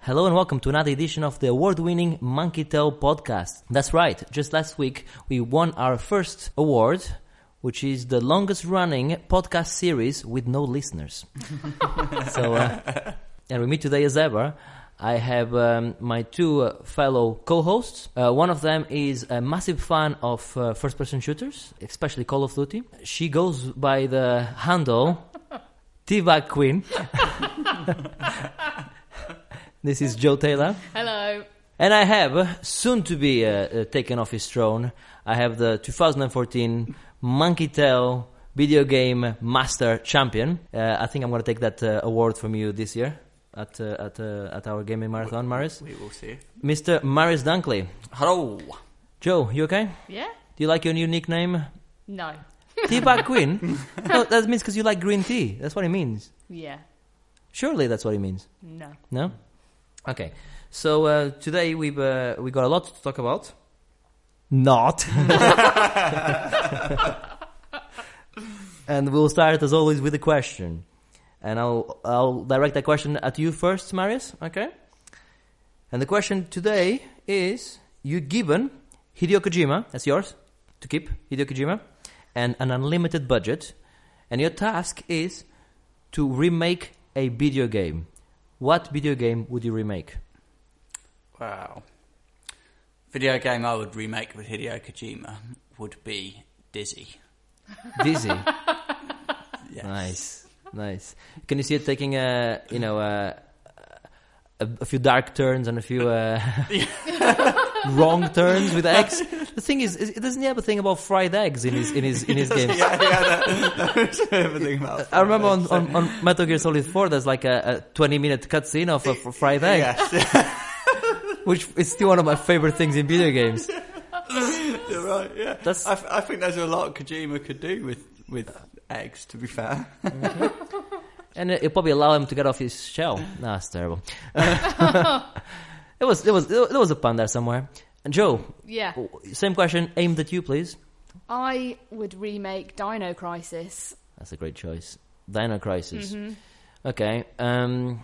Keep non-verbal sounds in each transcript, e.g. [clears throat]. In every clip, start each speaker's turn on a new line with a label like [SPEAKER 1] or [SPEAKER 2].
[SPEAKER 1] Hello and welcome to another edition of the award winning Monkey Tail podcast. That's right, just last week we won our first award, which is the longest running podcast series with no listeners. [laughs] so, uh, and we meet today as ever. I have um, my two uh, fellow co-hosts. Uh, one of them is a massive fan of uh, first-person shooters, especially Call of Duty. She goes by the handle [laughs] Tiva Queen. this is Joe Taylor.
[SPEAKER 2] Hello.
[SPEAKER 1] And I have, soon to be uh, uh, taken off his throne, I have the 2014 Monkey Tail Video Game Master Champion. Uh, I think I'm going to take that uh, award from you this year at uh, at uh, at our gaming marathon, Maris.
[SPEAKER 3] We will see.
[SPEAKER 1] Mr. Maris Dunkley.
[SPEAKER 3] Hello.
[SPEAKER 1] Joe, you okay?
[SPEAKER 2] Yeah?
[SPEAKER 1] Do you like your new nickname?
[SPEAKER 2] No.
[SPEAKER 1] Tea Bag Queen? No, that means because you like green tea. That's what it means.
[SPEAKER 2] Yeah.
[SPEAKER 1] Surely that's what it means.
[SPEAKER 2] No.
[SPEAKER 1] No? Okay. So uh, today we've uh, we got a lot to talk about. [laughs] Not. and we'll start as always with a question. And I'll I'll direct that question at you first, Marius, okay? And the question today is you given Hideo Kojima, that's yours to keep, Hideo Kojima, and an unlimited budget, and your task is to remake a video game. What video game would you remake?
[SPEAKER 3] Wow. Video game I would remake with Hideo Kojima would be Dizzy.
[SPEAKER 1] Dizzy.
[SPEAKER 3] Yes.
[SPEAKER 1] nice, nice. Can you see it taking a you know a, a, a few dark turns and a few uh, [laughs] wrong turns with eggs? The thing is, is- doesn't he have a thing about fried eggs in his in his in his games?
[SPEAKER 3] [laughs] yeah, yeah, that, everything about
[SPEAKER 1] I remember on, on, on Metal Gear Solid 4, there's like a, a 20 minute cutscene of a fr- fried egg,
[SPEAKER 3] [laughs] Yes,
[SPEAKER 1] which is still one of my favorite things in video games.
[SPEAKER 3] you're right. Yeah,
[SPEAKER 1] That's-
[SPEAKER 3] I, f- I think there's a lot Kojima could do with with eggs. To be fair,
[SPEAKER 1] And it, will probably allow him to get off his shell.
[SPEAKER 2] [laughs]
[SPEAKER 1] No, it's terrible. it was, it was, it was a pun there somewhere. And Joe,
[SPEAKER 2] Yeah.
[SPEAKER 1] same question aimed at you, please.
[SPEAKER 2] I would remake Dino Crisis.
[SPEAKER 1] That's a great choice. Dino Crisis.
[SPEAKER 2] Mm-hmm.
[SPEAKER 1] Okay. Um,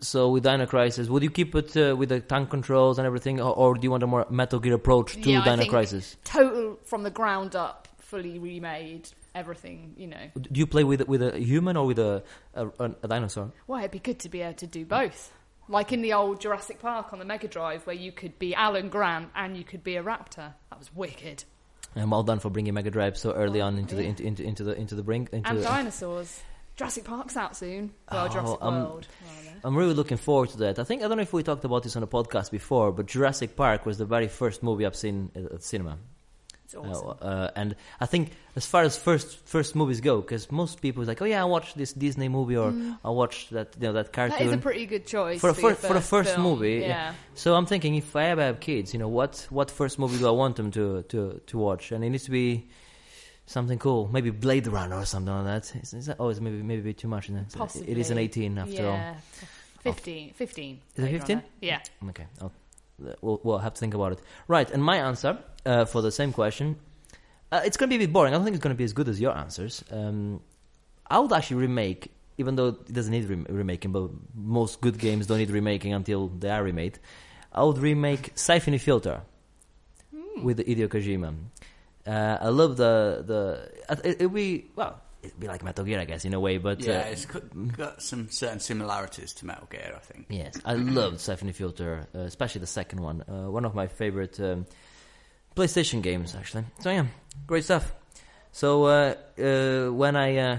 [SPEAKER 1] so with Dino Crisis, would you keep it uh, with the tank controls and everything, or, or do you want a more Metal Gear approach to
[SPEAKER 2] Yeah, I
[SPEAKER 1] Dino
[SPEAKER 2] think-
[SPEAKER 1] Crisis?
[SPEAKER 2] Total from the ground up, fully remade, everything, you know.
[SPEAKER 1] Do you play with with a human or with a a, a dinosaur?
[SPEAKER 2] Well, it'd be good to be able to do both. Like in the old Jurassic Park on the Mega Drive, where you could be Alan Grant and you could be a raptor. That was wicked.
[SPEAKER 1] And well done for bringing Mega Drive so early
[SPEAKER 2] Oh,
[SPEAKER 1] on into the into, into, into the into the brink. Into
[SPEAKER 2] And
[SPEAKER 1] the,
[SPEAKER 2] dinosaurs. Jurassic Park's out soon. Well,
[SPEAKER 1] Oh,
[SPEAKER 2] Jurassic
[SPEAKER 1] um,
[SPEAKER 2] World. rather.
[SPEAKER 1] I'm really looking forward to that. I think I don't know if we talked about this on a podcast before, but Jurassic Park was the very first movie I've seen at at cinema.
[SPEAKER 2] It's awesome.
[SPEAKER 1] Uh, uh, and I think as far as first first movies go, because most people is like, oh yeah, I watched this Disney movie or I watched that you know that cartoon.
[SPEAKER 2] Mm. that is a pretty good choice
[SPEAKER 1] For a
[SPEAKER 2] your
[SPEAKER 1] fir- for a first
[SPEAKER 2] film.
[SPEAKER 1] movie, yeah.
[SPEAKER 2] Yeah.
[SPEAKER 1] so I'm thinking if I ever have kids, you know, what what first movie do I want them to to to watch? And it needs to be something cool, maybe Blade Runner or something like that. Is, is that oh, it's maybe maybe a bit too much. Isn't it?
[SPEAKER 2] Possibly.
[SPEAKER 1] it is an 18 after
[SPEAKER 2] yeah. 15. 15.
[SPEAKER 1] Is it
[SPEAKER 2] Blade
[SPEAKER 1] 15?
[SPEAKER 2] Runner. Yeah.
[SPEAKER 1] all. Okay, I'll, we'll we'll have to think about it. Right, and my answer uh, for the same question, uh, it's going to be a bit boring. I don't think it's going to be as good as your answers. Um, I would actually remake, even though it doesn't need rem- remaking, but most good games don't need remaking until they are remade. I would remake Siphony Filter with Hideo Kojima. Uh, I love the the. It, it'd be well, it'd be like Metal Gear, I guess, in a way. But
[SPEAKER 3] yeah,
[SPEAKER 1] uh,
[SPEAKER 3] it's got, got some certain similarities to Metal Gear. I think.
[SPEAKER 1] Yes, I loved Siphony Filter, uh, especially the second one. Uh, one of my favorite um, PlayStation games, actually. So yeah, great stuff. So uh, uh, when I uh,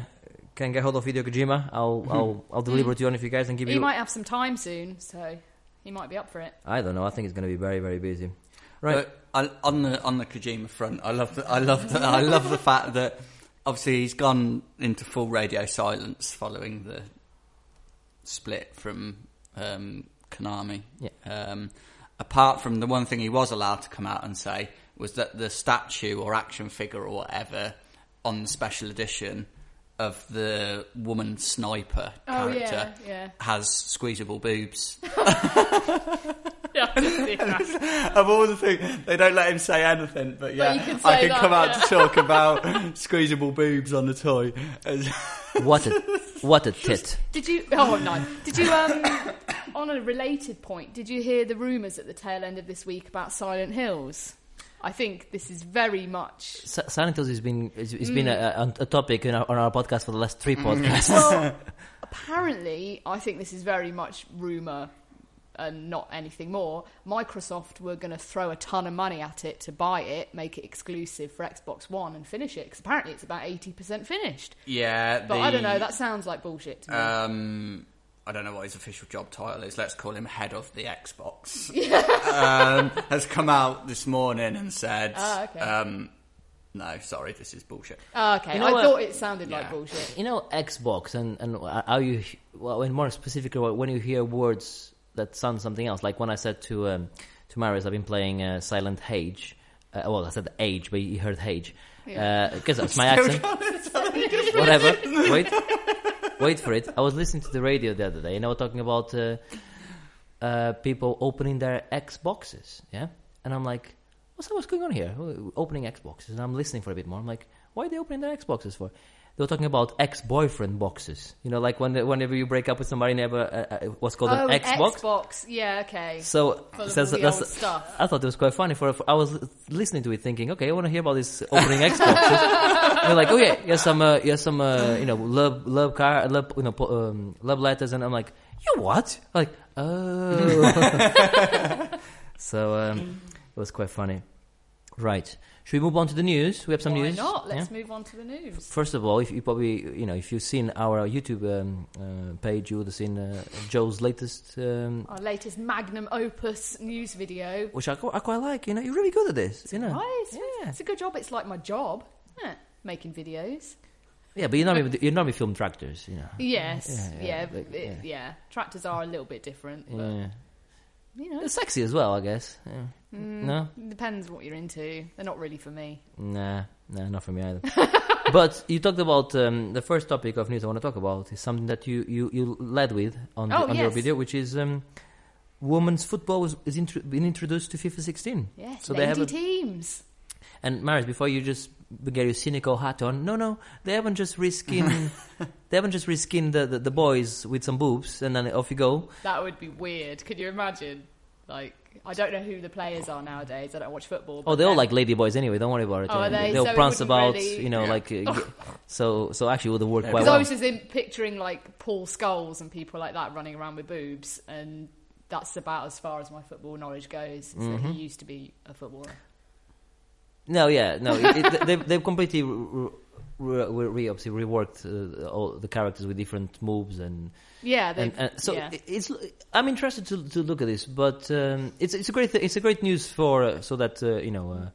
[SPEAKER 1] can get hold of Hideo Kojima, I'll I'll, I'll deliver it to you on if you guys and give
[SPEAKER 2] He
[SPEAKER 1] you.
[SPEAKER 2] might have some time soon, so he might be up for it.
[SPEAKER 1] I don't know. I think it's going to be very very busy. Right.
[SPEAKER 3] But I, on the on the Kojima front, I love the, I love the, I love the fact that obviously he's gone into full radio silence following the split from um, Konami.
[SPEAKER 1] Yeah.
[SPEAKER 3] Um, apart from the one thing he was allowed to come out and say was that the statue or action figure or whatever on the special edition of the woman sniper
[SPEAKER 2] Oh,
[SPEAKER 3] character
[SPEAKER 2] yeah, [laughs] yeah.
[SPEAKER 3] has squeezable boobs
[SPEAKER 2] Yeah, I can see that.
[SPEAKER 3] Of all the things, they don't let him say anything, but yeah,
[SPEAKER 2] you can say
[SPEAKER 3] I can
[SPEAKER 2] that,
[SPEAKER 3] come
[SPEAKER 2] [laughs]
[SPEAKER 3] out
[SPEAKER 2] yeah.
[SPEAKER 3] to talk about squeezable boobs on the toy. [laughs] As-
[SPEAKER 1] what a what a tit.
[SPEAKER 2] Did you? Oh no! Did you? Um, [coughs] on a related point, did you hear the rumours at the tail end of this week about Silent Hills? I think this is very much.
[SPEAKER 1] S- Silent Hills has been has, has been
[SPEAKER 2] Mm.
[SPEAKER 1] a, a, a topic in our, on our podcast for the last three podcasts.
[SPEAKER 2] Well, apparently, I think this is very much rumour and not anything more. Microsoft were going to throw a ton of money at it to buy it, make it exclusive for Xbox One, and finish it. Because apparently, it's about eighty percent finished.
[SPEAKER 3] Yeah,
[SPEAKER 2] But I don't know. That sounds like bullshit to me.
[SPEAKER 1] Uh,
[SPEAKER 3] um, I don't know what his official job title is. Let's call him head of
[SPEAKER 2] [laughs]
[SPEAKER 3] the Xbox. um, has come out this morning and said,
[SPEAKER 2] Ah, okay.
[SPEAKER 3] um, "No, sorry, this is bullshit."
[SPEAKER 2] Oh, okay,
[SPEAKER 1] You know
[SPEAKER 2] I
[SPEAKER 1] what?
[SPEAKER 2] thought it sounded like
[SPEAKER 3] Yeah.
[SPEAKER 2] bullshit.
[SPEAKER 1] you know Xbox and and how you well, and more specifically when you hear words that sound something else. Like when I said to um, to Marius, I've been playing uh, Silent Hage. Uh, well, I said Age, but you heard Hage because
[SPEAKER 2] Yeah.
[SPEAKER 1] that's my
[SPEAKER 3] [laughs]
[SPEAKER 1] accent. Whatever. Wait, wait for it. I was listening to the radio the other day, and I was talking about uh, uh, people opening their Xboxes. Yeah, and I'm like, what's what's going on here? Opening Xboxes, and I'm listening for a bit more. I'm like, why are they opening their Xboxes for? They were talking about ex-boyfriend boxes. You know, like when whenever you break up with somebody, never uh, uh, what's called
[SPEAKER 2] oh,
[SPEAKER 1] an Xbox.
[SPEAKER 2] Xbox. Yeah, okay.
[SPEAKER 1] So,
[SPEAKER 2] Full of
[SPEAKER 1] so
[SPEAKER 2] all the
[SPEAKER 1] that's-
[SPEAKER 2] old stuff.
[SPEAKER 1] I thought it was quite funny. For, for I was l- listening to it, thinking, okay, I want to hear about this opening Xbox. [laughs] They're like, oh yeah, you have some, uh, you have some, uh, you know, love, love car, love, you know, po- um, love letters, and I'm like, you what? I'm like, oh. [laughs] so um, it was quite funny. Right? Should we move on to the news? We have some
[SPEAKER 2] Why
[SPEAKER 1] news.
[SPEAKER 2] not?
[SPEAKER 1] Yeah?
[SPEAKER 2] Let's move on to the news.
[SPEAKER 1] First of all, if you probably you know if you've seen our YouTube um, uh, page, you would have seen uh, Joe's latest um,
[SPEAKER 2] Our latest magnum opus news video.
[SPEAKER 1] which I, qu- I quite like. You know, you're really good at this. You know,
[SPEAKER 2] Right?
[SPEAKER 1] yeah,
[SPEAKER 2] It's a good job. It's like my job, isn't it? making videos.
[SPEAKER 1] yeah, but you normally you normally film tractors. You know,
[SPEAKER 2] Yes,
[SPEAKER 1] Yeah,
[SPEAKER 2] yeah,
[SPEAKER 1] yeah,
[SPEAKER 2] yeah,
[SPEAKER 1] but-
[SPEAKER 2] it-
[SPEAKER 1] yeah.
[SPEAKER 2] yeah. Tractors are a little bit different, but
[SPEAKER 1] yeah.
[SPEAKER 2] you know,
[SPEAKER 1] They're sexy as well, I guess. Yeah. No,
[SPEAKER 2] it depends what you're into. They're not really for me.
[SPEAKER 1] nah, nah, not for me either. [laughs] but you talked about um, the first topic of news I want to talk about is something that you you, you led with on, the,
[SPEAKER 2] Oh,
[SPEAKER 1] on your
[SPEAKER 2] yes.
[SPEAKER 1] video, which is um, women's football was, is intro- been introduced to FIFA 16.
[SPEAKER 2] Yes,
[SPEAKER 1] So they
[SPEAKER 2] lady
[SPEAKER 1] have a-
[SPEAKER 2] teams.
[SPEAKER 1] And Marius, before you just get your cynical hat on, no, no, they haven't just reskinned. they haven't just reskinned the, the, the boys with some boobs, and then off you go.
[SPEAKER 2] That would be weird. Could you imagine? Like, I don't know who the players are nowadays. I don't watch football.
[SPEAKER 1] Oh,
[SPEAKER 2] but
[SPEAKER 1] they're all
[SPEAKER 2] then-
[SPEAKER 1] like ladyboys anyway. Don't worry about it.
[SPEAKER 2] Oh, are they?
[SPEAKER 1] will
[SPEAKER 2] So it
[SPEAKER 1] prance
[SPEAKER 2] wouldn't
[SPEAKER 1] about,
[SPEAKER 2] really-
[SPEAKER 1] you know,
[SPEAKER 2] [laughs]
[SPEAKER 3] Yeah.
[SPEAKER 1] like. uh, g- so, so actually, it would work quite
[SPEAKER 2] Because I
[SPEAKER 1] well.
[SPEAKER 2] was just in picturing like Paul Scholes and people like that running around with boobs, and that's about as far as my football knowledge goes. So
[SPEAKER 1] Mm-hmm.
[SPEAKER 2] he used to be a footballer.
[SPEAKER 1] No, yeah, no, it, it, they've they've completely re, re, re, re, obviously reworked uh, all the characters with different moves and
[SPEAKER 2] Yeah,
[SPEAKER 1] and,
[SPEAKER 2] they've-
[SPEAKER 1] and so
[SPEAKER 2] yeah.
[SPEAKER 1] it- it's. I'm interested to to look at this, but um, it's it's a great it's a great news for uh, so that uh, you know. Uh,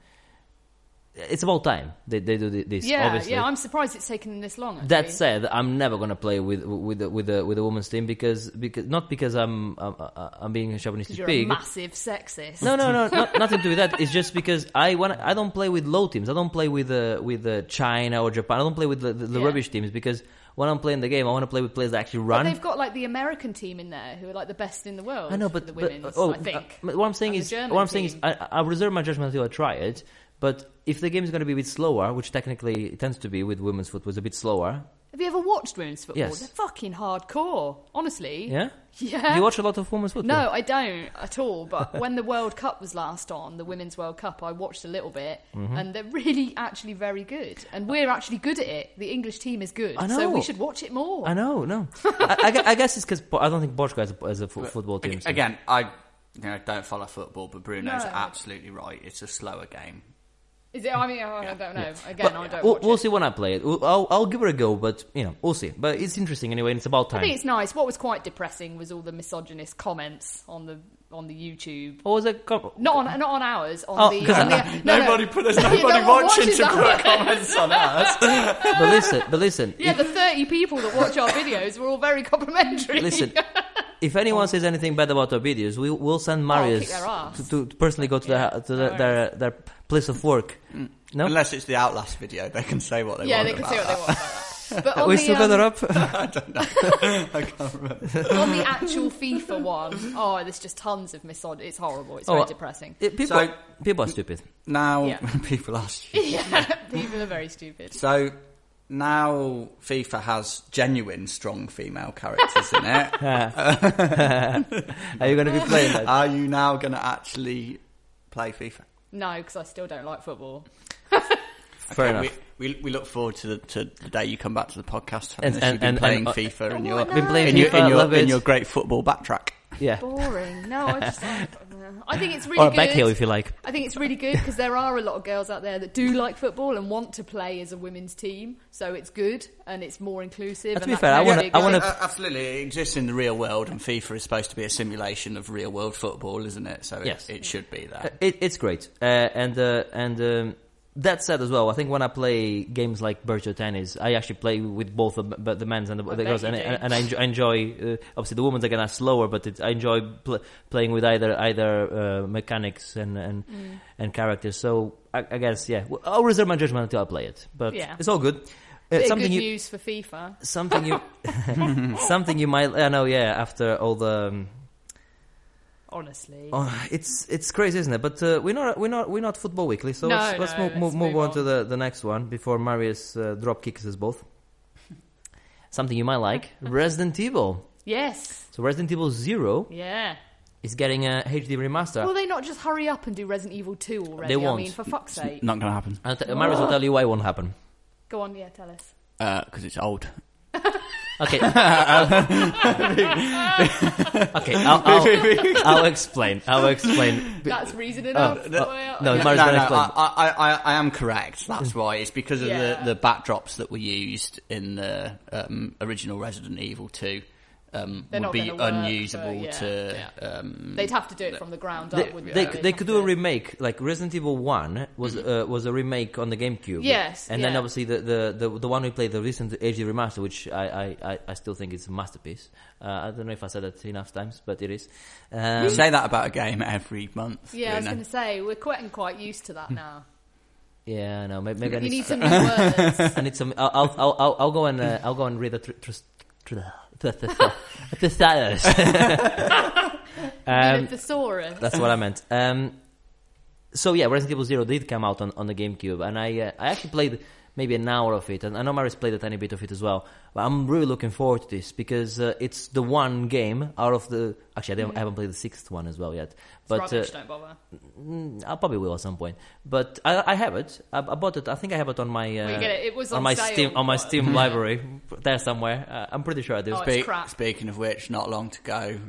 [SPEAKER 1] it's about time they they do thi- this.
[SPEAKER 2] yeah,
[SPEAKER 1] obviously.
[SPEAKER 2] yeah. I'm surprised it's taken this long. Actually.
[SPEAKER 1] That said, I'm never gonna play with with the- with the with a women's team because because not because I'm I'm, I'm being a chauvinistic
[SPEAKER 2] 'Cause you're
[SPEAKER 1] pig.
[SPEAKER 2] a massive sexist.
[SPEAKER 1] No,
[SPEAKER 2] [laughs]
[SPEAKER 1] no, no, not, nothing to do with that. It's just because I want. I don't play with low teams. I don't play with uh, with uh, China or Japan. I don't play with the, the, the
[SPEAKER 2] Yeah.
[SPEAKER 1] rubbish teams because when I'm playing the game, I want to play with players that actually
[SPEAKER 2] But
[SPEAKER 1] run.
[SPEAKER 2] they've got like the American team in there who are like the best in the world.
[SPEAKER 1] I know,
[SPEAKER 2] for
[SPEAKER 1] but,
[SPEAKER 2] the
[SPEAKER 1] but
[SPEAKER 2] women,
[SPEAKER 1] oh,
[SPEAKER 2] I think.
[SPEAKER 1] uh, what I'm saying
[SPEAKER 2] And the
[SPEAKER 1] is,
[SPEAKER 2] German
[SPEAKER 1] what I'm saying is,
[SPEAKER 2] team.
[SPEAKER 1] I, I reserve my judgment until I try it. But if the game is going to be a bit slower, which technically it tends to be with women's football, it's a bit slower.
[SPEAKER 2] Have you ever watched women's football?
[SPEAKER 1] Yes.
[SPEAKER 2] They're fucking hardcore. Honestly.
[SPEAKER 1] Yeah.
[SPEAKER 2] Yeah.
[SPEAKER 1] You watch a lot of women's football.
[SPEAKER 2] No, I don't at
[SPEAKER 1] [laughs]
[SPEAKER 2] all. But when the World Cup was last on, the Women's World Cup, I watched a little bit,
[SPEAKER 1] Mm-hmm.
[SPEAKER 2] and they're really actually very good. And we're actually good at it. The English team is good,
[SPEAKER 1] I
[SPEAKER 2] so
[SPEAKER 1] know.
[SPEAKER 2] we should watch it more.
[SPEAKER 1] I know,
[SPEAKER 2] [laughs]
[SPEAKER 1] no. I, I gue- I guess it's because I don't think Portugal has a, has a fu- football team. so-
[SPEAKER 3] Again, I you know, don't follow football, but Bruno's
[SPEAKER 2] No.
[SPEAKER 3] absolutely right. It's a slower game.
[SPEAKER 2] Is it? I mean, I don't know. Again,
[SPEAKER 1] But
[SPEAKER 2] I don't.
[SPEAKER 1] we'll,
[SPEAKER 2] watch
[SPEAKER 1] we'll
[SPEAKER 2] it.
[SPEAKER 1] see when I play it. We'll- I'll, I'll give it a go, but you know, we'll see. But it's interesting anyway, and it's about
[SPEAKER 2] I
[SPEAKER 1] time.
[SPEAKER 2] think it's nice. What was quite depressing was all the misogynist comments on the on the YouTube.
[SPEAKER 1] Or was it? Com-
[SPEAKER 2] Not on not on ours. On
[SPEAKER 1] Oh,
[SPEAKER 2] the,
[SPEAKER 1] 'cause
[SPEAKER 2] on the no, no.
[SPEAKER 3] nobody put
[SPEAKER 2] [laughs]
[SPEAKER 3] there's
[SPEAKER 2] No one
[SPEAKER 3] nobody watching
[SPEAKER 2] watches
[SPEAKER 3] to
[SPEAKER 2] that.
[SPEAKER 3] put comments on us.
[SPEAKER 1] but listen, but listen,
[SPEAKER 2] [laughs] Yeah, the thirty people that watch our videos were all very complimentary.
[SPEAKER 1] if,
[SPEAKER 2] [laughs]
[SPEAKER 1] listen. If anyone says anything bad about our videos, we will send
[SPEAKER 2] Oh, I'll kick
[SPEAKER 1] Marius
[SPEAKER 2] their ass.
[SPEAKER 1] to, to, to personally go to
[SPEAKER 2] Yeah,
[SPEAKER 1] their to their,
[SPEAKER 2] no
[SPEAKER 1] their their place of work. No,
[SPEAKER 3] Unless it's the Outlast video, they can say what they
[SPEAKER 2] yeah,
[SPEAKER 3] want.
[SPEAKER 2] they can
[SPEAKER 3] about
[SPEAKER 2] say what they
[SPEAKER 3] that.
[SPEAKER 2] want. about that. But on
[SPEAKER 1] we
[SPEAKER 2] the,
[SPEAKER 1] still
[SPEAKER 2] um,
[SPEAKER 1] got it [laughs] up.
[SPEAKER 2] on the actual FIFA one, oh, there's just tons of misogyn. It's horrible. It's
[SPEAKER 1] Oh,
[SPEAKER 2] very depressing. [laughs]
[SPEAKER 1] It- people,
[SPEAKER 3] So-
[SPEAKER 1] people are stupid.
[SPEAKER 3] Now
[SPEAKER 2] Yeah.
[SPEAKER 3] [laughs] people ask you.
[SPEAKER 2] yeah, people are very stupid.
[SPEAKER 3] So now FIFA has genuine strong female characters in it.
[SPEAKER 1] Are you going to
[SPEAKER 2] [laughs]
[SPEAKER 1] be playing that?
[SPEAKER 3] Are you now going to actually play FIFA?
[SPEAKER 2] No, because I still don't like football.
[SPEAKER 1] Fair enough.
[SPEAKER 3] We, we, we look forward to the, to the day you come back to the podcast
[SPEAKER 1] And-
[SPEAKER 3] and,
[SPEAKER 1] and-
[SPEAKER 3] you've been
[SPEAKER 1] and-
[SPEAKER 3] playing
[SPEAKER 1] and-
[SPEAKER 3] FIFA and
[SPEAKER 2] Oh,
[SPEAKER 3] your,
[SPEAKER 2] no.
[SPEAKER 1] Been playing
[SPEAKER 3] in your,
[SPEAKER 1] FIFA,
[SPEAKER 3] in, your,
[SPEAKER 1] love
[SPEAKER 3] in
[SPEAKER 1] it.
[SPEAKER 3] your great football backtrack.
[SPEAKER 1] yeah.
[SPEAKER 2] Boring. No, I just I, I think it's really
[SPEAKER 1] Or
[SPEAKER 2] good.
[SPEAKER 1] back heel if you like.
[SPEAKER 2] I think it's really good because there are a lot of girls out there that do like football and want to play as a women's team. So it's good and it's more inclusive.
[SPEAKER 1] But Uh, to be
[SPEAKER 2] and that's
[SPEAKER 1] fair, I
[SPEAKER 2] very
[SPEAKER 1] wanna-
[SPEAKER 2] big.
[SPEAKER 1] I wanna-
[SPEAKER 3] Uh, absolutely, it exists in the real world, and FIFA is supposed to be a simulation of real world football, isn't it? So it,
[SPEAKER 1] Yes.
[SPEAKER 3] it should be that.
[SPEAKER 1] Uh, It, it's great, uh, and uh, and um, that said as well, I think when I play games like virtual tennis, I actually play with both the, but the men's and the,
[SPEAKER 2] I
[SPEAKER 1] the
[SPEAKER 2] bet
[SPEAKER 1] girls,
[SPEAKER 2] you
[SPEAKER 1] and, I-
[SPEAKER 2] do.
[SPEAKER 1] and, and I enjoy, I enjoy uh, obviously the women's are gonna slower, but it, I enjoy pl- playing with either either uh, mechanics and and,
[SPEAKER 2] Mm.
[SPEAKER 1] and characters. So I, I guess yeah, Well, I'll reserve my judgment until I play it, but
[SPEAKER 2] Yeah.
[SPEAKER 1] it's all good. Uh,
[SPEAKER 2] Bit of
[SPEAKER 1] something
[SPEAKER 2] good
[SPEAKER 1] you
[SPEAKER 2] news for FIFA.
[SPEAKER 1] something
[SPEAKER 2] [laughs]
[SPEAKER 1] you [laughs] something you might I know yeah after all the. um,
[SPEAKER 2] Honestly,
[SPEAKER 1] Oh, it's it's crazy, isn't it? But uh, we're not we're not we're not football weekly, so
[SPEAKER 2] No,
[SPEAKER 1] let's, let's,
[SPEAKER 2] no,
[SPEAKER 1] move,
[SPEAKER 2] let's
[SPEAKER 1] move, move
[SPEAKER 2] move
[SPEAKER 1] on,
[SPEAKER 2] on.
[SPEAKER 1] to the, the next one before Marius uh, drop kicks us both. [laughs] Something you might like: [laughs] Resident Evil.
[SPEAKER 2] yes,
[SPEAKER 1] So Resident Evil Zero
[SPEAKER 2] yeah.
[SPEAKER 1] is getting a HD remaster.
[SPEAKER 2] Will they not just hurry up and do Resident Evil Two already?
[SPEAKER 1] They won't.
[SPEAKER 2] I mean, for fuck's sake.
[SPEAKER 3] Not going to happen
[SPEAKER 1] I'll t- Marius will tell you why it won't happen.
[SPEAKER 2] Go on, yeah, tell us.
[SPEAKER 3] because Uh, it's old.
[SPEAKER 1] [laughs] Okay. okay. I'll, [laughs] I'll, I'll explain. I'll explain.
[SPEAKER 2] That's reason enough.
[SPEAKER 1] uh, no,
[SPEAKER 2] Well,
[SPEAKER 1] no,
[SPEAKER 2] yeah.
[SPEAKER 1] Mar- Mario's
[SPEAKER 3] no,
[SPEAKER 1] gonna
[SPEAKER 3] no,
[SPEAKER 1] explain.
[SPEAKER 3] I, I, I, I am correct. That's why. It's because of
[SPEAKER 2] Yeah.
[SPEAKER 3] the, the backdrops that were used in the um, original Resident Evil 2 um,
[SPEAKER 2] They're
[SPEAKER 3] would
[SPEAKER 2] not
[SPEAKER 3] be
[SPEAKER 2] gonna work,
[SPEAKER 3] unusable
[SPEAKER 2] but yeah.
[SPEAKER 3] to. Um,
[SPEAKER 2] They'd have to do it from the ground up.
[SPEAKER 1] They,
[SPEAKER 2] wouldn't
[SPEAKER 1] they,
[SPEAKER 2] They'd
[SPEAKER 1] they
[SPEAKER 2] have
[SPEAKER 1] could
[SPEAKER 2] to
[SPEAKER 1] do a remake like Resident Evil One was uh, was a remake on the GameCube.
[SPEAKER 2] Yes,
[SPEAKER 1] and then
[SPEAKER 2] yeah.
[SPEAKER 1] obviously the, the the the one we played the recent HD remaster, which I I, I, I still think is a masterpiece. Uh, I don't know if I said that enough times, but it is. Um,
[SPEAKER 3] say that about a game every month.
[SPEAKER 2] Yeah, I was
[SPEAKER 3] Bruno.
[SPEAKER 2] going to say we're quite quite used to that now.
[SPEAKER 1] [laughs] yeah, no, maybe, maybe I
[SPEAKER 2] you
[SPEAKER 1] need,
[SPEAKER 2] need
[SPEAKER 1] [laughs]
[SPEAKER 2] some new words.
[SPEAKER 1] I need some. I'll I'll I'll, I'll, I'll go and uh, I'll go and read the. Tr- tr- tr- tr- tr- tr- tr-
[SPEAKER 2] Need a
[SPEAKER 1] um,
[SPEAKER 2] thesaurus.
[SPEAKER 1] That's what I meant. Um, so yeah, Resident Evil Zero did come out on, on the GameCube, and I uh, I actually played maybe an hour of it, and I know Maris played a tiny bit of it as well. But I'm really looking forward to this because uh, it's the one game out of the actually I, don't, I haven't played the sixth one as well yet, but uh,
[SPEAKER 2] Rubbish, don't bother.
[SPEAKER 1] mm, I probably will at some point. But I, I have it. I, I bought it. I think I have it on my uh,
[SPEAKER 2] Well, you get it. It was on,
[SPEAKER 1] my
[SPEAKER 2] sale,
[SPEAKER 1] Steam on my
[SPEAKER 2] but-
[SPEAKER 1] Steam library [laughs] there somewhere. Uh, I'm pretty sure I do.
[SPEAKER 2] Oh, it's crap.
[SPEAKER 3] Speaking of which, not long to go.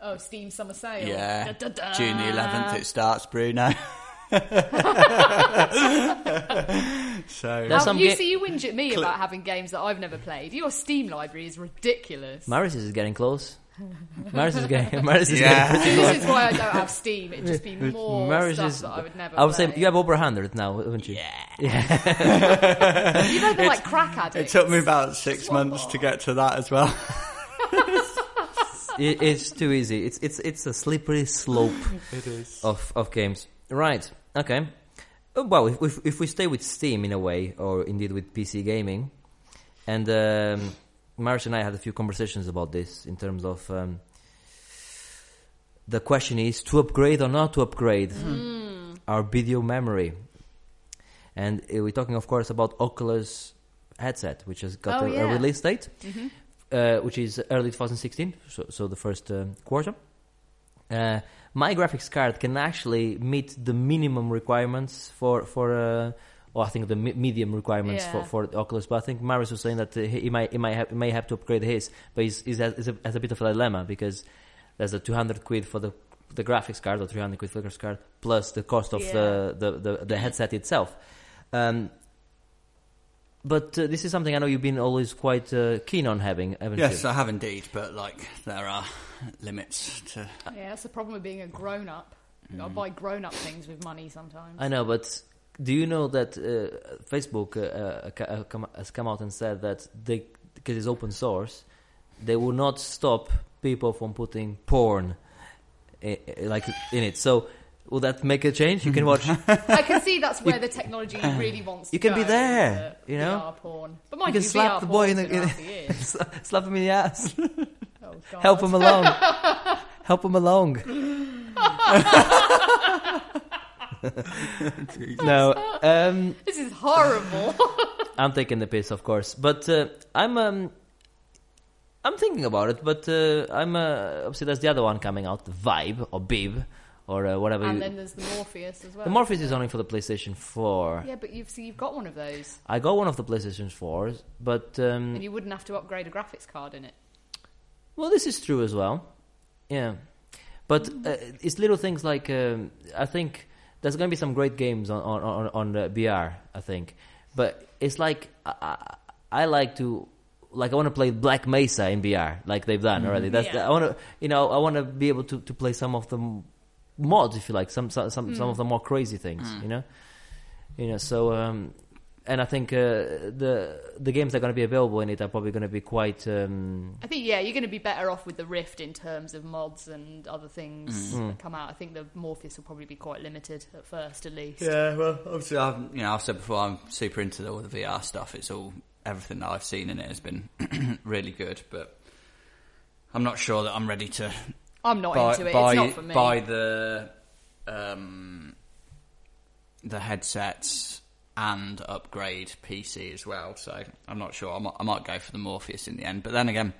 [SPEAKER 2] Oh, Steam summer sale.
[SPEAKER 3] Yeah,
[SPEAKER 2] Da, da, da.
[SPEAKER 3] June the 11th it starts, Bruno. [laughs] so
[SPEAKER 1] There's
[SPEAKER 2] How-
[SPEAKER 1] some
[SPEAKER 2] you
[SPEAKER 1] ga-
[SPEAKER 2] see, you whinge at me
[SPEAKER 3] Cl-
[SPEAKER 2] about having games that I've never played. Your Steam library is ridiculous.
[SPEAKER 1] Maris is getting close. Maris is getting. [laughs] Maris is
[SPEAKER 3] Yeah.
[SPEAKER 1] getting
[SPEAKER 3] [laughs]
[SPEAKER 1] pretty close.
[SPEAKER 2] [laughs] this is why I don't have Steam. It'd just be more
[SPEAKER 1] Maris
[SPEAKER 2] stuff
[SPEAKER 1] is-
[SPEAKER 2] that I would never.
[SPEAKER 1] I would say
[SPEAKER 2] play.
[SPEAKER 1] you have over 100 now, haven't you?
[SPEAKER 3] yeah.
[SPEAKER 2] You both are like crack
[SPEAKER 3] It
[SPEAKER 2] addicts.
[SPEAKER 3] took me about six
[SPEAKER 2] Swap
[SPEAKER 3] months to
[SPEAKER 2] off.
[SPEAKER 3] get to that as well.
[SPEAKER 1] [laughs] It, it's too easy. It's it's it's a slippery slope
[SPEAKER 3] [laughs] It is.
[SPEAKER 1] of of games. Right. Okay. Uh, Well, if, if if we stay with Steam in a way, or indeed with PC gaming, and um, Marish and I had a few conversations about this in terms of um, the question is to upgrade or not to upgrade
[SPEAKER 3] Hmm.
[SPEAKER 1] our video memory, and uh, we're talking, of course, about Oculus headset, which has got
[SPEAKER 2] Oh,
[SPEAKER 1] a, a
[SPEAKER 2] yeah.
[SPEAKER 1] release date.
[SPEAKER 2] Mhm.
[SPEAKER 1] uh, which is early 2016, so, so the first um, quarter. Uh, my graphics card can actually meet the minimum requirements for for. Uh, well, I think the me- medium requirements
[SPEAKER 2] Yeah.
[SPEAKER 1] for, for Oculus, but I think Marius was saying that uh, he he might he might have, he may have to upgrade his, but he's, he's, has, a, has a bit of a dilemma because there's a 200 quid for the the graphics card or 300 quid for the graphics card plus the cost of the, the, the the headset itself. Um, but uh, this is something I know you've been always quite uh, keen on having, haven't you?
[SPEAKER 3] Yes, I have indeed, but like there are limits to.
[SPEAKER 1] Uh,
[SPEAKER 2] Yeah, that's the problem with being a grown up. You gotta buy grown up things with money sometimes.
[SPEAKER 1] Mm-hmm. I know, but do you know that uh, Facebook uh, uh, ca- uh, come, has come out and said that they, because it's open source, they will not stop people from putting porn i i- like in it. So will that make a change? You can watch. [laughs]
[SPEAKER 2] I can see that's where the technology really wants.
[SPEAKER 1] you
[SPEAKER 2] to
[SPEAKER 1] can be
[SPEAKER 2] go,
[SPEAKER 1] there,
[SPEAKER 2] the
[SPEAKER 1] you know?
[SPEAKER 2] VR porn. But mind
[SPEAKER 1] You can
[SPEAKER 2] you,
[SPEAKER 1] slap
[SPEAKER 2] VR
[SPEAKER 1] the boy in
[SPEAKER 2] porn's
[SPEAKER 1] [laughs] the-
[SPEAKER 2] been out for years.
[SPEAKER 1] Slap him in the ass.
[SPEAKER 2] Oh, God.
[SPEAKER 1] Help him along. Help him along. [laughs] no. Um, um, [laughs]
[SPEAKER 2] This is horrible.
[SPEAKER 1] I'm taking the piss, of course, but uh, I'm um, I'm thinking about it. But uh, I'm uh, obviously there's the other one coming out, Vibe or Bib or uh, whatever. you-
[SPEAKER 2] And then there's the Morpheus as well.
[SPEAKER 1] the Morpheus is only for the PlayStation 4.
[SPEAKER 2] Yeah, but you've see, you've got one of those,
[SPEAKER 1] I got one of the PlayStation 4s, but um,
[SPEAKER 2] and you wouldn't have to upgrade a graphics card in it.
[SPEAKER 1] Well, this is true as well. Yeah. But uh, it's little things like um, I think there's going to be some great games on on on, on the BR. I think, but it's like I, I, I like to like I want to play Black Mesa in BR, like they've done already. That's
[SPEAKER 2] Yeah.
[SPEAKER 1] I want to you know I want to be able to, to play some of the m- mods if you like some some some, some of the more crazy things. You know, you know. So um, and I think uh, the the games that are going to be available in it are probably going to be quite. Um,
[SPEAKER 2] I think yeah, you're going to be better off with the Rift in terms of mods and other things that come out. I think the Morpheus will probably be quite limited at first, at least.
[SPEAKER 3] Yeah, well, obviously, I've, you know, I've said before, I'm super into all the VR stuff. It's all everything that I've seen in it has been [clears throat] really good, but I'm not sure that I'm ready to
[SPEAKER 2] I'm not
[SPEAKER 3] buy,
[SPEAKER 2] into it.
[SPEAKER 3] buy,
[SPEAKER 2] it's not for me.
[SPEAKER 3] buy the um, the headsets and upgrade PC as well. So I'm not sure. I might, I might go for the Morpheus in the end, but then again,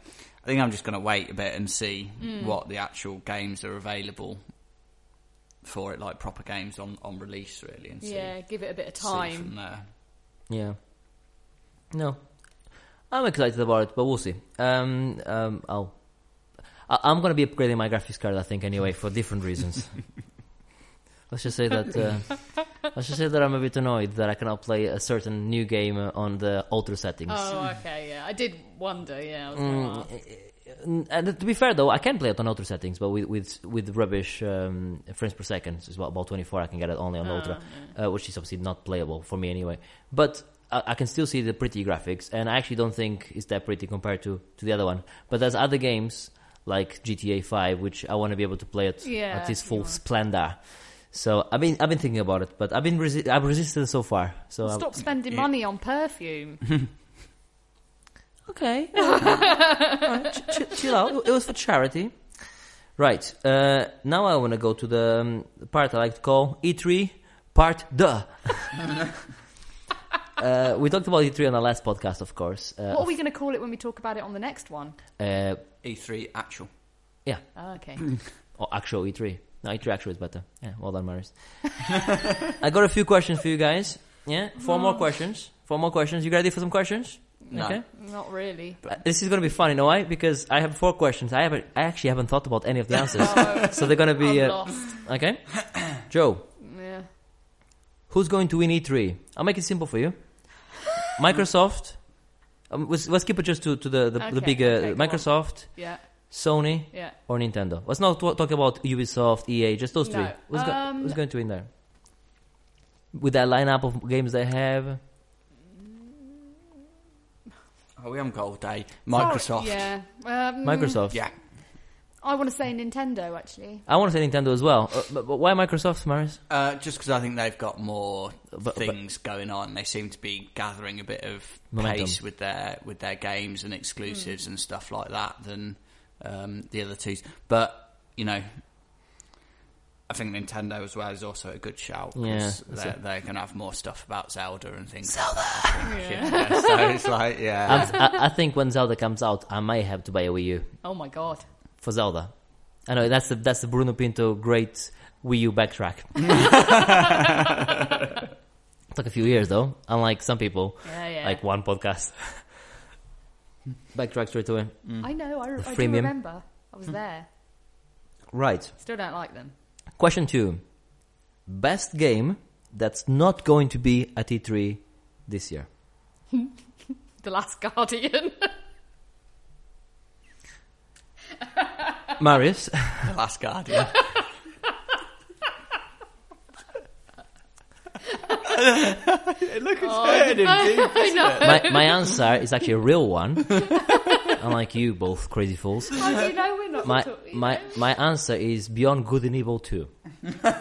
[SPEAKER 3] I think I'm just going to wait a bit and see
[SPEAKER 2] Mm.
[SPEAKER 3] what the actual games are available for it, like proper games on, on release, really, and see.
[SPEAKER 2] yeah, give it a bit of
[SPEAKER 3] see from
[SPEAKER 2] time.
[SPEAKER 3] there.
[SPEAKER 1] Yeah. No, I'm excited about it, but we'll see. Um, um, I'll. I- I'm gonna be upgrading my graphics card, I think, anyway, for different reasons. let's just say that. Uh, let's just say that I'm a bit annoyed that I cannot play a certain new game uh, on the ultra settings.
[SPEAKER 2] Oh, okay, yeah. I did wonder. Yeah, I was
[SPEAKER 1] Mm,
[SPEAKER 2] like, "Oh."
[SPEAKER 1] uh, and to be fair though, I can play it on ultra settings, but with with with rubbish um, frames per second, so it's about, about 24. I can get it only
[SPEAKER 2] Ah,
[SPEAKER 1] on ultra,
[SPEAKER 2] Um,
[SPEAKER 1] uh, which is obviously not playable for me anyway. But I, I can still see the pretty graphics, and I actually don't think it's that pretty compared to to the other one. But there's other games like GTA 5, which I want to be able to play it
[SPEAKER 2] Yeah,
[SPEAKER 1] at its
[SPEAKER 2] you
[SPEAKER 1] full
[SPEAKER 2] want.
[SPEAKER 1] splendor. So I've been I've been thinking about it, but I've been resi- I've resisted so far. So I'm-
[SPEAKER 2] Stop spending
[SPEAKER 3] yeah.
[SPEAKER 2] money on perfume.
[SPEAKER 1] Okay. Alright, ch- ch- chill out. It was for charity. Right. Uh, now I want to go to the um, part I like to call E3 Part Duh. [laughs] uh, we talked about E3 on the last podcast, of course. Uh,
[SPEAKER 2] what are we going to call it when we talk about it on the next one?
[SPEAKER 1] uh,
[SPEAKER 3] E3 E actual.
[SPEAKER 2] Oh, okay.
[SPEAKER 1] or actual E3. No, E3 actual is better. Yeah, well done, Maris. I got a few questions for you guys. Yeah, four more questions. Four more questions. You ready for some questions?
[SPEAKER 3] No.
[SPEAKER 1] Okay. [laughs]
[SPEAKER 2] Not really.
[SPEAKER 1] Uh, This is going to be fun, you know why? Because I have four questions. I haven't. I actually haven't thought about any of the answers.
[SPEAKER 2] Oh,
[SPEAKER 1] So they're gonna be
[SPEAKER 2] I'm
[SPEAKER 1] uh,
[SPEAKER 2] lost.
[SPEAKER 1] okay. [clears throat] Joe,
[SPEAKER 2] Yeah.
[SPEAKER 1] who's going to win E3? I'll make it simple for you. Microsoft. Um, let's, let's keep it just to, to the the, the
[SPEAKER 2] Okay,
[SPEAKER 1] big uh,
[SPEAKER 2] okay, go on.
[SPEAKER 1] Microsoft,
[SPEAKER 2] Yeah.
[SPEAKER 1] Sony,
[SPEAKER 2] Yeah.
[SPEAKER 1] or Nintendo. Let's not t- talk about Ubisoft, EA. Just those three.
[SPEAKER 2] No,
[SPEAKER 1] Who's, go-
[SPEAKER 2] um,
[SPEAKER 1] who's going to win there? With that lineup of games they have,
[SPEAKER 3] Oh, we haven't got all day. Microsoft.
[SPEAKER 2] oh, Yeah. Um,
[SPEAKER 1] Microsoft.
[SPEAKER 3] Yeah.
[SPEAKER 2] I want to say Nintendo actually.
[SPEAKER 1] I want to say Nintendo as well. Uh, but, but why Microsoft,
[SPEAKER 2] [laughs]
[SPEAKER 1] Maris?
[SPEAKER 3] Uh, just because I think they've got more
[SPEAKER 1] But- but-
[SPEAKER 3] things going on, they seem to be gathering a bit of
[SPEAKER 1] Momentum.
[SPEAKER 3] pace with their with their games and exclusives and stuff like that than um, the other two. But you know, I think Nintendo as well is also a good shout. 'cause
[SPEAKER 1] Yeah, that's
[SPEAKER 3] they're,
[SPEAKER 1] it.
[SPEAKER 3] they're going to have more stuff about Zelda and things. Zelda. Yeah. so it's like [laughs] yeah,
[SPEAKER 1] I'm- I, I think when Zelda comes out, I may have to buy a Wii U.
[SPEAKER 2] Oh my god.
[SPEAKER 1] for Zelda. I know that's the that's the Bruno Pinto great Wii U backtrack. [laughs] Took a few years though, unlike some people,
[SPEAKER 2] Yeah, yeah.
[SPEAKER 1] like one podcast. [laughs] backtrack straight away.
[SPEAKER 2] I know. I, I do
[SPEAKER 1] freemium. Hmm.
[SPEAKER 2] remember. I was there.
[SPEAKER 1] Right.
[SPEAKER 2] Still don't like them.
[SPEAKER 1] Question two: Best game that's not going to be at E3 this year.
[SPEAKER 2] The Last [laughs] Guardian.
[SPEAKER 1] Marius,
[SPEAKER 3] The Last [laughs] Guardian. Look, it's hurting [laughs] deep, isn't it?
[SPEAKER 2] [laughs]
[SPEAKER 1] my, my answer is actually a real one. [laughs] Unlike you, both crazy fools.
[SPEAKER 2] How do you know we're not
[SPEAKER 1] my
[SPEAKER 2] talking?
[SPEAKER 1] my my answer is Beyond Good and Evil Two. that's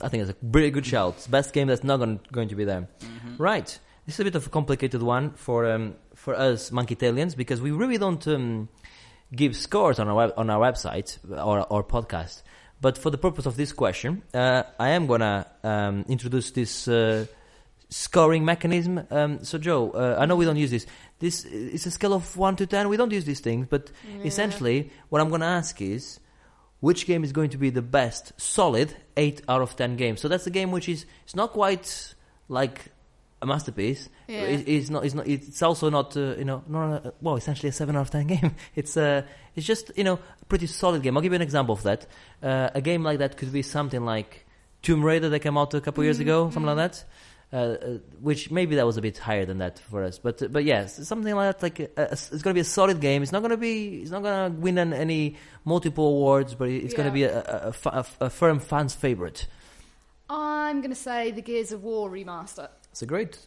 [SPEAKER 1] I think that's a pretty good shout. It's the Best game that's not going, going to be there. Right. This is a bit of a complicated one for um, for us Monkeytalians because we really don't um, give scores on our web, on our website or or podcast. But for the purpose of this question, uh, I am gonna um, introduce this uh, scoring mechanism. Um, so, Joe, uh, I know we don't use this. This is a scale of one to ten. We don't use these things, but essentially, what I'm going to ask is, which game is going to be the best solid eight out of ten game? So that's a game which is it's not quite like a masterpiece.
[SPEAKER 2] Yeah.
[SPEAKER 1] It- it's not. It's not. It's also not. Uh, you know, not a, well, essentially a seven out of ten [laughs] game. It's uh, It's just you know a pretty solid game. I'll give you an example of that. Uh, a game like that could be something like Tomb Raider that came out a couple years ago, something
[SPEAKER 2] Mm-hmm.
[SPEAKER 1] like that. Uh, uh, which maybe that was a bit higher than that for us, but but yes, something like that. Like a, a- it's going to be a solid game. It's not going to be. It's not going to win an, any multiple awards, but it's going
[SPEAKER 2] Yeah.
[SPEAKER 1] to be a, a, a fa- a f- a firm fan's favorite.
[SPEAKER 2] I'm going to say the Gears of War remaster.
[SPEAKER 1] It's a great.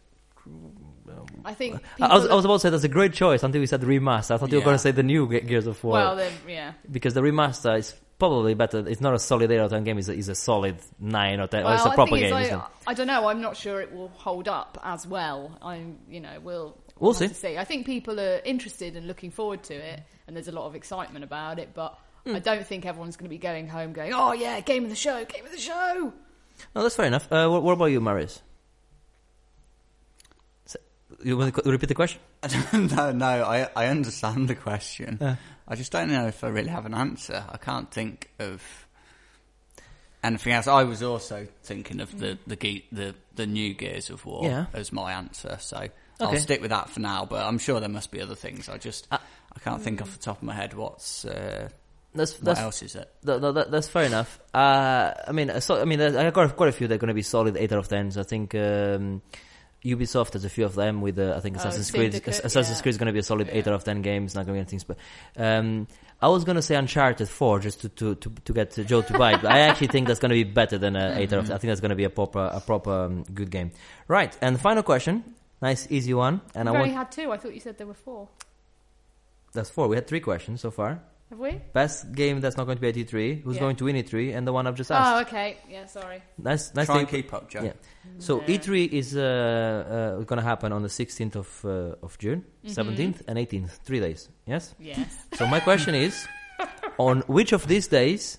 [SPEAKER 2] I think.
[SPEAKER 1] I I was,
[SPEAKER 2] people
[SPEAKER 1] I was about to say that's a great choice until you said remaster. I thought you were
[SPEAKER 3] Yeah.
[SPEAKER 1] going to say the new Ge- Gears of
[SPEAKER 2] that-
[SPEAKER 1] War
[SPEAKER 2] well, then, yeah.
[SPEAKER 1] because the remaster is probably better. It's not a solid eight out of ten game. It's a, it's a solid nine or ten. or
[SPEAKER 2] Well,
[SPEAKER 1] it's a
[SPEAKER 2] I
[SPEAKER 1] proper
[SPEAKER 2] think
[SPEAKER 1] game.
[SPEAKER 2] it's
[SPEAKER 1] isn't
[SPEAKER 2] like- I don't know. I'm not sure it will hold up as well. I'm, you know, we'll
[SPEAKER 1] We'll
[SPEAKER 2] have
[SPEAKER 1] see.
[SPEAKER 2] to I think people are interested and looking forward to it, and there's a lot of excitement about it. But
[SPEAKER 1] Hmm.
[SPEAKER 2] I don't think everyone's going to be going home going, "Oh yeah, game of the show, game of the show."
[SPEAKER 1] it? No, that's fair enough. Uh, what, what about you, Marius? So- You want to co- repeat the question?
[SPEAKER 3] [laughs] no, no, I I understand the question.
[SPEAKER 1] Yeah.
[SPEAKER 3] I just don't know if I really have an answer. I can't think of anything else. I was also thinking of the the ge- the, the new Gears of War
[SPEAKER 1] Mm. Yeah.
[SPEAKER 3] as my answer, so
[SPEAKER 1] Okay.
[SPEAKER 3] I'll stick with that for now. But I'm sure there must be other things. I just
[SPEAKER 1] Ah.
[SPEAKER 3] I can't think off the top of my head what's uh,
[SPEAKER 1] That's
[SPEAKER 3] what
[SPEAKER 1] that's
[SPEAKER 3] else is it.
[SPEAKER 1] No, no, that, that's fair enough. Uh, I mean, uh, so, I mean, uh, I got quite a few that are going to be solid eight out of tens. I think um, Ubisoft has a few of them. With uh, I think
[SPEAKER 2] Oh,
[SPEAKER 1] Assassin's Creed,
[SPEAKER 2] Syndicate,
[SPEAKER 1] Ass- Assassin's
[SPEAKER 2] yeah.
[SPEAKER 1] Creed is going to be a solid eight
[SPEAKER 2] Yeah.
[SPEAKER 1] out of ten game. It's not going to be anything. Sp- um, I was going to say Uncharted four just to to to, to get uh, Joe to buy, it, but I actually think that's going to be better than a eight out of. I think that's going to be a proper a proper um, good game. Right, and final question, nice easy one, and
[SPEAKER 2] We've
[SPEAKER 1] I
[SPEAKER 2] only
[SPEAKER 1] want
[SPEAKER 2] had two. I thought you said there were four.
[SPEAKER 1] that's four. We had three questions so far.
[SPEAKER 2] Have we?
[SPEAKER 1] Best game that's not going to be at E3, who's
[SPEAKER 2] Yeah.
[SPEAKER 1] going to win E3, and the one I've just asked.
[SPEAKER 2] Oh, okay. Yeah, sorry.
[SPEAKER 1] Nice, nice
[SPEAKER 3] Try
[SPEAKER 1] thing.
[SPEAKER 3] and keep up, Joe.
[SPEAKER 1] Yeah. So E
[SPEAKER 2] Yeah.
[SPEAKER 1] E3 is uh, uh, going to happen on the 16th of uh, of June, 17th and 18th, three days. Yes.
[SPEAKER 2] Yes.
[SPEAKER 1] So my question is, on which of these days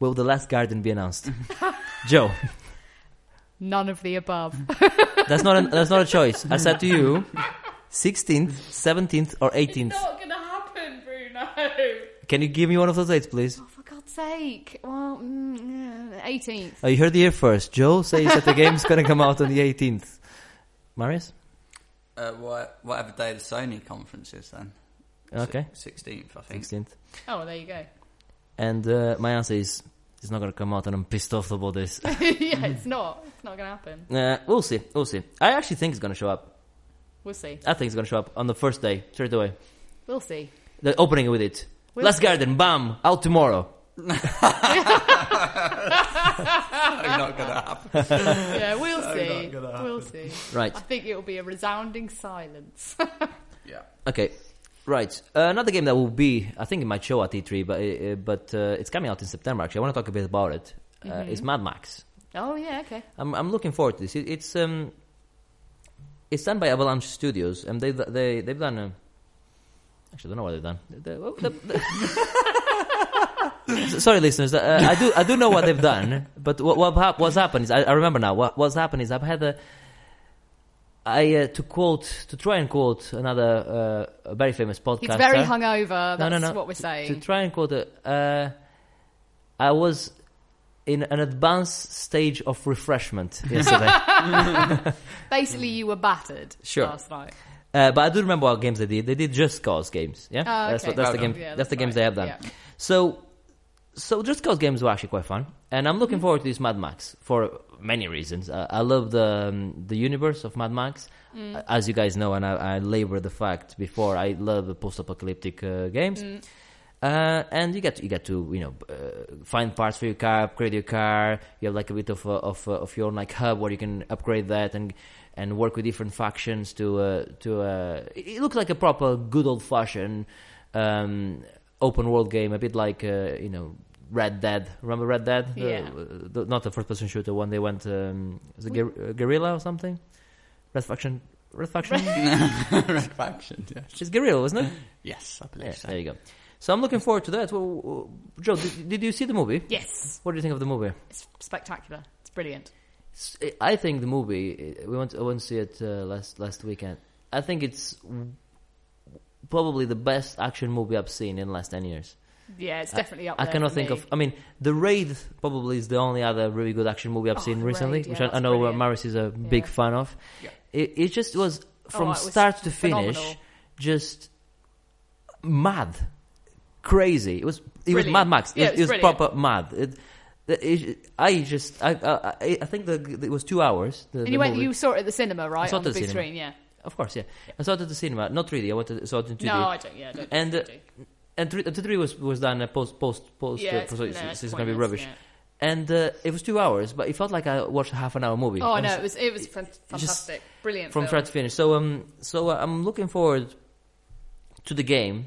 [SPEAKER 1] will the Last Garden be announced? Joe,
[SPEAKER 2] None of the
[SPEAKER 1] [laughs]
[SPEAKER 2] above.
[SPEAKER 1] E that's not an, that's not a choice. I said to you, 16th, 17th, or 18th.
[SPEAKER 2] not going to happen, Bruno. [laughs]
[SPEAKER 1] Can you give me one of those dates, please?
[SPEAKER 2] Oh, for God's sake. Well, mm, yeah, 18th.
[SPEAKER 1] Uh, you heard it here first. Joe says that the game's going to come out on the 18th. Marius.
[SPEAKER 3] Uh, wha- whatever day the Sony conference is, then.
[SPEAKER 1] Okay.
[SPEAKER 3] Sixteenth, I think.
[SPEAKER 1] 16th.
[SPEAKER 2] Oh, there you go.
[SPEAKER 1] And uh, my answer is it's not going to come out, and I'm pissed off about this. [laughs]
[SPEAKER 2] [laughs] yeah,
[SPEAKER 1] Hmm.
[SPEAKER 2] it's not. It's not going to happen.
[SPEAKER 1] uh, we'll see. We'll see. I actually think it's going to show up.
[SPEAKER 2] We'll see.
[SPEAKER 1] I think it's going to show up on the first day, straight away.
[SPEAKER 2] We'll
[SPEAKER 1] [laughs]
[SPEAKER 2] see.
[SPEAKER 1] The opening with it.
[SPEAKER 2] We'll
[SPEAKER 1] Last
[SPEAKER 2] see.
[SPEAKER 1] Garden, bam, out tomorrow.
[SPEAKER 3] Probably [laughs] not gonna happen.
[SPEAKER 2] Yeah, we'll see.
[SPEAKER 3] not gonna
[SPEAKER 2] We'll see.
[SPEAKER 1] Right.
[SPEAKER 2] I think it'll be a resounding silence. [laughs]
[SPEAKER 3] Yeah.
[SPEAKER 1] Okay. Right. Uh, another game that will be, I think it might show at E3, but uh, but uh, it's coming out in September. Actually, I want to talk a bit about it. Uh,
[SPEAKER 2] Mm-hmm.
[SPEAKER 1] It's Mad Max.
[SPEAKER 2] oh, yeah, okay.
[SPEAKER 1] I'm I'm looking forward to this. It, it's um, it's done by Avalanche Studios, and they they they've done. Um, actually, I don't know what they've done. They- they- oh, they- they- S- Sorry, listeners. Uh, I do I do know what they've done, but what what hap- what's happened is I, I remember now. What what's happened is I've had a. I uh, to quote to try and quote another uh, a very famous podcaster
[SPEAKER 2] He's very hungover. That's
[SPEAKER 1] No, no, no.
[SPEAKER 2] what we're
[SPEAKER 1] to
[SPEAKER 2] saying.
[SPEAKER 1] try and quote it, uh, I was in an advanced stage of
[SPEAKER 2] [laughs]
[SPEAKER 1] refreshment yesterday.
[SPEAKER 2] Basically, you were battered
[SPEAKER 1] Hmm. Sure.
[SPEAKER 2] last night.
[SPEAKER 1] Uh, but I do remember what games they did. They did just cause games. Yeah,
[SPEAKER 2] Oh,
[SPEAKER 1] that's
[SPEAKER 2] okay.
[SPEAKER 1] what, that's the
[SPEAKER 3] Well done.
[SPEAKER 1] game.
[SPEAKER 2] Yeah,
[SPEAKER 1] that's,
[SPEAKER 2] that's
[SPEAKER 1] the games
[SPEAKER 2] right.
[SPEAKER 1] they have done.
[SPEAKER 2] Yeah.
[SPEAKER 1] So, so just cause games were actually quite fun, and I'm looking forward to this Mad Max for many reasons. Uh, I, I love the um, the universe of Mad Max, Uh, as you guys know, and I, I labor the fact before. I love post-apocalyptic uh, games. Uh, and you get to, you get to you know uh, find parts for your car, upgrade your car. You have like a bit of a, of a, of your own like hub where you can upgrade that and and work with different factions to uh, to uh, it- it looks like a proper good old fashioned um, open world game, a bit like uh, you know Red Dead. Remember Red Dead? The- uh,
[SPEAKER 2] Yeah.
[SPEAKER 1] the- not the first person shooter one. They went um, was it guer- uh, guerrilla or something? Red faction. Red faction.
[SPEAKER 3] [laughs] Red faction. Yeah.
[SPEAKER 1] It's guerrilla, wasn't it?
[SPEAKER 3] Yes, I believe
[SPEAKER 1] Yeah,
[SPEAKER 3] so.
[SPEAKER 1] there you go. So I'm looking forward to that. Well, well, Joe, did, did you see the movie?
[SPEAKER 2] Yes.
[SPEAKER 1] What do you think of the movie?
[SPEAKER 2] It's spectacular. It's brilliant.
[SPEAKER 1] S- I think the movie eh, we went I went to see it uh, last last weekend. I think it's w- probably the best action movie I've seen in the last ten years.
[SPEAKER 2] Yeah, it's
[SPEAKER 1] I-
[SPEAKER 2] definitely up
[SPEAKER 1] I
[SPEAKER 2] there
[SPEAKER 1] cannot
[SPEAKER 2] for
[SPEAKER 1] think
[SPEAKER 2] me.
[SPEAKER 1] of. I mean, The Raid probably is the only other really good action movie I've
[SPEAKER 2] Oh,
[SPEAKER 1] seen
[SPEAKER 2] The
[SPEAKER 1] recently,
[SPEAKER 2] Raid, yeah,
[SPEAKER 1] which I, I
[SPEAKER 2] that's
[SPEAKER 1] know uh,
[SPEAKER 2] brilliant.
[SPEAKER 1] Maris is a big
[SPEAKER 2] Yeah. Oh,
[SPEAKER 1] fan of.
[SPEAKER 3] Yeah.
[SPEAKER 1] It, it just was from
[SPEAKER 2] it was
[SPEAKER 1] start to finish,
[SPEAKER 2] phenomenal.
[SPEAKER 1] just mad, crazy. It was it was
[SPEAKER 2] Brilliant.
[SPEAKER 1] Mad Max. It, was-
[SPEAKER 2] Yeah, it was
[SPEAKER 1] it was
[SPEAKER 2] brilliant.
[SPEAKER 1] proper mad. It, it- I just I I, I think the, it was two hours. The, the
[SPEAKER 2] And you went,
[SPEAKER 1] movie.
[SPEAKER 2] you saw it at the cinema, right?
[SPEAKER 1] saw it
[SPEAKER 2] On the
[SPEAKER 1] at the
[SPEAKER 2] big
[SPEAKER 1] cinema.
[SPEAKER 2] screen, yeah.
[SPEAKER 1] Of course, yeah. I saw it at the cinema, not 3D. I went to, saw it in 2D.
[SPEAKER 2] No, I don't. Yeah, I don't.
[SPEAKER 1] And, uh,
[SPEAKER 2] do.
[SPEAKER 1] And 3, the 3D was was done uh, post post post.
[SPEAKER 2] yeah,
[SPEAKER 1] uh,
[SPEAKER 2] it's,
[SPEAKER 1] post-
[SPEAKER 2] no,
[SPEAKER 1] it's,
[SPEAKER 2] it's
[SPEAKER 1] going to be
[SPEAKER 2] pointless,
[SPEAKER 1] rubbish.
[SPEAKER 2] yeah.
[SPEAKER 1] And uh, it was two hours, but it felt like I watched a half an hour movie.
[SPEAKER 2] Oh, I
[SPEAKER 1] Honestly.
[SPEAKER 2] know it was it was fan- fantastic, brilliant.
[SPEAKER 1] from
[SPEAKER 2] film.
[SPEAKER 1] start to finish. So um, so uh, I'm looking forward to the game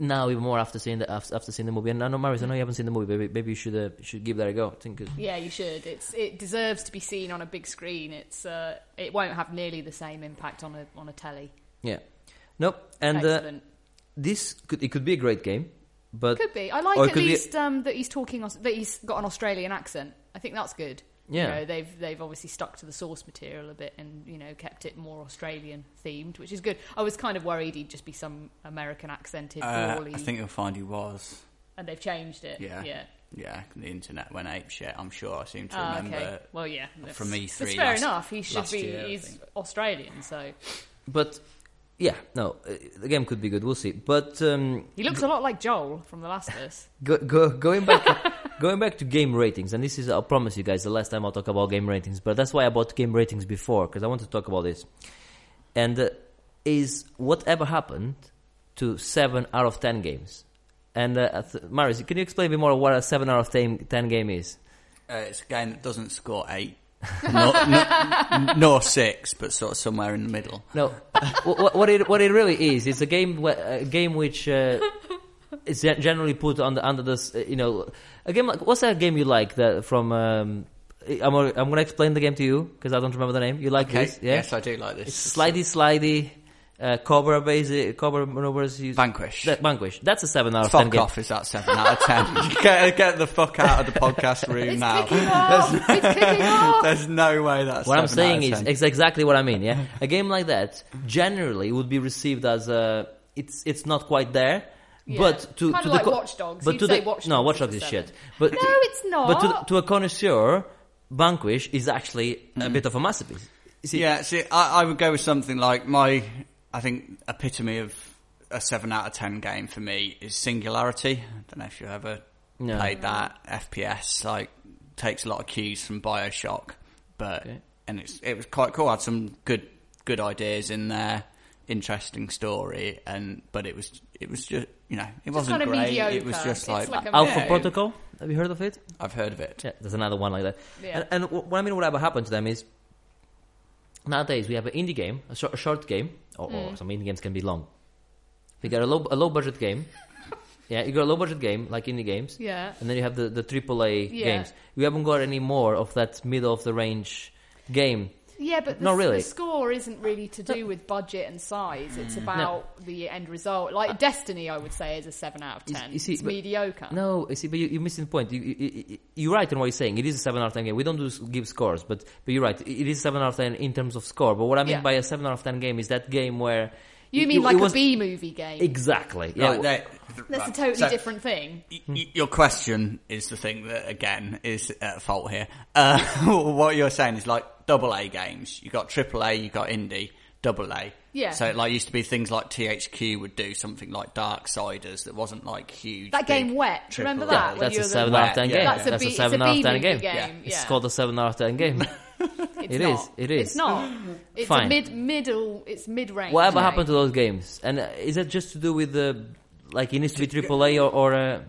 [SPEAKER 1] now even more after seeing the after, after seeing the movie. And I know, Marius, I know you haven't seen the movie, but maybe you should uh, should give that a go. I think. it's-
[SPEAKER 2] Yeah, you should. It's it deserves to be seen on a big screen. It's uh, it won't have nearly the same impact on a on a telly.
[SPEAKER 1] Yeah. Nope. And uh,
[SPEAKER 2] Excellent.
[SPEAKER 1] this could it could be a great game, but
[SPEAKER 2] could be. I like
[SPEAKER 1] or it
[SPEAKER 2] at
[SPEAKER 1] could be-
[SPEAKER 2] least um, that he's talking Aus- that he's got an Australian accent. I think that's good.
[SPEAKER 1] Yeah.
[SPEAKER 2] you know, they've they've obviously stuck to the source material a bit and you know kept it more Australian themed, which is good. I was kind of worried he'd just be some American accented
[SPEAKER 3] Uh,
[SPEAKER 2] brawly,
[SPEAKER 3] I think you'll find he was.
[SPEAKER 2] and they've changed it.
[SPEAKER 3] Yeah.
[SPEAKER 2] yeah.
[SPEAKER 3] Yeah, the internet went ape shit. I'm sure. I seem to
[SPEAKER 2] Ah,
[SPEAKER 3] remember.
[SPEAKER 2] Well, yeah, that's-
[SPEAKER 3] from E3
[SPEAKER 2] That's fair
[SPEAKER 3] last-
[SPEAKER 2] enough. He should
[SPEAKER 3] last
[SPEAKER 2] be.
[SPEAKER 3] year, I
[SPEAKER 2] he's
[SPEAKER 3] think.
[SPEAKER 2] Australian, so
[SPEAKER 1] but yeah, no, uh, the game could be good. We'll see. But um,
[SPEAKER 2] he looks a lot like Joel from The Last of
[SPEAKER 1] [laughs]
[SPEAKER 2] Us.
[SPEAKER 1] Go, go, going back, going back to game ratings, and this is—I promise you guys—the last time I'll talk about game ratings. But that's why I bought game ratings before because I want to talk about this. And uh, is whatever happened to seven out of ten games? And uh, I th- Marius, can you explain a bit more what a seven out of 10, 10 game is?
[SPEAKER 3] Uh, it's a game that doesn't score eight, [laughs] nor, nor, nor six, but sort of somewhere in the middle.
[SPEAKER 1] No, [laughs] what, what it what it really is, it's a game wh- a game which uh, is gen- generally put under under this uh, you know a game like what's that game you like that from um, I'm gonna- I'm gonna explain the game to you because I don't remember the name. You like
[SPEAKER 3] Okay.
[SPEAKER 1] this, yeah?
[SPEAKER 3] Yes, I do like this.
[SPEAKER 1] It's slidey slidey, uh, cobra base, cobra maneuvers. You,
[SPEAKER 3] Vanquish.
[SPEAKER 1] that, Vanquish. That's a seven out of ten
[SPEAKER 3] fuck
[SPEAKER 1] game.
[SPEAKER 3] off! Is that seven out of ten? [laughs] get, get the fuck out of
[SPEAKER 1] [laughs]
[SPEAKER 3] the podcast room
[SPEAKER 2] It's
[SPEAKER 3] now.
[SPEAKER 2] kicking off. it's kicking off.
[SPEAKER 3] There's no way that's
[SPEAKER 1] What I'm
[SPEAKER 3] seven
[SPEAKER 1] saying
[SPEAKER 3] out
[SPEAKER 1] is
[SPEAKER 3] of 10.
[SPEAKER 1] it's exactly what I mean.
[SPEAKER 3] [laughs]
[SPEAKER 1] Yeah, a game like that generally would be received as a it's it's not quite there,
[SPEAKER 2] Yeah.
[SPEAKER 1] but to
[SPEAKER 2] Kinda
[SPEAKER 1] to
[SPEAKER 2] like
[SPEAKER 1] the
[SPEAKER 2] Watch Dogs.
[SPEAKER 1] but
[SPEAKER 2] You'd
[SPEAKER 1] to
[SPEAKER 2] say
[SPEAKER 1] the
[SPEAKER 2] Watch
[SPEAKER 1] no
[SPEAKER 2] Dogs
[SPEAKER 1] Watch
[SPEAKER 2] is a
[SPEAKER 1] Dogs is
[SPEAKER 2] seven.
[SPEAKER 1] shit. But
[SPEAKER 2] No,
[SPEAKER 1] to,
[SPEAKER 2] it's not.
[SPEAKER 1] But to, the, to a connoisseur, Vanquish is actually a bit of a masterpiece. See,
[SPEAKER 3] Mm. yeah, see, I, I would go with something like my, I think, epitome of a seven out of ten game for me is Singularity. I don't know if you ever
[SPEAKER 1] No.
[SPEAKER 3] played that FPS. Like, takes a lot of cues from Bioshock, but
[SPEAKER 1] Okay.
[SPEAKER 3] and it's it was quite cool. had some good good ideas in there, interesting story, and but it was it was just you know it wasn't
[SPEAKER 2] kinda
[SPEAKER 3] great. It
[SPEAKER 2] mediocre.
[SPEAKER 3] was
[SPEAKER 2] It's
[SPEAKER 3] just like,
[SPEAKER 2] like a-
[SPEAKER 1] Alpha
[SPEAKER 3] yeah,
[SPEAKER 1] Protocol. Have you heard of it?
[SPEAKER 3] I've heard of it.
[SPEAKER 1] Yeah, there's another one like that.
[SPEAKER 2] Yeah.
[SPEAKER 1] And, and wh- what I mean, whatever happened to them is nowadays we have an indie game, a, shor- a short game, or,
[SPEAKER 2] Mm.
[SPEAKER 1] or some indie games can be long. We got a low a low budget
[SPEAKER 2] [laughs]
[SPEAKER 1] game. yeah, you got a low budget game like indie games,
[SPEAKER 2] yeah.
[SPEAKER 1] and then you have the the AAA
[SPEAKER 2] Yeah.
[SPEAKER 1] games. We haven't got any more of that middle of the range game.
[SPEAKER 2] Yeah, but the,
[SPEAKER 1] Not really.
[SPEAKER 2] the score isn't really to do with budget and size. It's
[SPEAKER 1] Mm.
[SPEAKER 2] about the end result. Like Destiny, I would say, is a 7 out of
[SPEAKER 1] Uh, You s-
[SPEAKER 2] 10.
[SPEAKER 1] you see,
[SPEAKER 2] it's
[SPEAKER 1] but-
[SPEAKER 2] mediocre.
[SPEAKER 1] No, you see, but you, you're missing the point. You, you, you- you're right in what you're saying. It is a 7 out of 10 game. We don't do s- give scores, but, but you're right. It is a 7 out of 10 in terms of score. But what I mean
[SPEAKER 2] Yeah.
[SPEAKER 1] by a 7 out of 10 game is that game where.
[SPEAKER 2] you
[SPEAKER 1] it-
[SPEAKER 2] mean
[SPEAKER 1] it
[SPEAKER 2] like
[SPEAKER 1] was-
[SPEAKER 2] a B movie game?
[SPEAKER 1] Exactly. Yeah.
[SPEAKER 3] Right, there-
[SPEAKER 2] That's a
[SPEAKER 3] right.
[SPEAKER 2] totally
[SPEAKER 3] So-
[SPEAKER 2] different thing.
[SPEAKER 3] Y- y- Your question is the thing that again is at fault here. Uh, [laughs] what you're saying is like double A games. You got triple A, you got indie, double A.
[SPEAKER 2] Yeah.
[SPEAKER 3] So it like used to be things like THQ would do something like Darksiders that wasn't like huge.
[SPEAKER 2] That game
[SPEAKER 3] big
[SPEAKER 2] Wet, do you
[SPEAKER 3] triple
[SPEAKER 2] remember
[SPEAKER 3] A.
[SPEAKER 2] that? Well,
[SPEAKER 1] that's
[SPEAKER 2] you're
[SPEAKER 1] a
[SPEAKER 2] the-
[SPEAKER 1] seven out of ten
[SPEAKER 3] Yeah,
[SPEAKER 1] game.
[SPEAKER 3] yeah.
[SPEAKER 1] That's,
[SPEAKER 2] That's a
[SPEAKER 1] a
[SPEAKER 2] B- it's a
[SPEAKER 1] seven out of
[SPEAKER 2] B
[SPEAKER 1] ten
[SPEAKER 2] movie
[SPEAKER 1] game.
[SPEAKER 2] game,
[SPEAKER 1] Yeah. It's
[SPEAKER 2] yeah.
[SPEAKER 1] called a seven out of ten
[SPEAKER 3] [laughs]
[SPEAKER 1] game.
[SPEAKER 2] It's
[SPEAKER 1] It
[SPEAKER 2] not.
[SPEAKER 1] is, it is.
[SPEAKER 2] It's
[SPEAKER 1] [gasps]
[SPEAKER 2] not. It's
[SPEAKER 1] Fine.
[SPEAKER 2] a mid middle. It's mid range.
[SPEAKER 1] Whatever happened to those games? And uh, is that just to do with the like it needs to be AAA or, or uh,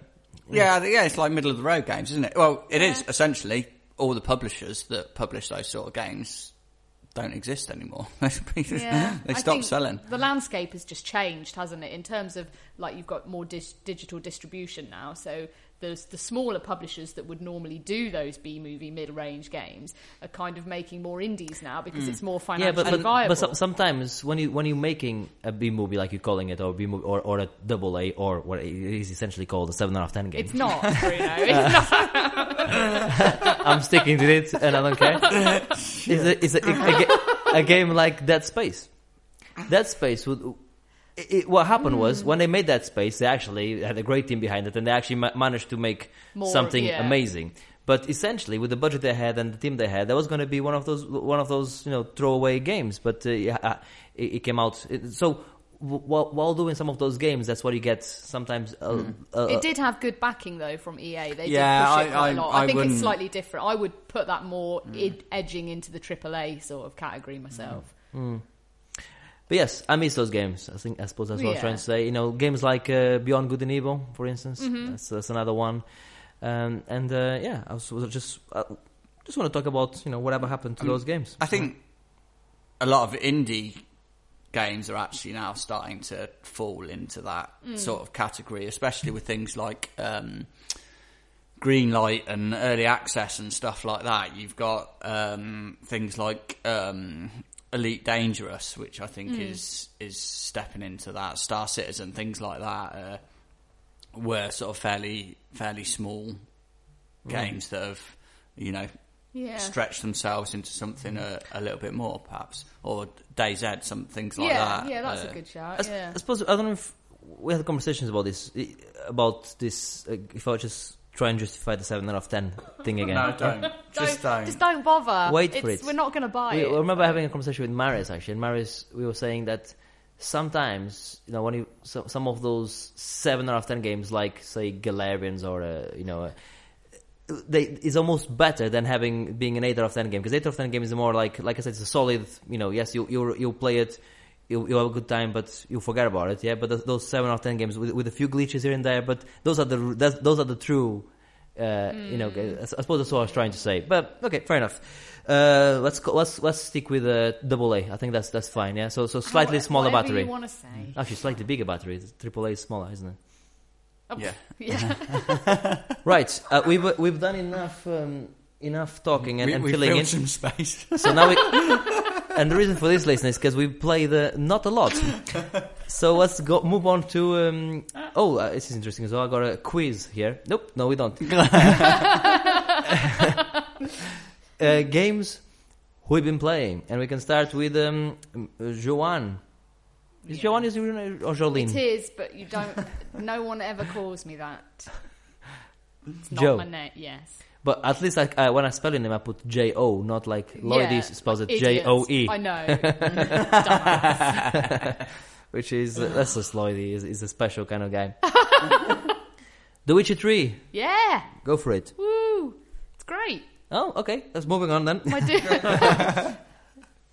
[SPEAKER 3] Yeah, I think- yeah, it's like middle of the road games, isn't it? Well, it is essentially all the publishers that publish those sort of games don't exist anymore. [laughs]
[SPEAKER 2] Yeah.
[SPEAKER 3] they
[SPEAKER 2] I
[SPEAKER 3] stopped
[SPEAKER 2] think
[SPEAKER 3] selling.
[SPEAKER 2] The landscape has just changed, hasn't it? In terms of like you've got more dis- digital distribution now, so there's the smaller publishers that would normally do those B movie mid range games are kind of making more indies now
[SPEAKER 3] Mm.
[SPEAKER 2] because it's more
[SPEAKER 1] yeah,
[SPEAKER 2] financially
[SPEAKER 1] but but,
[SPEAKER 2] viable.
[SPEAKER 1] but so- sometimes when you when you're making a B movie like you're calling it or B
[SPEAKER 3] [laughs]
[SPEAKER 1] movie or, or a double A or what it is essentially called a seven out of ten game.
[SPEAKER 2] it's not, Bruno. It's not.
[SPEAKER 1] I'm sticking to it, and I don't care. It's a, it's a, a, ga- a game like Dead Space. Dead Space would. It, it- what happened was when they made Dead Space, they actually had a great team behind it, and they actually ma- managed to make
[SPEAKER 2] More,
[SPEAKER 1] something
[SPEAKER 2] yeah.
[SPEAKER 1] amazing. But essentially, with the budget they had and the team they had, that was going to be one of those one of those you know throwaway games. But uh, yeah, uh, it, it came out it, so. wh- While, while doing some of those games, that's what you get sometimes. A, a-
[SPEAKER 2] It did have good backing though from EA. They
[SPEAKER 3] Yeah,
[SPEAKER 2] did push it
[SPEAKER 3] I-
[SPEAKER 2] quite a
[SPEAKER 3] I-
[SPEAKER 2] lot.
[SPEAKER 3] I
[SPEAKER 2] I, think
[SPEAKER 3] wouldn't- Mm.
[SPEAKER 2] it's slightly different. I would put that more ed- edging into the AAA sort of category myself.
[SPEAKER 1] But yes, I miss those games. I think I suppose that's what I was
[SPEAKER 2] Yeah.
[SPEAKER 1] trying to say. You know, games like uh, Beyond Good and Evil, for instance. That's, that's another one. Um, and uh, yeah, I was, was just I just want to talk about you know whatever happened to
[SPEAKER 3] Um,
[SPEAKER 1] those games.
[SPEAKER 3] I think a lot of indie games are actually now starting to fall into that sort of category, especially with things like um, Greenlight and early access and stuff like that. You've got um, things like um, Elite Dangerous, which I think is is stepping into that. Star Citizen, things like that, uh, were sort of fairly fairly small games that have you know
[SPEAKER 2] Yeah.
[SPEAKER 3] stretch themselves into something a, a little bit more, perhaps, or DayZ, some things like
[SPEAKER 2] yeah,
[SPEAKER 3] that.
[SPEAKER 2] yeah, that's
[SPEAKER 3] Uh,
[SPEAKER 2] a good
[SPEAKER 1] I,
[SPEAKER 2] shout.
[SPEAKER 1] s-
[SPEAKER 2] Yeah.
[SPEAKER 1] I suppose I don't know if we had conversations about this i- about this. Uh, if I just try and justify the seven out of ten thing again.
[SPEAKER 3] No,
[SPEAKER 2] [laughs]
[SPEAKER 3] don't. just don't.
[SPEAKER 2] Just don't bother.
[SPEAKER 1] Wait for
[SPEAKER 2] It's-
[SPEAKER 1] it.
[SPEAKER 2] We're not going to buy
[SPEAKER 1] we, I
[SPEAKER 2] it.
[SPEAKER 1] remember having a conversation with Marius actually, and Marius we were saying that sometimes you know when you so, some of those seven out of ten games, like say Galarians or uh, you know. Uh, they is almost better than having being an eight out of ten game because eight out of ten game is more like like I said it's a solid you know yes you you you play it you you have a good time but you forget about it yeah but th- those seven out of ten games with with a few glitches here and there but those are the that's, those are the true uh, you
[SPEAKER 2] Hmm.
[SPEAKER 1] know g- I s- I suppose that's what I was trying to say but okay fair enough uh, let's go, let's let's stick with uh, double A I think that's that's fine yeah so so slightly
[SPEAKER 2] However-
[SPEAKER 1] smaller
[SPEAKER 2] Oh, whatever
[SPEAKER 1] battery
[SPEAKER 2] You want to
[SPEAKER 1] [laughs]
[SPEAKER 2] say?
[SPEAKER 1] actually slightly bigger battery triple A is smaller isn't it [laughs]
[SPEAKER 2] Oh,
[SPEAKER 3] Yeah.
[SPEAKER 2] yeah.
[SPEAKER 1] right uh, we've we've done enough. Um, Enough talking and,
[SPEAKER 3] we,
[SPEAKER 1] and
[SPEAKER 3] we
[SPEAKER 1] filling
[SPEAKER 3] filled
[SPEAKER 1] in.
[SPEAKER 3] some [laughs] space.
[SPEAKER 1] So now we. and the reason for this, listeners, is because we play the not a lot. so let's go move on to. Um, oh, uh, this is interesting as well. I got a quiz here. Nope, no, we
[SPEAKER 2] [laughs]
[SPEAKER 1] don't. uh, games we've been playing, and we can start with um, uh, Joanne. [laughs] Is
[SPEAKER 2] Yeah.
[SPEAKER 1] Joanne is your name or
[SPEAKER 2] It
[SPEAKER 1] Jolene?
[SPEAKER 2] is, but you don't. [laughs] No one ever calls me that. It's not
[SPEAKER 1] Joe.
[SPEAKER 2] my name. Yes.
[SPEAKER 1] But at least I, I, when I spell your name, I put J O, not like Lloyd
[SPEAKER 2] Yeah,
[SPEAKER 1] is spells it
[SPEAKER 2] idiots.
[SPEAKER 1] J O E. [laughs]
[SPEAKER 2] I know. Dumbass.
[SPEAKER 1] which is uh, that's just Lloyd. He is, is a special kind of
[SPEAKER 2] [laughs]
[SPEAKER 1] guy. the Witcher Three,
[SPEAKER 2] yeah.
[SPEAKER 1] go for it.
[SPEAKER 2] Woo. It's great.
[SPEAKER 1] Oh, okay. That's moving on then.
[SPEAKER 2] My
[SPEAKER 3] [laughs]
[SPEAKER 2] dude.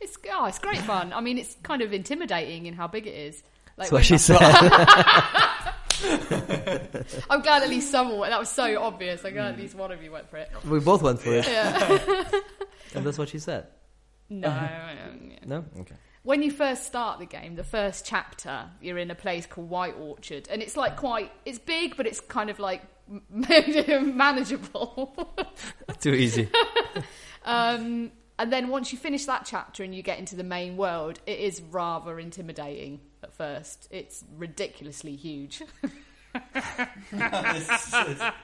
[SPEAKER 2] it's oh, it's great fun. I mean, it's kind of intimidating in how big it is. [laughs] Like,
[SPEAKER 1] That's what
[SPEAKER 2] when-
[SPEAKER 1] she said.
[SPEAKER 2] I'm glad at least someone. That was so obvious. I'm
[SPEAKER 1] Mm.
[SPEAKER 2] glad at least one of you went for it.
[SPEAKER 1] [laughs] we both went for it. [laughs] and that's what she said. [laughs]
[SPEAKER 2] No. um, yeah.
[SPEAKER 1] No. Okay.
[SPEAKER 2] when you first start the game, the first chapter, you're in a place called White Orchard, and it's like quite it's big, but it's kind of like [laughs] manageable.
[SPEAKER 1] [laughs]
[SPEAKER 2] [laughs]
[SPEAKER 1] Too easy.
[SPEAKER 2] um, and then once you finish that chapter and you get into the main world, it is rather intimidating at first. It's ridiculously huge.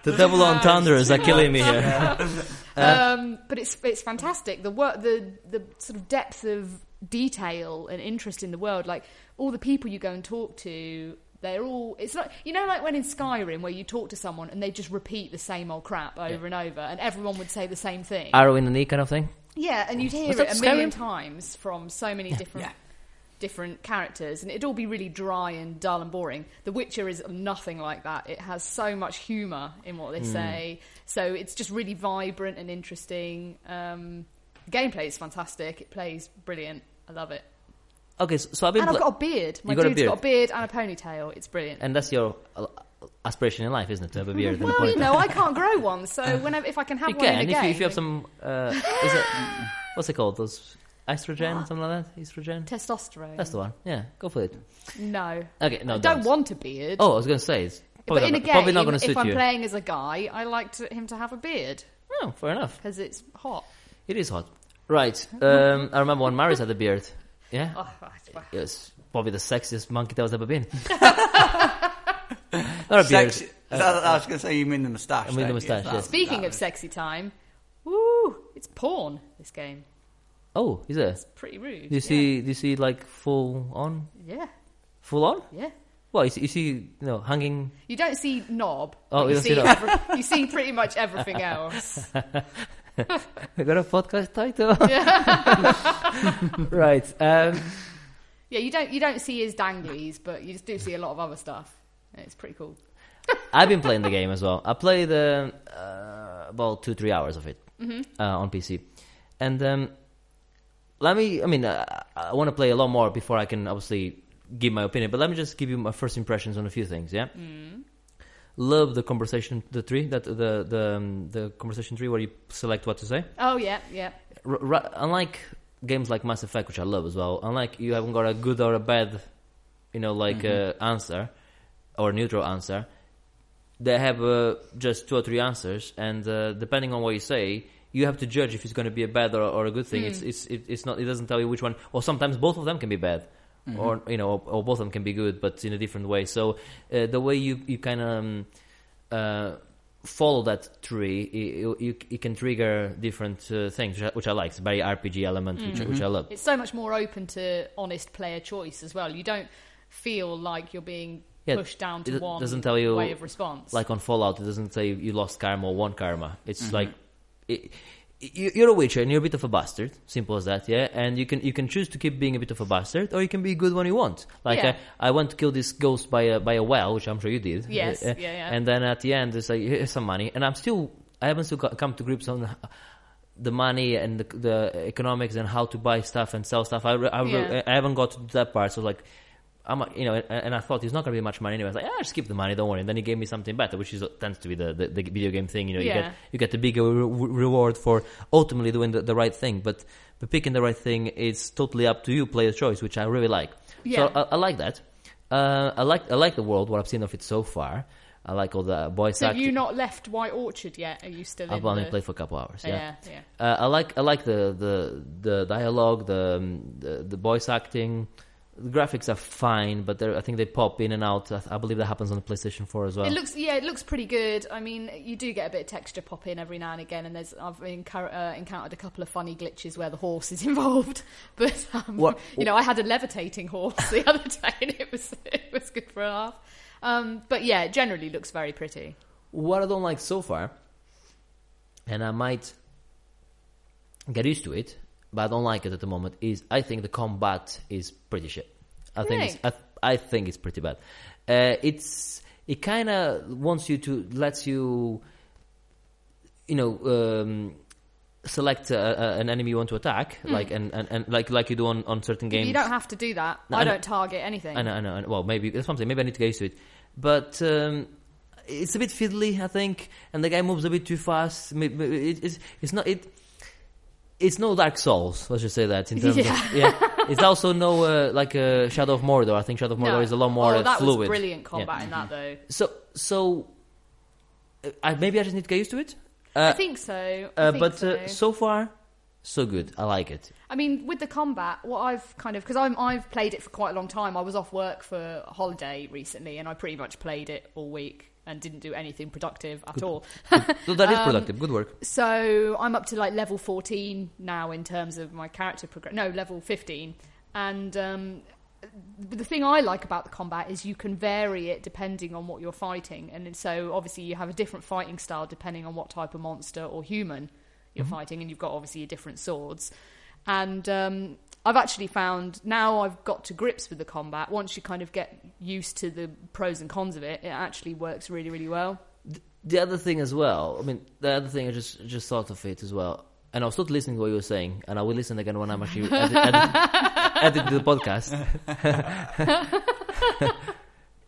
[SPEAKER 1] The double entendres are killing me here.
[SPEAKER 2] [laughs] um, but it's it's fantastic. The work, the the sort of depth of detail and interest in the world, like all the people you go and talk to, they're all. It's like you know, like when in Skyrim, where you talk to someone and they just repeat the same old crap over and over, and everyone would say the same thing.
[SPEAKER 1] Arrow in the knee, kind of thing.
[SPEAKER 2] yeah, and you'd hear
[SPEAKER 1] Was
[SPEAKER 2] it
[SPEAKER 1] that
[SPEAKER 2] a million
[SPEAKER 1] Skyrim?
[SPEAKER 2] times from so many different.
[SPEAKER 3] yeah.
[SPEAKER 2] Different characters, and it'd all be really dry and dull and boring. The Witcher is nothing like that. It has so much humour in what they
[SPEAKER 1] Mm.
[SPEAKER 2] say, so it's just really vibrant and interesting. Um, the gameplay is fantastic. It plays brilliant. I love it.
[SPEAKER 1] Okay, so, so I've been.
[SPEAKER 2] And I've
[SPEAKER 1] pla-
[SPEAKER 2] got a beard. My
[SPEAKER 1] You got a
[SPEAKER 2] dude's got a beard and a ponytail. It's brilliant.
[SPEAKER 1] and that's your uh, aspiration in life, isn't it? To have a beard. and a
[SPEAKER 2] well, you
[SPEAKER 1] ponytail.
[SPEAKER 2] know, I can't grow
[SPEAKER 1] [laughs]
[SPEAKER 2] one, so whenever if I can have
[SPEAKER 1] you
[SPEAKER 2] one in
[SPEAKER 1] can
[SPEAKER 2] a
[SPEAKER 1] if
[SPEAKER 2] game,
[SPEAKER 1] you, if you have some. Uh, is it, what's it called? Those estrogen, something like that. Estrogen.
[SPEAKER 2] testosterone.
[SPEAKER 1] That's the one. Yeah, go for it.
[SPEAKER 2] no,
[SPEAKER 1] Okay, no.
[SPEAKER 2] I don't
[SPEAKER 1] don't.
[SPEAKER 2] want a beard.
[SPEAKER 1] Oh, I was going to say it's probably
[SPEAKER 2] but in
[SPEAKER 1] not,
[SPEAKER 2] a
[SPEAKER 1] gonna-
[SPEAKER 2] game,
[SPEAKER 1] probably not going to
[SPEAKER 2] if
[SPEAKER 1] suit
[SPEAKER 2] I'm
[SPEAKER 1] you.
[SPEAKER 2] playing as a guy, I like to, him to have a beard
[SPEAKER 1] Oh, fair enough.
[SPEAKER 2] because it's hot.
[SPEAKER 1] It is hot.
[SPEAKER 2] [laughs]
[SPEAKER 1] Right. Um, I remember when Marius had a beard. Yeah.
[SPEAKER 2] Oh, that's- wow.
[SPEAKER 1] It was probably the sexiest monkey that was ever been. not a beard.
[SPEAKER 3] Sexy, that, I was going to say you mean the moustache.
[SPEAKER 1] I mean the
[SPEAKER 3] don't you?
[SPEAKER 1] moustache,
[SPEAKER 3] That-
[SPEAKER 1] yes.
[SPEAKER 2] [laughs] Speaking
[SPEAKER 3] that-
[SPEAKER 2] of sexy time, woo, it's porn. This game.
[SPEAKER 1] Oh, is
[SPEAKER 2] It's
[SPEAKER 1] it?
[SPEAKER 2] pretty rude.
[SPEAKER 1] Do you see? Do you see like full on?
[SPEAKER 2] Yeah,
[SPEAKER 1] Full on?
[SPEAKER 2] yeah. yeah.
[SPEAKER 1] Well, you see, you see you know, hanging. [laughs]
[SPEAKER 2] You don't see knob.
[SPEAKER 1] Oh,
[SPEAKER 2] but
[SPEAKER 1] you
[SPEAKER 2] you
[SPEAKER 1] don't see
[SPEAKER 2] see
[SPEAKER 1] knob.
[SPEAKER 2] every- you see pretty
[SPEAKER 1] [laughs]
[SPEAKER 2] much everything else.
[SPEAKER 1] We got a podcast title, [laughs] right? Um,
[SPEAKER 2] Yeah, you don't you don't see his danglies, but you just do see a lot of other stuff. And It's pretty cool.
[SPEAKER 1] I've been playing the game as well. I played um uh, about two, three hours of it uh, on PC, and um, let me. I mean, uh, I want to play a lot more before I can obviously give my opinion. But let me just give you my first impressions on a few things. Yeah, love the conversation, the tree that the the um, the conversation tree where you select what to say.
[SPEAKER 2] Oh yeah, yeah.
[SPEAKER 1] R- ra- unlike games like Mass Effect, which I love as well, unlike you haven't got a good or a bad, you know, like uh, answer or neutral answer. They have uh, just two or three answers, and uh, depending on what you say, you have to judge if it's going to be a bad or, or a good thing. It's it's it, it's not. It doesn't tell you which one. Or sometimes both of them can be bad, or you know, or, or both of them can be good, but in a different way. So uh, the way you you kind of um, uh, follow that tree, you, you, it can trigger different uh, things, which I, which I like. It's a very RPG element, which, which I love.
[SPEAKER 2] It's so much more open to honest player choice as well. You don't feel like you're being
[SPEAKER 1] Yeah,
[SPEAKER 2] pushed down to
[SPEAKER 1] it
[SPEAKER 2] one
[SPEAKER 1] doesn't tell you,
[SPEAKER 2] way of response.
[SPEAKER 1] Like on Fallout, it doesn't say you lost karma or won karma. It's
[SPEAKER 2] Mm-hmm.
[SPEAKER 1] like it, you- you're a witcher and you're a bit of a bastard. Simple as that, yeah. And you can you can choose to keep being a bit of a bastard, or you can be good when you want. Like uh,
[SPEAKER 2] Yeah.
[SPEAKER 1] I, I went to kill this ghost by a by a well, which I'm sure you did.
[SPEAKER 2] Yes,
[SPEAKER 1] Uh,
[SPEAKER 2] yeah, yeah.
[SPEAKER 1] And then at the end, it's like here's some money, and I'm still I haven't still got- come to grips on. [laughs] The money and the, the economics and how to buy stuff and sell stuff. I, re- I, re-
[SPEAKER 2] Yeah.
[SPEAKER 1] I haven't got to that part. So like, I'm uh, you know, and, and I thought there's not going to be much money anyway. I was like, ah, just keep the money, don't worry. And then he gave me something better, which is tends to be the, the, the video game thing. You know, you
[SPEAKER 2] Yeah.
[SPEAKER 1] get you get the bigger re- re- reward for ultimately doing the, the right thing. But but picking the right thing is totally up to you, player's choice, which I really like.
[SPEAKER 2] Yeah.
[SPEAKER 1] So I, I like that. Uh, I like I like the world what I've seen of it so far. I like all the voice
[SPEAKER 2] so have
[SPEAKER 1] acting.
[SPEAKER 2] you not left White Orchard yet? Are you still
[SPEAKER 1] I've
[SPEAKER 2] in
[SPEAKER 1] only
[SPEAKER 2] the...
[SPEAKER 1] played for a couple hours.
[SPEAKER 2] Yeah, yeah.
[SPEAKER 1] Uh, I like I like the the the dialogue, the um, the, the voice acting. The graphics are fine, but they're- I think they pop in and out. I, I believe that happens on the PlayStation 4 as well.
[SPEAKER 2] It looks yeah, it looks pretty good. I mean, you do get a bit of texture pop in every now and again, and there's I've encounter, uh, encountered a couple of funny glitches where the horse is [laughs] involved. But um,
[SPEAKER 1] What-
[SPEAKER 2] you know, I had a levitating horse the [laughs] other day, and it was [laughs] it was good for a laugh. Um, but yeah, it generally looks very pretty.
[SPEAKER 1] what I don't like so far, and I might get used to it, but I don't like it at the moment. Is I think the combat is pretty shit. I think it's, I, I think it's pretty bad. Uh, it's it kind of wants you to lets you, you know. Um, Select uh, uh, an enemy you want to attack, like and, and, and like like you do on, on certain games.
[SPEAKER 2] Hmm. You don't have to do that.
[SPEAKER 1] No, I
[SPEAKER 2] I
[SPEAKER 1] know.
[SPEAKER 2] don't target anything.
[SPEAKER 1] I know, I know. I know. Well, maybe that's what I'm saying. Maybe I need to get used to it. But um, it's a bit fiddly, I think, and the guy moves a bit too fast. May- may- it- It's it's not it. It's no Dark Souls, let's just say that. In terms
[SPEAKER 2] Yeah.
[SPEAKER 1] of yeah, it's also no uh, like uh, Shadow of Mordor. I think Shadow of Mordor
[SPEAKER 2] No.
[SPEAKER 1] is a lot more
[SPEAKER 2] oh,
[SPEAKER 1] uh,
[SPEAKER 2] that
[SPEAKER 1] fluid.
[SPEAKER 2] was brilliant combat
[SPEAKER 1] Yeah. Mm-hmm.
[SPEAKER 2] in that though.
[SPEAKER 1] So so, uh, I, maybe I just need to get used to it.
[SPEAKER 2] I
[SPEAKER 1] Uh,
[SPEAKER 2] think so. I
[SPEAKER 1] uh,
[SPEAKER 2] think
[SPEAKER 1] but
[SPEAKER 2] so.
[SPEAKER 1] Uh, so far, so good. I like it.
[SPEAKER 2] I mean, with the combat, what I've kind of because I'm I've played it for quite a long time. I was off work for a holiday recently, and I pretty much played it all week and didn't do anything productive at all.
[SPEAKER 1] So
[SPEAKER 2] [laughs]
[SPEAKER 1] that is
[SPEAKER 2] Um,
[SPEAKER 1] productive. Good work.
[SPEAKER 2] So I'm up to like level 14 now in terms of my character progress. No, level 15. And um, the thing I like about the combat is you can vary it depending on what you're fighting. And so obviously you have a different fighting style depending on what type of monster or human you're fighting. And you've got obviously your different swords. And um, I've actually found now I've got to grips with the combat. Once you kind of get used to the pros and cons of it, it actually works really, really well.
[SPEAKER 1] the other thing as well. I mean, the other thing I just just thought of it as well. And I was not listening to what you were saying, and I will listen again when I'm actually edit,
[SPEAKER 2] [laughs]
[SPEAKER 1] edit, edit the podcast. [laughs]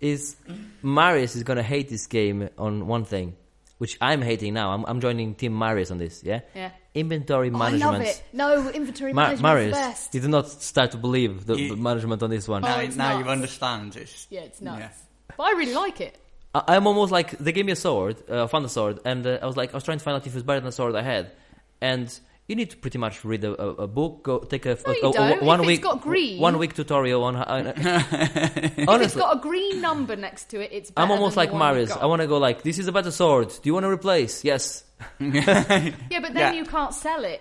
[SPEAKER 1] is Marius is gonna hate this game on one thing, which I'm hating now. I'm, I'm joining Team Marius on this. Yeah,
[SPEAKER 2] Yeah.
[SPEAKER 1] inventory
[SPEAKER 2] Oh,
[SPEAKER 1] management.
[SPEAKER 2] I love it. No, inventory
[SPEAKER 1] Ma-
[SPEAKER 2] management
[SPEAKER 1] Marius,
[SPEAKER 2] best.
[SPEAKER 1] you do not start to believe the,
[SPEAKER 3] You-
[SPEAKER 1] the management on this one.
[SPEAKER 2] Oh,
[SPEAKER 3] Now,
[SPEAKER 2] it's
[SPEAKER 3] now you
[SPEAKER 2] nuts.
[SPEAKER 3] understand. It's
[SPEAKER 2] Yeah, it's nuts.
[SPEAKER 3] Yeah.
[SPEAKER 2] But I really like it.
[SPEAKER 1] I, I'm almost like they gave me a sword, uh, found a sword, and uh, I was like, I was trying to find out if it was better than the sword I had, and You need to pretty much read a, a, a book, go take a,
[SPEAKER 2] No,
[SPEAKER 1] a-
[SPEAKER 2] you
[SPEAKER 1] a- a-
[SPEAKER 2] don't. If
[SPEAKER 1] one
[SPEAKER 2] it's
[SPEAKER 1] week
[SPEAKER 2] got green-
[SPEAKER 1] one week tutorial on. How,
[SPEAKER 2] If it's
[SPEAKER 1] honestly,
[SPEAKER 2] got a green number next to it, it's.
[SPEAKER 1] I'm
[SPEAKER 2] better
[SPEAKER 1] almost
[SPEAKER 2] than
[SPEAKER 1] like
[SPEAKER 2] the one you've
[SPEAKER 1] Marius.
[SPEAKER 2] got.
[SPEAKER 1] I want to go like this is a better sword. Do you want to replace? Yes.
[SPEAKER 2] Yeah, but then
[SPEAKER 3] Yeah.
[SPEAKER 2] you can't sell it.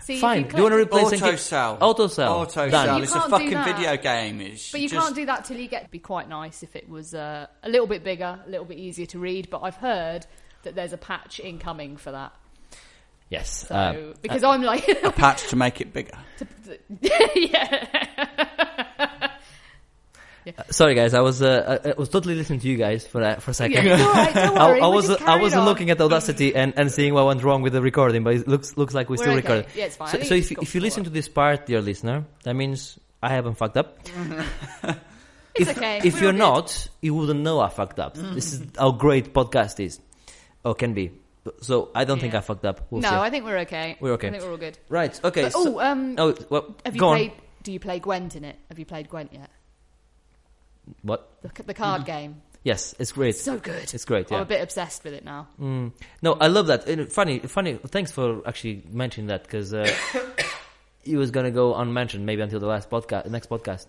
[SPEAKER 2] See,
[SPEAKER 1] Fine. Do
[SPEAKER 2] If
[SPEAKER 1] you want to
[SPEAKER 2] click-
[SPEAKER 1] replace and
[SPEAKER 3] Auto
[SPEAKER 1] keep-
[SPEAKER 3] sell.
[SPEAKER 1] Auto sell.
[SPEAKER 3] Auto
[SPEAKER 1] Done.
[SPEAKER 3] sell.
[SPEAKER 2] You
[SPEAKER 3] It's a
[SPEAKER 2] can't do
[SPEAKER 3] fucking
[SPEAKER 2] that.
[SPEAKER 3] video game. It's
[SPEAKER 2] But you
[SPEAKER 3] just-
[SPEAKER 2] can't do that till you get. It'd be quite nice if it was uh, a little bit bigger, a little bit easier to read. But I've heard that there's a patch incoming for that.
[SPEAKER 1] Yes.
[SPEAKER 2] So
[SPEAKER 1] uh,
[SPEAKER 2] because I'm like, [laughs]
[SPEAKER 3] a patch to make it bigger.
[SPEAKER 2] yeah,
[SPEAKER 1] sorry, guys. I was uh, I, I was totally listening to you guys for uh, for a second.
[SPEAKER 2] yeah. All right, don't
[SPEAKER 1] [laughs] I,
[SPEAKER 2] worry.
[SPEAKER 1] I
[SPEAKER 2] we're
[SPEAKER 1] was
[SPEAKER 2] just
[SPEAKER 1] I was
[SPEAKER 2] carrying on.
[SPEAKER 1] looking at Audacity and, and seeing what went wrong with the recording, but it looks looks like we
[SPEAKER 2] We're
[SPEAKER 1] still
[SPEAKER 2] okay.
[SPEAKER 1] recording.
[SPEAKER 2] Yeah, it's fine. I
[SPEAKER 1] So,
[SPEAKER 2] think
[SPEAKER 1] so
[SPEAKER 2] it's
[SPEAKER 1] if
[SPEAKER 2] got
[SPEAKER 1] if you listen
[SPEAKER 2] four.
[SPEAKER 1] to this part, dear listener, that means I haven't fucked
[SPEAKER 2] [laughs]
[SPEAKER 1] up.
[SPEAKER 2] It's okay.
[SPEAKER 1] If
[SPEAKER 2] We're
[SPEAKER 1] you're
[SPEAKER 2] all
[SPEAKER 1] not, you wouldn't know I fucked up. This is how great podcast is, or can be. So I don't think I
[SPEAKER 2] Yeah.
[SPEAKER 1] fucked up.
[SPEAKER 2] good.
[SPEAKER 1] We'll
[SPEAKER 2] no,
[SPEAKER 1] see.
[SPEAKER 2] I think we're okay.
[SPEAKER 1] We're okay.
[SPEAKER 2] I think we're all good.
[SPEAKER 1] right. Okay.
[SPEAKER 2] But,
[SPEAKER 1] so-
[SPEAKER 2] oh, um,
[SPEAKER 1] oh, well,
[SPEAKER 2] have you
[SPEAKER 1] go
[SPEAKER 2] played?
[SPEAKER 1] on.
[SPEAKER 2] Do you play Gwent in it? Have you played Gwent yet?
[SPEAKER 1] What?
[SPEAKER 2] The, c- the card
[SPEAKER 1] Mm-hmm.
[SPEAKER 2] game.
[SPEAKER 1] Yes, it's great.
[SPEAKER 2] So good.
[SPEAKER 1] It's great. Yeah.
[SPEAKER 2] I'm a bit obsessed with it now.
[SPEAKER 1] Mm. No, I love that. And funny, funny. Thanks for actually mentioning that because uh, [coughs] it was gonna go unmentioned maybe until the last podcast, next podcast.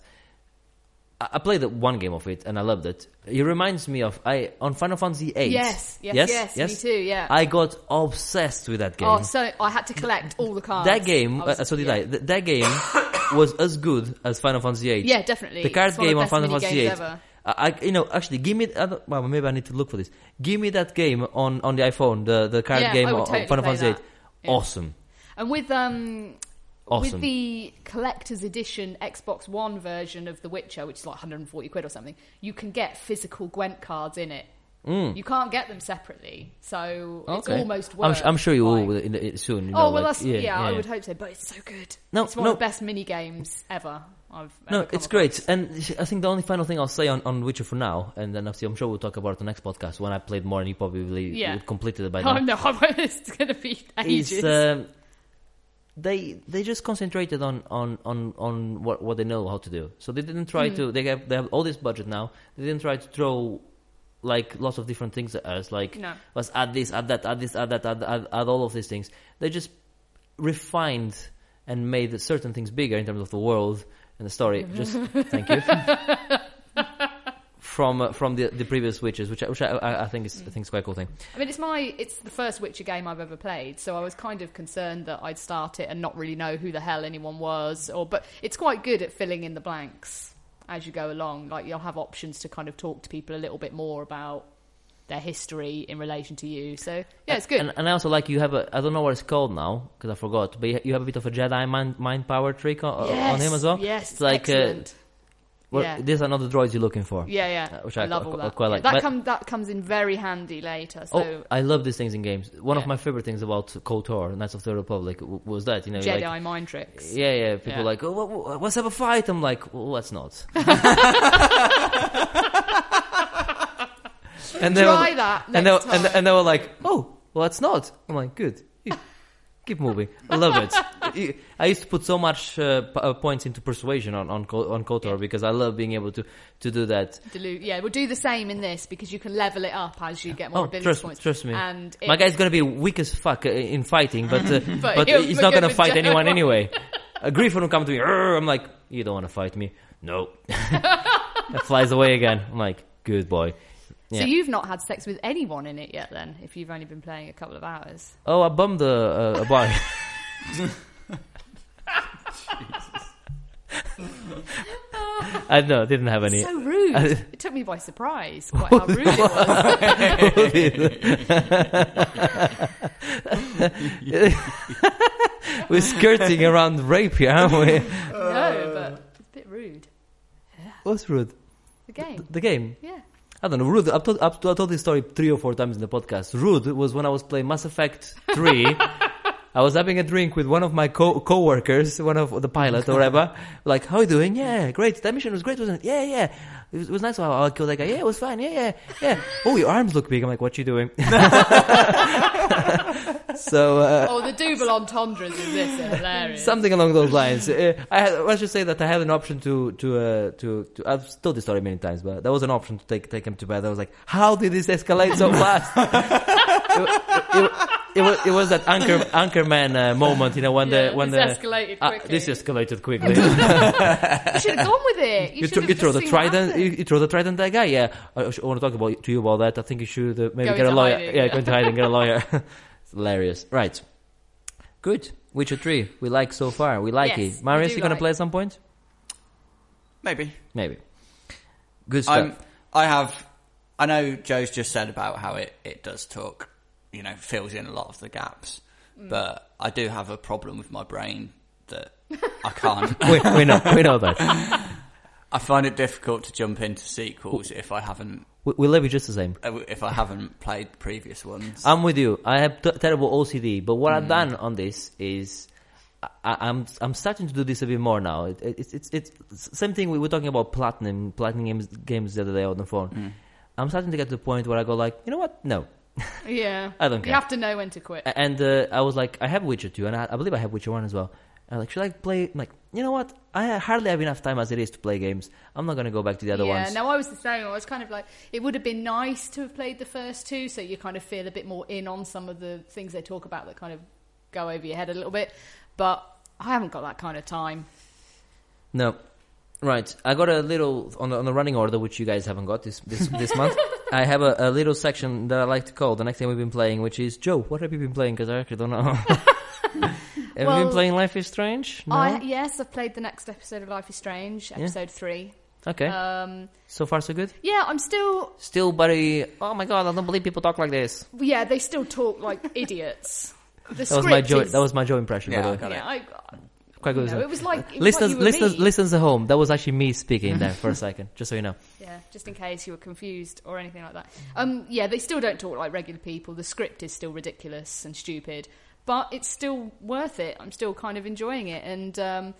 [SPEAKER 1] I, I played one game of it and I loved it. It reminds me of I on Final Fantasy VIII.
[SPEAKER 2] Yes, yes,
[SPEAKER 1] yes,
[SPEAKER 2] yes, Me too. Yeah.
[SPEAKER 1] I got obsessed with that game.
[SPEAKER 2] Oh, so I had to collect all the cards.
[SPEAKER 1] that game,
[SPEAKER 2] I was-
[SPEAKER 1] uh, so did
[SPEAKER 2] yeah.
[SPEAKER 1] I. Th- that game [coughs] was as good as Final Fantasy VIII.
[SPEAKER 2] Yeah, definitely.
[SPEAKER 1] The card
[SPEAKER 2] It's one of
[SPEAKER 1] game
[SPEAKER 2] the
[SPEAKER 1] on
[SPEAKER 2] best
[SPEAKER 1] Final
[SPEAKER 2] mini
[SPEAKER 1] Fantasy
[SPEAKER 2] games
[SPEAKER 1] VIII.
[SPEAKER 2] ever.
[SPEAKER 1] I, I- you know, actually, give me. I don't- well, maybe I need to look for this. Give me that game on on the iPhone, the the card
[SPEAKER 2] Yeah,
[SPEAKER 1] game
[SPEAKER 2] I would
[SPEAKER 1] on
[SPEAKER 2] totally
[SPEAKER 1] Final
[SPEAKER 2] play
[SPEAKER 1] Fantasy VIII.
[SPEAKER 2] that. Yeah.
[SPEAKER 1] Awesome,
[SPEAKER 2] And with um
[SPEAKER 1] awesome.
[SPEAKER 2] with the collector's edition Xbox One version of The Witcher, which is like 140 quid or something, you can get physical Gwent cards in it. You can't get them separately, so it's
[SPEAKER 1] Mm. Okay.
[SPEAKER 2] almost worth.
[SPEAKER 1] I'm, su- I'm sure you
[SPEAKER 2] buying.
[SPEAKER 1] will in the, in- soon. you
[SPEAKER 2] Oh
[SPEAKER 1] know,
[SPEAKER 2] well,
[SPEAKER 1] like,
[SPEAKER 2] that's, yeah, I would hope so. But it's so good.
[SPEAKER 1] No,
[SPEAKER 2] it's one
[SPEAKER 1] no.
[SPEAKER 2] of the best mini games ever. I've
[SPEAKER 1] No,
[SPEAKER 2] ever come
[SPEAKER 1] it's great. And I think the only final thing I'll say on, on Witcher for now, and then obviously I'm sure we'll talk about it on the next podcast when I played more and you probably
[SPEAKER 2] Yeah.
[SPEAKER 1] would completed
[SPEAKER 2] [laughs]
[SPEAKER 1] it by
[SPEAKER 2] across.
[SPEAKER 1] now.
[SPEAKER 2] Oh no, I won't- it's going to be ages.
[SPEAKER 1] is um, they they just concentrated on on on on what what they know how to do. So they didn't try
[SPEAKER 2] Hmm.
[SPEAKER 1] to they have they have all this budget now. They didn't try to throw like lots of different things at us. Like
[SPEAKER 2] No.
[SPEAKER 1] let's add this, add that, add this, add that, add, add, add all of these things. They just refined and made certain things bigger in terms of the world and the story.
[SPEAKER 2] Mm-hmm. [laughs]
[SPEAKER 1] Just thank you. From uh, from the the previous witches, which I, which I, I I think is I think is quite a cool thing.
[SPEAKER 2] I mean, it's my it's the first Witcher game I've ever played, so I was kind of concerned that I'd start it and not really know who the hell anyone was. Or, but it's quite good at filling in the blanks as you go along. Like you'll have options to kind of talk to people a little bit more about their history in relation to you. So yeah, it's good.
[SPEAKER 1] And, and I also like you have a I don't know what it's called now because I forgot, but you- you have a bit of a Jedi mind mind power trick uh, on,
[SPEAKER 2] yes,
[SPEAKER 1] on him as well.
[SPEAKER 2] Yes,
[SPEAKER 1] It's like, uh,
[SPEAKER 2] excellent.
[SPEAKER 1] Well,
[SPEAKER 2] yeah.
[SPEAKER 1] These are not the droids you're looking for.
[SPEAKER 2] yeah, yeah,
[SPEAKER 1] uh, which
[SPEAKER 2] I,
[SPEAKER 1] I
[SPEAKER 2] love
[SPEAKER 1] qu-
[SPEAKER 2] all
[SPEAKER 1] qu-
[SPEAKER 2] that.
[SPEAKER 1] quite like.
[SPEAKER 2] That
[SPEAKER 1] But-
[SPEAKER 2] comes that comes in very handy later. So
[SPEAKER 1] oh, I love these things in games. One of
[SPEAKER 2] Yeah.
[SPEAKER 1] my favorite things about KOTOR, Knights of the Republic, w- was that you know
[SPEAKER 2] Jedi
[SPEAKER 1] like.
[SPEAKER 2] mind tricks.
[SPEAKER 1] Yeah, yeah. People
[SPEAKER 2] Yeah.
[SPEAKER 1] like, oh, wha- wha- let's have a fight. I'm like, well, let's
[SPEAKER 2] [laughs]
[SPEAKER 1] not. [laughs] and they
[SPEAKER 2] Try
[SPEAKER 1] were,
[SPEAKER 2] that
[SPEAKER 1] and they, were-
[SPEAKER 2] next
[SPEAKER 1] and,
[SPEAKER 2] time.
[SPEAKER 1] and they were like, oh, well, that's not. I'm like, good. You- Keep moving. I love it. You- I used to put so much uh, p- uh, points into persuasion on on, Ko- on Kotor because I love being able to to do that.
[SPEAKER 2] Dilute. Yeah, we'll do the same in this because you can level it up as you get more
[SPEAKER 1] Oh,
[SPEAKER 2] ability
[SPEAKER 1] trust,
[SPEAKER 2] points.
[SPEAKER 1] trust me.
[SPEAKER 2] And
[SPEAKER 1] My
[SPEAKER 2] it-
[SPEAKER 1] guy's gonna be weak as fuck uh, in fighting, but
[SPEAKER 2] [laughs]
[SPEAKER 1] uh, but,
[SPEAKER 2] he'll
[SPEAKER 1] he's not
[SPEAKER 2] forgive
[SPEAKER 1] gonna
[SPEAKER 2] the
[SPEAKER 1] fight anyone
[SPEAKER 2] general. [laughs]
[SPEAKER 1] anyway. A griffin will come to me. "Arr," I'm like, you don't want to fight me. No. [laughs] It flies away again. I'm like, good boy. Yeah.
[SPEAKER 2] So you've not had sex with anyone in it yet, then? If you've only been playing a couple of hours,
[SPEAKER 1] oh, I bummed a, a, a bar. I no, didn't have any.
[SPEAKER 2] so
[SPEAKER 1] [laughs]
[SPEAKER 2] rude.
[SPEAKER 1] I-
[SPEAKER 2] it took me by surprise quite
[SPEAKER 1] [laughs]
[SPEAKER 2] how rude it was.
[SPEAKER 1] [laughs] We're skirting around rape here, aren't we?
[SPEAKER 2] no, but it's a bit rude.
[SPEAKER 1] What's rude?
[SPEAKER 2] The game,
[SPEAKER 1] The game.
[SPEAKER 2] yeah.
[SPEAKER 1] I don't know, Rude, I've told, I've, i told this story three or four times in the podcast. Rude was when I was playing Mass Effect 3. I was having a drink with one of my co- co-workers, one of the pilot or whatever. Like, how are you doing? Yeah, great. That mission was great, wasn't it? Yeah, yeah. It was, it was nice. I, I killed that guy. Yeah, it was fine. Yeah, yeah, yeah. Oh, your arms look big. I'm like, what you doing? [laughs] so, uh,
[SPEAKER 2] Oh, the double entendres in this are hilarious.
[SPEAKER 1] Something along those lines. Uh, I, had, I should say that I had an option to to uh, to, to I've told this story many times, but there was an option to take take him to bed. I was like, how did this escalate so fast? it, it- it was it was that anchor anchorman uh, moment, you know, when
[SPEAKER 2] Yeah,
[SPEAKER 1] the when
[SPEAKER 2] this
[SPEAKER 1] the
[SPEAKER 2] escalated
[SPEAKER 1] Ah,
[SPEAKER 2] quickly.
[SPEAKER 1] this
[SPEAKER 2] [laughs]
[SPEAKER 1] escalated quickly.
[SPEAKER 2] You should have gone with it. You,
[SPEAKER 1] you,
[SPEAKER 2] should
[SPEAKER 1] throw-
[SPEAKER 2] have
[SPEAKER 1] you throw
[SPEAKER 2] just
[SPEAKER 1] the
[SPEAKER 2] seen
[SPEAKER 1] trident.
[SPEAKER 2] what happened.
[SPEAKER 1] You, you throw the trident. That guy. Yeah, I, want to talk about to you about that. I think you should uh, maybe
[SPEAKER 2] Go
[SPEAKER 1] get a
[SPEAKER 2] into
[SPEAKER 1] lawyer.
[SPEAKER 2] hiding,
[SPEAKER 1] yeah,
[SPEAKER 2] yeah.
[SPEAKER 1] go into hiding, get a
[SPEAKER 2] [laughs]
[SPEAKER 1] lawyer. it's hilarious. Right. Good. Witcher Three. We like so far. We like it.
[SPEAKER 2] Yes, we
[SPEAKER 1] Marius,
[SPEAKER 2] do
[SPEAKER 1] you gonna
[SPEAKER 2] like.
[SPEAKER 1] play at some point?
[SPEAKER 3] Maybe.
[SPEAKER 1] Maybe. Good stuff.
[SPEAKER 3] I'm, I have. I know Joe's just said about how it, it does talk, you know, fills in a lot of the gaps,
[SPEAKER 2] Mm.
[SPEAKER 3] but I do have a problem with my brain that I can't. [laughs]
[SPEAKER 1] we, we know. We know that.
[SPEAKER 3] I find it difficult to jump into sequels if I haven't
[SPEAKER 1] We, we love you just the same.
[SPEAKER 3] if I haven't played previous ones.
[SPEAKER 2] Uh,
[SPEAKER 1] I'm with you. I have t- terrible OCD, but what I've done on this is I- I, I'm I'm starting to do this a bit more now. It, it, it's it's it's same thing we were talking about platinum platinum games games the other day on the phone. I'm starting to get to the point where I go like, you know what? No,
[SPEAKER 2] Yeah.
[SPEAKER 1] I don't
[SPEAKER 2] You
[SPEAKER 1] care.
[SPEAKER 2] have to know when to quit.
[SPEAKER 1] A- And uh, I was like, I have Witcher two, and I, I believe I have Witcher one as well. And I'm like, should I play? I'm like, you know what? I hardly have enough time as it is to play games. I'm not gonna go back to the other
[SPEAKER 2] yeah,
[SPEAKER 1] ones.
[SPEAKER 2] no, I was the same. I was kind of like, it would have been nice to have played the first two, so you kind of feel a bit more in on some of the things they talk about that kind of go over your head a little bit. But I haven't got that kind of time.
[SPEAKER 1] No. Right. I got a little on the on the running order which you guys haven't got this this, this
[SPEAKER 2] [laughs]
[SPEAKER 1] month. I have a, a little section that I like to call the next thing we've been playing, which is Joe. What have you been playing? Because I actually don't know.
[SPEAKER 2] [laughs]
[SPEAKER 1] have you been
[SPEAKER 2] Well,
[SPEAKER 1] playing Life is Strange? No.
[SPEAKER 2] I, yes, I've played the next episode of Life is Strange, episode three.
[SPEAKER 1] okay.
[SPEAKER 2] Um,
[SPEAKER 1] so far, so good.
[SPEAKER 2] yeah, I'm still.
[SPEAKER 1] Still, buddy. Oh my god! I don't believe people talk like this.
[SPEAKER 2] Yeah, they still talk like [laughs] idiots. The
[SPEAKER 1] That was my
[SPEAKER 2] script
[SPEAKER 1] Joe.
[SPEAKER 2] is-
[SPEAKER 1] That was my Joe impression. by
[SPEAKER 3] Yeah,
[SPEAKER 1] the
[SPEAKER 3] I
[SPEAKER 1] way.
[SPEAKER 3] got
[SPEAKER 2] yeah, I,
[SPEAKER 1] Quite good.
[SPEAKER 2] you
[SPEAKER 1] isn't
[SPEAKER 2] know,
[SPEAKER 1] it?
[SPEAKER 2] it was like it was
[SPEAKER 1] listeners,
[SPEAKER 2] like you were
[SPEAKER 1] listeners,
[SPEAKER 2] me.
[SPEAKER 1] listeners at home. That was actually me speaking there
[SPEAKER 2] [laughs]
[SPEAKER 1] for a second, just so you know.
[SPEAKER 2] Yeah, just in case you were confused or anything like that. Um, yeah, they still don't talk like regular people. The script is still ridiculous and stupid, but it's still worth it. I'm still kind of enjoying it, and um,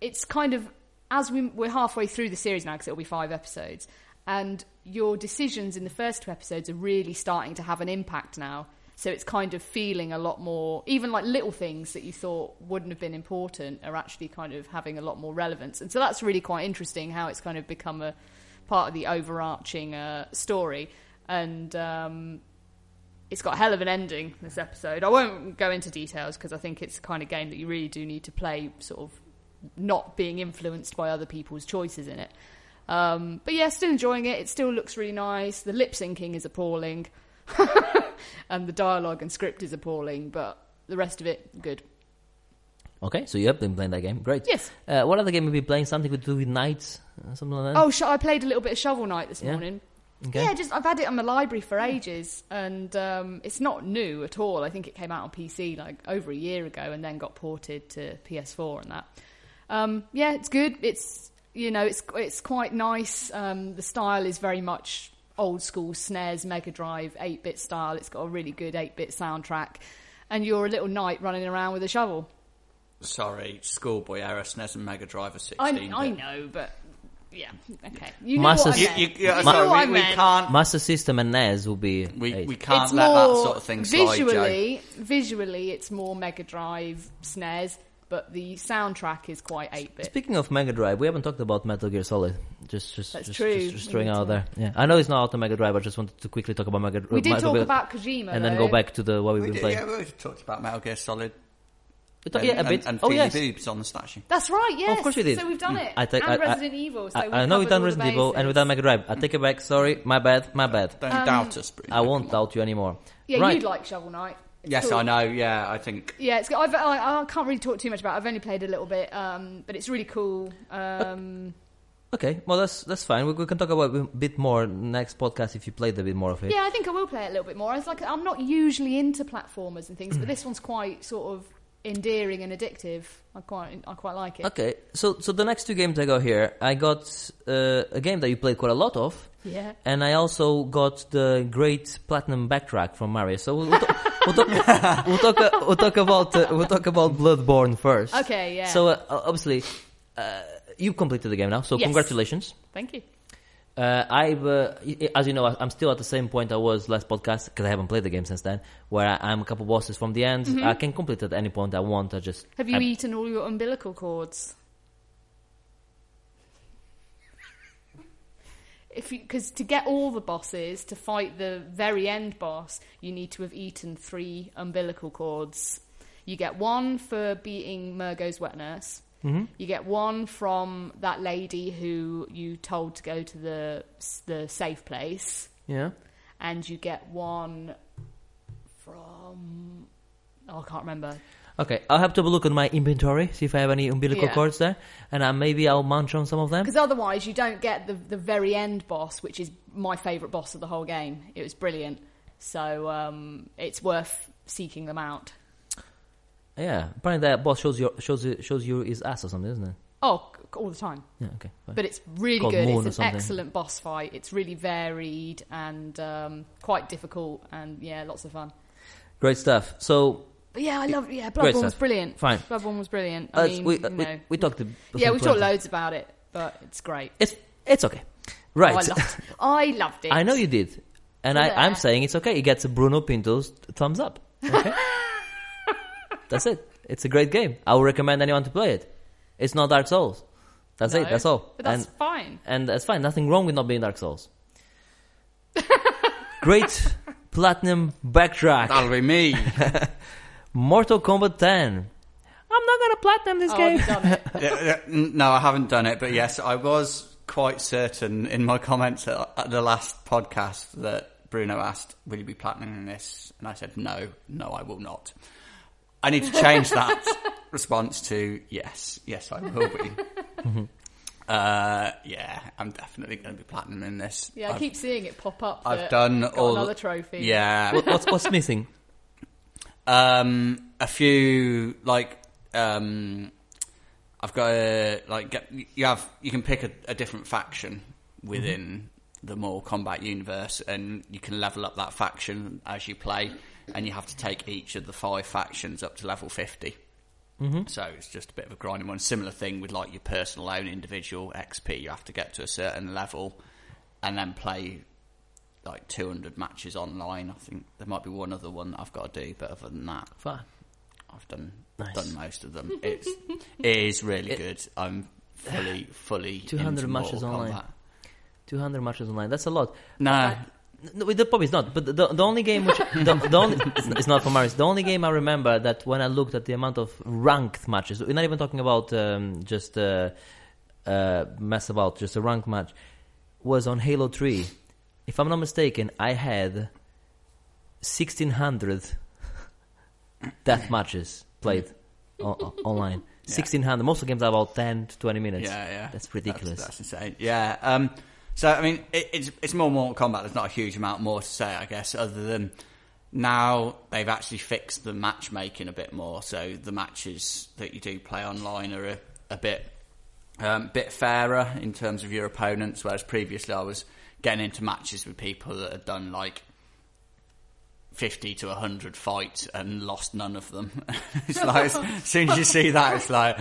[SPEAKER 2] it's kind of as we, we're halfway through the series now because it'll be five episodes, and your decisions in the first two episodes are really starting to have an impact now. So it's kind of feeling a lot more, even like little things that you thought wouldn't have been important are actually kind of having a lot more relevance. And so that's really quite interesting how it's kind of become a part of the overarching uh, story. And um, it's got a hell of an ending this episode. I won't go into details because I think it's the kind of game that you really do need to play, sort of not being influenced by other people's choices in it. Um, but yeah, still enjoying it. It still looks really nice. The lip syncing is appalling, [laughs] and the dialogue and script is appalling. But the rest of it, good.
[SPEAKER 1] Okay, so you have been playing that game. Great.
[SPEAKER 2] Yes.
[SPEAKER 1] Uh, what other game have you been playing? Something to do with nights, uh, something like that.
[SPEAKER 2] Oh, sh- I played a little bit of Shovel Knight this
[SPEAKER 1] Yeah.
[SPEAKER 2] morning.
[SPEAKER 1] okay.
[SPEAKER 2] Yeah, just I've had it on the library for ages, and um, it's not new at all. I think it came out on PC like over a year ago, and then got ported to PS4 and that. Um, yeah, it's good. It's you know, it's it's quite nice. Um, the style is very much old school snares, Mega Drive, eight bit style. It's got a really good eight bit soundtrack, and you're a little knight running around with a shovel.
[SPEAKER 3] Sorry, Schoolboy era, SNES and Mega Drive are
[SPEAKER 2] I,
[SPEAKER 3] sixteen.
[SPEAKER 2] I
[SPEAKER 3] bit.
[SPEAKER 2] know, but yeah, okay, you know
[SPEAKER 1] Master-
[SPEAKER 2] what I
[SPEAKER 3] You,
[SPEAKER 2] meant.
[SPEAKER 3] you, yeah,
[SPEAKER 2] You know
[SPEAKER 3] sorry,
[SPEAKER 2] what I
[SPEAKER 3] we, we
[SPEAKER 2] meant.
[SPEAKER 3] can't.
[SPEAKER 1] Master System and NES will be.
[SPEAKER 3] We,
[SPEAKER 1] eight.
[SPEAKER 3] we can't
[SPEAKER 2] it's
[SPEAKER 3] let
[SPEAKER 2] more
[SPEAKER 3] that sort of thing slide, Joe.
[SPEAKER 2] visually, Visually, it's more Mega Drive snares, but the soundtrack is quite 8 bit.
[SPEAKER 1] Speaking of Mega Drive, we haven't talked about Metal Gear Solid. Just, just,
[SPEAKER 2] That's
[SPEAKER 1] just,
[SPEAKER 2] true.
[SPEAKER 1] just, just
[SPEAKER 2] We
[SPEAKER 1] throwing
[SPEAKER 2] need
[SPEAKER 1] out
[SPEAKER 2] to.
[SPEAKER 1] there. Yeah, I know it's not out on Mega Drive. I just wanted to quickly talk about Mega.
[SPEAKER 2] We did
[SPEAKER 1] Metal
[SPEAKER 2] talk
[SPEAKER 1] Gear-
[SPEAKER 2] about Kojima,
[SPEAKER 1] and then
[SPEAKER 2] though.
[SPEAKER 1] go back to the what we've
[SPEAKER 3] We
[SPEAKER 1] been
[SPEAKER 3] did,
[SPEAKER 1] playing.
[SPEAKER 3] yeah, we talked about Metal Gear Solid.
[SPEAKER 1] We talked- yeah, a
[SPEAKER 3] and,
[SPEAKER 1] bit.
[SPEAKER 3] And
[SPEAKER 1] oh
[SPEAKER 3] Feely
[SPEAKER 1] yes.
[SPEAKER 3] Boobs on the statue.
[SPEAKER 2] That's right. Yes.
[SPEAKER 1] course we did.
[SPEAKER 2] So we've done it.
[SPEAKER 1] I take-
[SPEAKER 2] and
[SPEAKER 1] I- I-
[SPEAKER 2] Resident Evil. So
[SPEAKER 1] I,
[SPEAKER 2] we've
[SPEAKER 1] I know we've
[SPEAKER 2] covered
[SPEAKER 1] done
[SPEAKER 2] all the
[SPEAKER 1] Resident Evil and
[SPEAKER 2] bases.
[SPEAKER 1] we've done Mega Drive. I take it back. Sorry, my bad, my bad.
[SPEAKER 3] Don't
[SPEAKER 2] Um,
[SPEAKER 3] doubt us, Bruno.
[SPEAKER 1] I won't doubt you anymore.
[SPEAKER 2] Yeah,
[SPEAKER 1] right.
[SPEAKER 2] you'd like Shovel Knight. It's
[SPEAKER 3] Yes,
[SPEAKER 2] cool.
[SPEAKER 3] I know. Yeah, I think
[SPEAKER 2] Yeah, it's. I've, I, I can't really talk too much about. it. I've only played a little bit, um, but it's really cool. Um,
[SPEAKER 1] Okay, well that's that's fine. We, we can talk about it a bit more next podcast if you played a bit more of it.
[SPEAKER 2] yeah, I think I will play it a little bit more. It's like I'm not usually into platformers and things, but this one's quite sort of endearing and addictive. I quite, I quite like it.
[SPEAKER 1] Okay, so so the next two games I got here, I got uh, a game that you played quite a lot of,
[SPEAKER 2] Yeah.
[SPEAKER 1] and I also got the great platinum backtrack from Mario. So we'll, we'll, talk, we'll, talk, we'll talk uh, we'll talk about uh, we'll talk about Bloodborne first.
[SPEAKER 2] Okay, yeah.
[SPEAKER 1] So uh, obviously, uh, you completed the game now, so
[SPEAKER 2] Yes.
[SPEAKER 1] congratulations.
[SPEAKER 2] Thank you.
[SPEAKER 1] Uh, I've, uh, y- y- as you know, I- I'm still at the same point I was last podcast because I haven't played the game since then. Where I, I'm a couple bosses from the end. I can complete at any point I want. I just
[SPEAKER 2] Mm-hmm. Have you
[SPEAKER 1] I-
[SPEAKER 2] eaten all your umbilical cords? if because to get all the bosses to fight the very end boss, you need to have eaten three umbilical cords. You get one for beating Murgo's wet nurse.
[SPEAKER 1] Mhm.
[SPEAKER 2] You get one from that lady who you told to go to the the safe place,
[SPEAKER 1] Yeah.
[SPEAKER 2] and you get one from oh, I can't remember.
[SPEAKER 1] Okay, I'll have to have a look at my inventory, see if I have any umbilical
[SPEAKER 2] Yeah.
[SPEAKER 1] cords there, and uh, maybe I'll munch on some of them.
[SPEAKER 2] Because otherwise, you don't get the the very end boss, which is my favourite boss of the whole game. It was brilliant, so um, it's worth seeking them out.
[SPEAKER 1] Yeah, apparently that boss shows your shows you, shows you his ass or something, isn't it?
[SPEAKER 2] Oh, c- all the time.
[SPEAKER 1] Yeah. Okay. fine.
[SPEAKER 2] But it's really
[SPEAKER 1] Called
[SPEAKER 2] good.
[SPEAKER 1] Moon or
[SPEAKER 2] It's an
[SPEAKER 1] something.
[SPEAKER 2] excellent boss fight. It's really varied and um, quite difficult, and yeah, lots of fun.
[SPEAKER 1] Great stuff. So
[SPEAKER 2] But yeah, I love. Yeah,
[SPEAKER 1] Great
[SPEAKER 2] Bloodborne was
[SPEAKER 1] stuff.
[SPEAKER 2] brilliant.
[SPEAKER 1] Fine.
[SPEAKER 2] Bloodborne was brilliant. I
[SPEAKER 1] Uh,
[SPEAKER 2] mean,
[SPEAKER 1] we,
[SPEAKER 2] you
[SPEAKER 1] uh, we,
[SPEAKER 2] know,
[SPEAKER 1] we talked. ab-
[SPEAKER 2] yeah, we've talked
[SPEAKER 1] plenty.
[SPEAKER 2] loads about it, but it's great.
[SPEAKER 1] It's it's okay,
[SPEAKER 2] Oh,
[SPEAKER 1] right?
[SPEAKER 2] I, loved, I loved
[SPEAKER 1] [laughs]
[SPEAKER 2] it.
[SPEAKER 1] I know you did, and I,
[SPEAKER 2] Yeah.
[SPEAKER 1] I'm saying it's okay. It gets a Bruno Pinto's thumbs up.
[SPEAKER 2] [laughs]
[SPEAKER 1] Okay, that's it. It's a great game. I would recommend anyone to play it. It's not Dark Souls. That's
[SPEAKER 2] No,
[SPEAKER 1] it. That's all.
[SPEAKER 2] But that's
[SPEAKER 1] and
[SPEAKER 2] fine.
[SPEAKER 1] and that's fine. Nothing wrong with not being Dark
[SPEAKER 2] [laughs]
[SPEAKER 1] Souls. great platinum backtrack.
[SPEAKER 3] That'll
[SPEAKER 1] [laughs]
[SPEAKER 3] be me.
[SPEAKER 1] Mortal Kombat 10. I'm not gonna platinum this
[SPEAKER 2] Oh,
[SPEAKER 1] game.
[SPEAKER 2] I've done it.
[SPEAKER 3] [laughs] Yeah, yeah, n- no, I haven't done it, but yes, I was quite certain in my comments at, at the last podcast that Bruno asked, "Will you be platinum in this?" And I said, "No, no, I will not." I need to
[SPEAKER 2] [laughs]
[SPEAKER 3] change that response to yes, yes, I will be.
[SPEAKER 1] Mm-hmm.
[SPEAKER 3] uh, yeah, I'm definitely going to be platinum in this.
[SPEAKER 1] [laughs]
[SPEAKER 2] Yeah, I
[SPEAKER 3] I've-
[SPEAKER 2] keep seeing it pop up.
[SPEAKER 3] I've
[SPEAKER 2] that
[SPEAKER 3] done
[SPEAKER 2] got
[SPEAKER 3] all-
[SPEAKER 2] another trophy. [laughs]
[SPEAKER 3] Yeah,
[SPEAKER 1] What- what's, what's [laughs] missing?
[SPEAKER 3] Um, a few like um, I've got a like get, you have you can pick a, a different faction within the Mortal Kombat universe, and you can level up that faction as you play, and you have to take each of the five factions up to level 50 So it's just a bit of a grinding one. Similar thing with like your personal own individual XP. You have to get to a certain level, and then play like 200 matches online. I think there might be one other one that I've got to do, but other than that,
[SPEAKER 1] Fine.
[SPEAKER 3] I've done
[SPEAKER 1] Nice.
[SPEAKER 3] done most
[SPEAKER 1] [laughs]
[SPEAKER 3] of them. It's it is really
[SPEAKER 1] It-
[SPEAKER 3] good. I'm fully fully
[SPEAKER 1] 200
[SPEAKER 3] into
[SPEAKER 1] matches
[SPEAKER 3] Mortal
[SPEAKER 1] online.
[SPEAKER 3] Kombat.
[SPEAKER 1] 200 matches online. That's a lot.
[SPEAKER 3] No,
[SPEAKER 1] No, the problem is not. But the, the only game which the, the only [laughs] it's, it's not for Maris. The only game I remember that when I looked at the amount of ranked matches, we're not even talking about um, just uh, uh, mess about, just a ranked match, was on Halo Three. If I'm not mistaken, I had
[SPEAKER 3] [laughs]
[SPEAKER 1] 1600 death matches played o- o- online. 1600. Most of the games are about 10 to 20 minutes.
[SPEAKER 3] yeah, yeah,
[SPEAKER 1] That's ridiculous.
[SPEAKER 3] That's, insane. Yeah. Um, so I mean, it, it's it's more Mortal Kombat. There's not a huge amount more to say, I guess, other than now they've actually fixed the matchmaking a bit more. So the matches that you do play online are a, a bit um, bit fairer in terms of your opponents. Whereas previously, I was getting into matches with people that had done like. 50 to 100 fights and lost none of them. [laughs] it's like, as soon as you see that, it's like,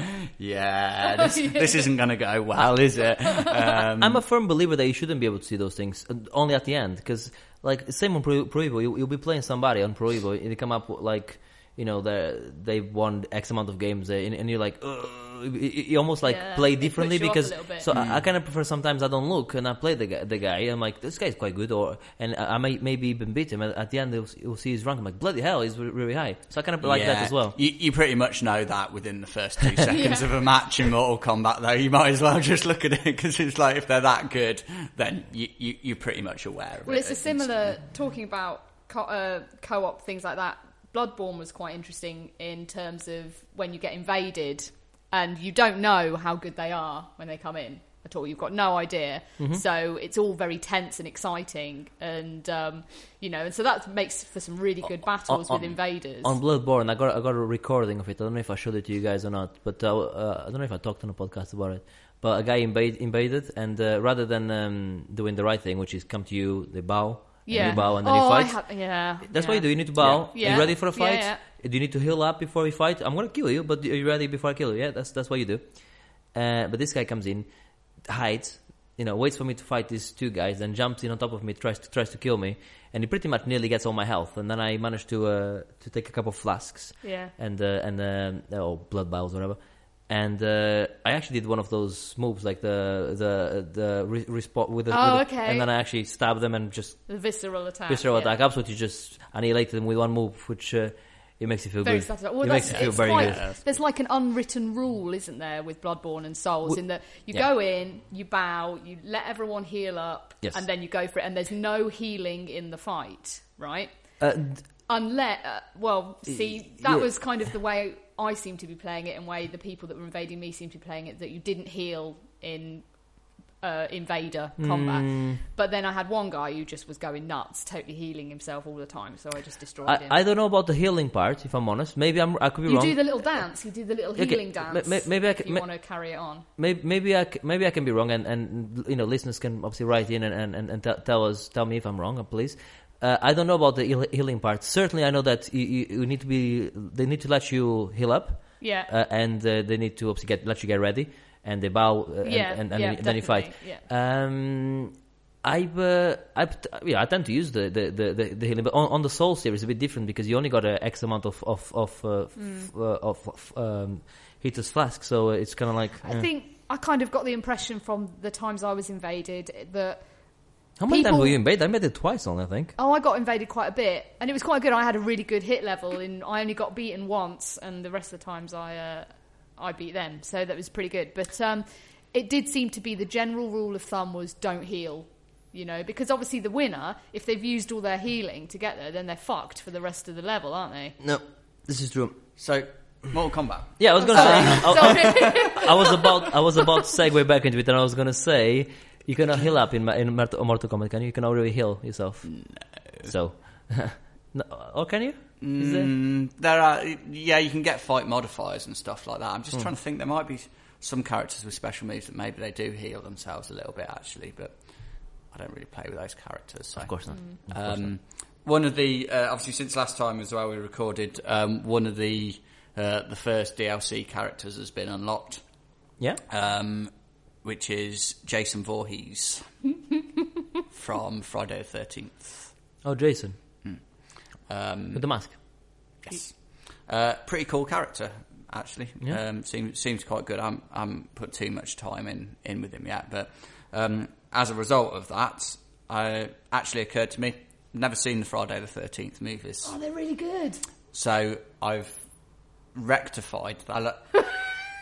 [SPEAKER 2] [laughs]
[SPEAKER 3] yeah, this, this isn't going to go well, is it? Um,
[SPEAKER 1] I'm a firm believer that you shouldn't be able to see those things uh, only at the end because, like, same on Pro, Pro Evo, you, you'll be playing somebody on Pro Evo, and they come up with, like, you know, they they've won X amount of games, uh, and, and you're like, Ugh, you- you you almost like
[SPEAKER 2] Yeah,
[SPEAKER 1] play
[SPEAKER 2] it puts
[SPEAKER 1] differently
[SPEAKER 2] you off a
[SPEAKER 1] because.
[SPEAKER 2] little bit.
[SPEAKER 1] So I, I kind of prefer sometimes I don't look and I play the guy, the guy. I'm like, this guy's quite good, or and I, I may maybe even beat him. At, at the end, you'll, s- you'll see his rank. I'm like, bloody hell, he's re- really high. So I kind of like
[SPEAKER 3] Yeah.
[SPEAKER 1] that as well.
[SPEAKER 3] You, you pretty much know that within the
[SPEAKER 2] [laughs]
[SPEAKER 3] first two seconds of a match in Mortal Kombat, though. You might as well just look at it because it's like if they're that good, then you, you, you're pretty much aware of
[SPEAKER 2] Well,
[SPEAKER 3] it.
[SPEAKER 2] it's a similar talking about co- uh, co-op things like that. Bloodborne was quite interesting in terms of when you get invaded and you don't know how good they are when they come in at all. You've got no idea,
[SPEAKER 1] Mm-hmm.
[SPEAKER 2] so it's all very tense and exciting, and um, you know, and so that makes for some really good battles
[SPEAKER 1] on-
[SPEAKER 2] with invaders.
[SPEAKER 1] On Bloodborne, I got I got a recording of it. I don't know if I showed it to you guys or not, but uh, uh, I don't know if I talked on a podcast about it. But a guy invade, invaded, and uh, rather than um, doing the right thing, which is come to you, they bow, and
[SPEAKER 2] yeah.
[SPEAKER 1] you bow, and then
[SPEAKER 2] oh,
[SPEAKER 1] you
[SPEAKER 2] I
[SPEAKER 1] fight.
[SPEAKER 2] have, yeah.
[SPEAKER 1] That's
[SPEAKER 2] yeah.
[SPEAKER 1] what you do. You need to bow.
[SPEAKER 2] Yeah.
[SPEAKER 1] Are
[SPEAKER 2] Yeah.
[SPEAKER 1] you ready for a
[SPEAKER 2] Yeah,
[SPEAKER 1] fight?
[SPEAKER 2] yeah.
[SPEAKER 1] Do you need to heal up before we fight? I'm gonna kill you, but are you ready before I kill you? Yeah, that's that's what you do. Uh, but this guy comes in, hides, you know, waits for me to fight these two guys, then jumps in on top of me, tries to tries to kill me, and he pretty much nearly gets all my health. And then I managed to uh, to take a couple of flasks
[SPEAKER 2] Yeah.
[SPEAKER 1] and uh, and um, or blood vials, whatever. And uh, I actually did one of those moves, like the the the re- respo- with the.
[SPEAKER 2] Oh,
[SPEAKER 1] with the-
[SPEAKER 2] okay.
[SPEAKER 1] And then I actually stabbed them and just
[SPEAKER 2] The visceral attack.
[SPEAKER 1] visceral
[SPEAKER 2] Ah, yeah.
[SPEAKER 1] attack. Absolutely, just annihilated them with one move, which uh, it makes you feel
[SPEAKER 2] Very
[SPEAKER 1] good.
[SPEAKER 2] satisfying. Well,
[SPEAKER 1] It
[SPEAKER 2] that's,
[SPEAKER 1] makes you feel
[SPEAKER 2] it's
[SPEAKER 1] very uh,
[SPEAKER 2] quite,
[SPEAKER 1] good.
[SPEAKER 3] Yeah.
[SPEAKER 2] There's like an unwritten rule, isn't there, with Bloodborne and Souls,
[SPEAKER 1] W-
[SPEAKER 2] in that you
[SPEAKER 1] yeah.
[SPEAKER 2] go in, you bow, you let everyone heal up,
[SPEAKER 1] Yes.
[SPEAKER 2] and then you go for it, and there's no healing in the fight, right?
[SPEAKER 1] Uh, d-
[SPEAKER 2] Unless, uh, well, see,
[SPEAKER 1] Y-
[SPEAKER 2] that
[SPEAKER 1] yeah.
[SPEAKER 2] was kind of the way I seem to be playing it, and way the people that were invading me seemed to be playing it. That you didn't heal in uh, invader combat,
[SPEAKER 1] Hmm. mm,
[SPEAKER 2] but then I had one guy who just was going nuts, totally healing himself all the time. So I just destroyed
[SPEAKER 1] I,
[SPEAKER 2] him.
[SPEAKER 1] I don't know about the healing part. If I'm honest, maybe I'm. I could be
[SPEAKER 2] you
[SPEAKER 1] wrong.
[SPEAKER 2] do the little dance. You do the little
[SPEAKER 1] Okay,
[SPEAKER 2] healing
[SPEAKER 1] ma- ma-
[SPEAKER 2] dance.
[SPEAKER 1] maybe I
[SPEAKER 2] if
[SPEAKER 1] c-
[SPEAKER 2] you
[SPEAKER 1] ma-
[SPEAKER 2] want to carry it on.
[SPEAKER 1] Maybe maybe I c- maybe I can be wrong, and, and you know listeners can obviously write in and and, and, and tell, tell us tell me if I'm wrong, uh, please. Uh, I don't know about the heal- healing part. Certainly, I know that you, you, you need to be they need to let you heal up,
[SPEAKER 2] Yeah.
[SPEAKER 1] uh, and uh, they need to obviously get let you get ready, and they bow, uh, and,
[SPEAKER 2] yeah.
[SPEAKER 1] and, and,
[SPEAKER 2] yeah,
[SPEAKER 1] then you fight.
[SPEAKER 2] definitely, Yeah.
[SPEAKER 1] Um, I, uh, I, yeah, I tend to use the the, the, the, the healing, but on, on the Soul series, it's a bit different because you only got a X amount of of of uh,
[SPEAKER 2] Mm.
[SPEAKER 1] f- uh, of, of um, hitters flask, so it's kind of like
[SPEAKER 2] I
[SPEAKER 1] eh.
[SPEAKER 2] think I kind of got the impression from the times I was invaded that
[SPEAKER 1] how many times
[SPEAKER 2] people-
[SPEAKER 1] were you invade? I made it twice only, I think.
[SPEAKER 2] oh, I got invaded quite a bit, and it was quite good. I had a really good hit level, and I only got beaten once, and the rest of the times I uh, I beat them, so that was pretty good. But um, it did seem to be the general rule of thumb was don't heal. You know, because obviously the winner, if they've used all their healing to get there, then they're fucked for the rest of the level, aren't they?
[SPEAKER 1] No, this is true.
[SPEAKER 3] So, Mortal Kombat.
[SPEAKER 1] Yeah, I
[SPEAKER 2] Oh,
[SPEAKER 1] was gonna say. I, [laughs]
[SPEAKER 2] So- [laughs]
[SPEAKER 1] I was about I was about to segue back into it, and I was gonna say you cannot heal up in Ma- in Mortal Mortal Kombat, can you? You can already heal yourself. No. So, [laughs] no, or can you? Is it-
[SPEAKER 3] Mm, there are, yeah, you can get fight modifiers and stuff like that. I'm
[SPEAKER 1] Hmm.
[SPEAKER 3] just trying to think. There might be some characters with special moves that maybe they do heal themselves a little bit actually, but I don't really play with those characters. So.
[SPEAKER 1] Of course not. Of course not.
[SPEAKER 3] Um, one of the uh, obviously since last time as well we recorded um, one of the uh, the first DLC characters has been unlocked,
[SPEAKER 1] Yeah.
[SPEAKER 3] um, which is Jason Voorhees from Friday the Thirteenth.
[SPEAKER 1] Oh, Jason
[SPEAKER 3] Um,
[SPEAKER 1] with the mask.
[SPEAKER 3] yes, uh, pretty cool character actually.
[SPEAKER 1] Yeah.
[SPEAKER 3] Um, seems seems quite good. I'm I'm put too much time in in with him yet, but um, as a result of that, I actually occurred to me never seen the Friday the Thirteenth movies.
[SPEAKER 2] oh, they're really good.
[SPEAKER 3] So I've rectified that. I, [laughs]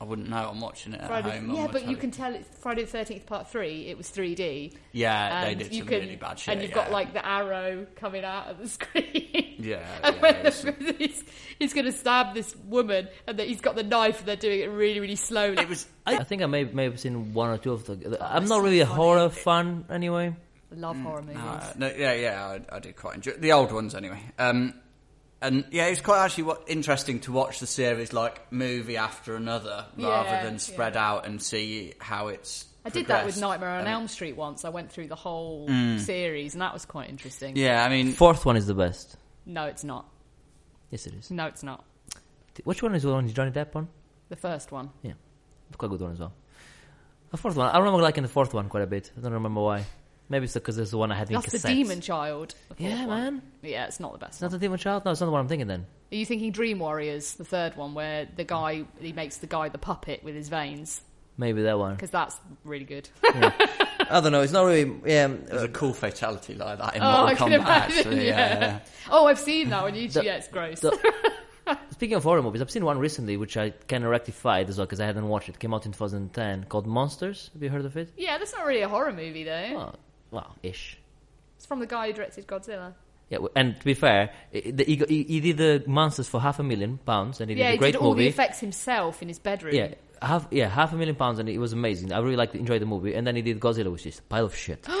[SPEAKER 3] I wouldn't know. I'm watching it at
[SPEAKER 2] Friday,
[SPEAKER 3] home. on
[SPEAKER 2] yeah,
[SPEAKER 3] my
[SPEAKER 2] but you
[SPEAKER 3] telly.
[SPEAKER 2] can tell it's Friday the Thirteenth Part Three. It was 3D.
[SPEAKER 3] Yeah, they
[SPEAKER 2] and
[SPEAKER 3] did
[SPEAKER 2] you
[SPEAKER 3] some
[SPEAKER 2] can-
[SPEAKER 3] really bad shit.
[SPEAKER 2] And you've
[SPEAKER 3] yeah.
[SPEAKER 2] got like the arrow coming out of the [laughs] screen. [laughs]
[SPEAKER 3] Yeah,
[SPEAKER 2] and
[SPEAKER 3] yeah,
[SPEAKER 2] when
[SPEAKER 3] there's
[SPEAKER 2] he's, he's going to stab this woman, and that he's got the knife, and they're doing it really, really slowly. [laughs]
[SPEAKER 3] It was.
[SPEAKER 1] I, I think I may may have seen one or two of the. I'm
[SPEAKER 2] it's
[SPEAKER 1] not
[SPEAKER 2] Oh, so
[SPEAKER 1] really a
[SPEAKER 2] funny.
[SPEAKER 1] horror fan anyway.
[SPEAKER 2] I love horror movies.
[SPEAKER 3] Uh, no, yeah, yeah. I, I did quite enjoy the old ones anyway. Um, and yeah, it was quite actually what, interesting to watch the series like movie after another rather
[SPEAKER 2] Yeah,
[SPEAKER 3] than spread out and see how it's.
[SPEAKER 2] I did that with
[SPEAKER 3] progressed.
[SPEAKER 2] Nightmare on
[SPEAKER 3] And-
[SPEAKER 2] Elm Street once. I went through the whole series, and that was quite interesting.
[SPEAKER 3] [laughs] Yeah, I
[SPEAKER 2] [laughs]
[SPEAKER 3] mean,
[SPEAKER 1] Fourth one is the best.
[SPEAKER 2] No, it's not.
[SPEAKER 1] Yes, it is.
[SPEAKER 2] No, it's not.
[SPEAKER 1] Which one is the one Johnny Depp on?
[SPEAKER 2] The first one.
[SPEAKER 1] It's quite a good one as well. The fourth one, I remember liking the fourth one quite a bit. I don't remember why. Maybe it's because it's the one I had in
[SPEAKER 2] That's the
[SPEAKER 1] cassettes.
[SPEAKER 2] Demon Child. the fourth
[SPEAKER 1] Yeah,
[SPEAKER 2] one.
[SPEAKER 1] man.
[SPEAKER 2] Yeah, it's not the best.
[SPEAKER 1] It's not
[SPEAKER 2] one.
[SPEAKER 1] the Demon Child. No, it's not the one I'm thinking. Then
[SPEAKER 2] Are you thinking Dream Warriors, the third one, where the guy he makes the guy the puppet with his veins?
[SPEAKER 1] maybe that one.
[SPEAKER 2] Because that's
[SPEAKER 1] [laughs]
[SPEAKER 2] really good.
[SPEAKER 1] I don't know. It's not really. Yeah, uh,
[SPEAKER 3] there's a cool fatality like that in
[SPEAKER 2] Oh, I can
[SPEAKER 3] Mortal Kombat.
[SPEAKER 2] imagine, [laughs]
[SPEAKER 3] actually,
[SPEAKER 2] yeah.
[SPEAKER 3] yeah, yeah.
[SPEAKER 2] oh, I've seen that on YouTube.
[SPEAKER 1] The-
[SPEAKER 2] yeah, it's gross.
[SPEAKER 1] the- Speaking of horror movies, I've seen one recently which I kind of rectified as well because I hadn't watched it. it. Came out in 2010 called Monsters. Have you heard of it?
[SPEAKER 2] yeah, that's not really a horror movie though.
[SPEAKER 1] Well, well, ish.
[SPEAKER 2] It's from the guy who directed Godzilla.
[SPEAKER 1] Yeah, w- and to be fair, i- the, he, got- he, he did the monsters for half a million pounds, and he
[SPEAKER 2] yeah,
[SPEAKER 1] did
[SPEAKER 2] he
[SPEAKER 1] a great
[SPEAKER 2] did all the
[SPEAKER 1] movie.
[SPEAKER 2] effects himself in his bedroom.
[SPEAKER 1] yeah, half yeah half a million pounds, and it was amazing. I really liked enjoyed the movie. And then he did Godzilla, which is a pile of
[SPEAKER 2] [gasps]
[SPEAKER 1] shit. Uh,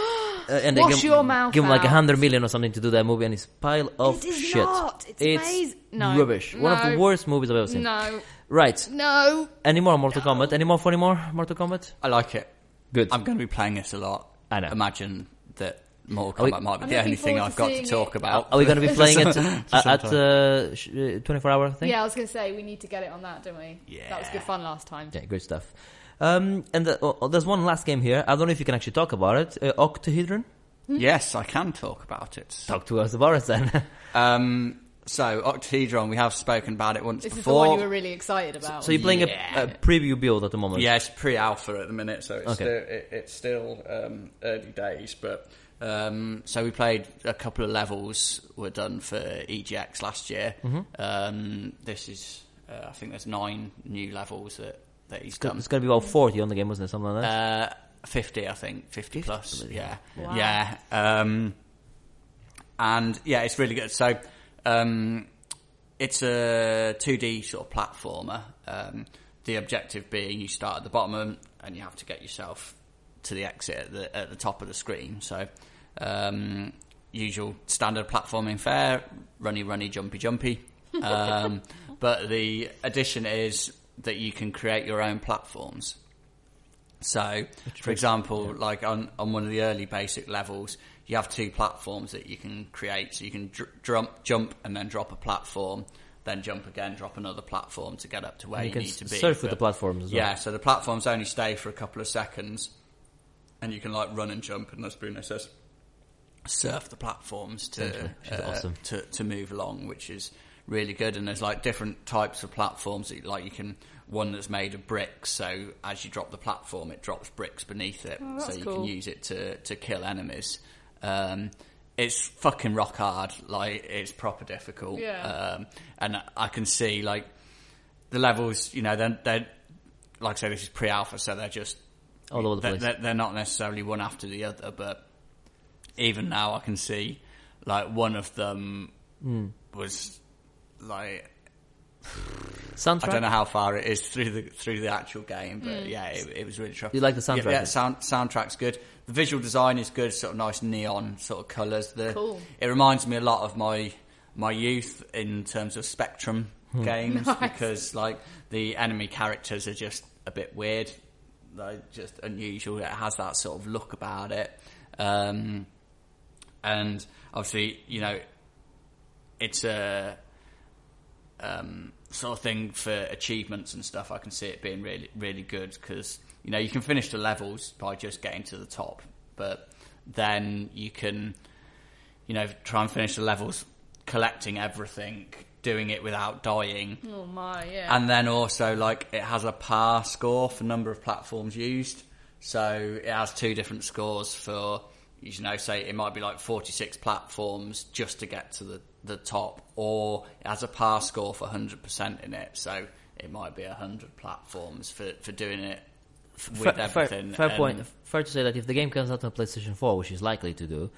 [SPEAKER 1] and
[SPEAKER 2] Wash
[SPEAKER 1] give,
[SPEAKER 2] your mouth
[SPEAKER 1] Give him like a
[SPEAKER 2] out.
[SPEAKER 1] hundred million or something to do that movie, and it's pile of
[SPEAKER 2] It is
[SPEAKER 1] shit.
[SPEAKER 2] not. It's amaz- No.
[SPEAKER 1] rubbish. One of the
[SPEAKER 2] No.
[SPEAKER 1] worst movies I've ever seen.
[SPEAKER 2] No,
[SPEAKER 1] Right.
[SPEAKER 2] no.
[SPEAKER 1] Any more Mortal Kombat? Any more funny more Mortal Kombat?
[SPEAKER 3] I like it.
[SPEAKER 1] Good.
[SPEAKER 3] I'm going to be playing this a lot.
[SPEAKER 1] I know.
[SPEAKER 3] Imagine that Mortal
[SPEAKER 1] Are we-
[SPEAKER 3] Kombat might be
[SPEAKER 2] I'm
[SPEAKER 3] the only
[SPEAKER 2] looking
[SPEAKER 3] thing
[SPEAKER 2] forward
[SPEAKER 3] I've
[SPEAKER 2] to
[SPEAKER 3] got to
[SPEAKER 2] seeing
[SPEAKER 3] talk
[SPEAKER 2] it.
[SPEAKER 3] about.
[SPEAKER 1] Are we going to be playing it
[SPEAKER 3] Some-
[SPEAKER 1] at, at
[SPEAKER 3] sometime.
[SPEAKER 1] uh, sh- uh, 24 hour thing?
[SPEAKER 2] Yeah, I was going to say we need to get it on that, don't we? that was
[SPEAKER 3] Yeah.
[SPEAKER 2] good fun last time.
[SPEAKER 1] Yeah, great stuff. Um, and the, oh, oh, there's one last game here. I don't know if you can actually talk about it. Uh, Octahedron? Oh.
[SPEAKER 3] yes, I can talk about it.
[SPEAKER 1] Talk to us about it then.
[SPEAKER 3] Um, So octahedron, we have spoken about it once
[SPEAKER 2] This is the
[SPEAKER 3] before.
[SPEAKER 2] one you were really excited
[SPEAKER 1] [laughs]
[SPEAKER 2] about.
[SPEAKER 1] So you're playing
[SPEAKER 3] Yeah.
[SPEAKER 1] a, a preview build at the moment.
[SPEAKER 3] Yeah, it's pre-alpha at the minute, so it's
[SPEAKER 1] Okay.
[SPEAKER 3] still, it, it's still um, early days. But um, so we played a couple of levels. Were done for EGX last year.
[SPEAKER 1] Mm-hmm.
[SPEAKER 3] Um, this is, uh, I think, there's nine new levels that that he's
[SPEAKER 1] It's go-
[SPEAKER 3] done.
[SPEAKER 1] it's going to be about 40 on the game, wasn't it? Something like that.
[SPEAKER 3] Uh, 50, I think. 50,
[SPEAKER 1] 50,
[SPEAKER 3] plus.
[SPEAKER 1] bloody
[SPEAKER 3] Yeah.
[SPEAKER 2] hell.
[SPEAKER 3] Yeah. Um, and yeah, it's really good. So um, it's a 2D sort of platformer. Um, the objective being you start at the bottom and- and you have to get yourself to the exit at the, at the top of the screen. So um, usual standard platforming fare runny, runny, jumpy, jumpy. Um, but the addition is that you can create your own platforms. So, for example, like on, on one of the early basic levels, you have two platforms that you can create. So you can dr- jump, jump, and then drop a platform, then jump again, drop another platform to get up to where
[SPEAKER 1] And
[SPEAKER 3] you,
[SPEAKER 1] you can
[SPEAKER 3] need to be.
[SPEAKER 1] surf with the
[SPEAKER 3] But-
[SPEAKER 1] platforms as well.
[SPEAKER 3] Yeah, so the platforms only stay for a couple of seconds, and you can like run and jump, and as Bruno says, surf the platforms
[SPEAKER 1] Essentially,
[SPEAKER 3] to uh,
[SPEAKER 1] which is awesome.
[SPEAKER 3] to, to move along, which is really good. And there's like different types of platforms. That, like you can one that's made of bricks, so as you drop the platform, it drops bricks beneath it,
[SPEAKER 2] Oh,
[SPEAKER 3] so
[SPEAKER 2] that's
[SPEAKER 3] you can
[SPEAKER 2] cool.
[SPEAKER 3] use it to to kill enemies. Um, it's fucking rock hard. Like it's proper difficult.
[SPEAKER 2] Yeah.
[SPEAKER 3] Um, and I can see like the levels. You know, they're, they're like I say, this is pre-alpha, so they're just
[SPEAKER 1] All over the
[SPEAKER 3] they're,
[SPEAKER 1] place.
[SPEAKER 3] they're, they're not necessarily one after the other, but even now I can see like one of them
[SPEAKER 1] Hmm.
[SPEAKER 3] was like
[SPEAKER 1] Soundtrack?
[SPEAKER 3] Uh, I don't know how far it is through the through the actual game, but yeah, it, it was really tough.
[SPEAKER 1] You like the
[SPEAKER 3] Yeah,
[SPEAKER 1] soundtrack?
[SPEAKER 3] Yeah, sound, soundtrack's good. The visual design is good, sort of nice neon sort of colours. The
[SPEAKER 2] Cool.
[SPEAKER 3] it reminds me a lot of my my youth in terms of Spectrum
[SPEAKER 1] Hmm.
[SPEAKER 3] games
[SPEAKER 2] Nice.
[SPEAKER 3] because like the enemy characters are just a bit weird, they're just unusual. It has that sort of look about it, um, and obviously you know it's a um, sort of thing for achievements and stuff. I can see it being really, really good because you know you can finish the levels by just getting to the top, but then you can, you know, try and finish the levels collecting everything, doing it without dying,
[SPEAKER 2] oh my, yeah.
[SPEAKER 3] and then also like it has a par score for number of platforms used, so it has two different scores for you know say it might be like 46 platforms just to get to the the top, or it has a par score for 100% in it, so it might be 100 platforms for for doing it with
[SPEAKER 1] fair, fair-
[SPEAKER 3] everything.
[SPEAKER 1] fair
[SPEAKER 3] and-
[SPEAKER 1] point. Fair to say that if the game comes out on PlayStation 4, which is likely to do,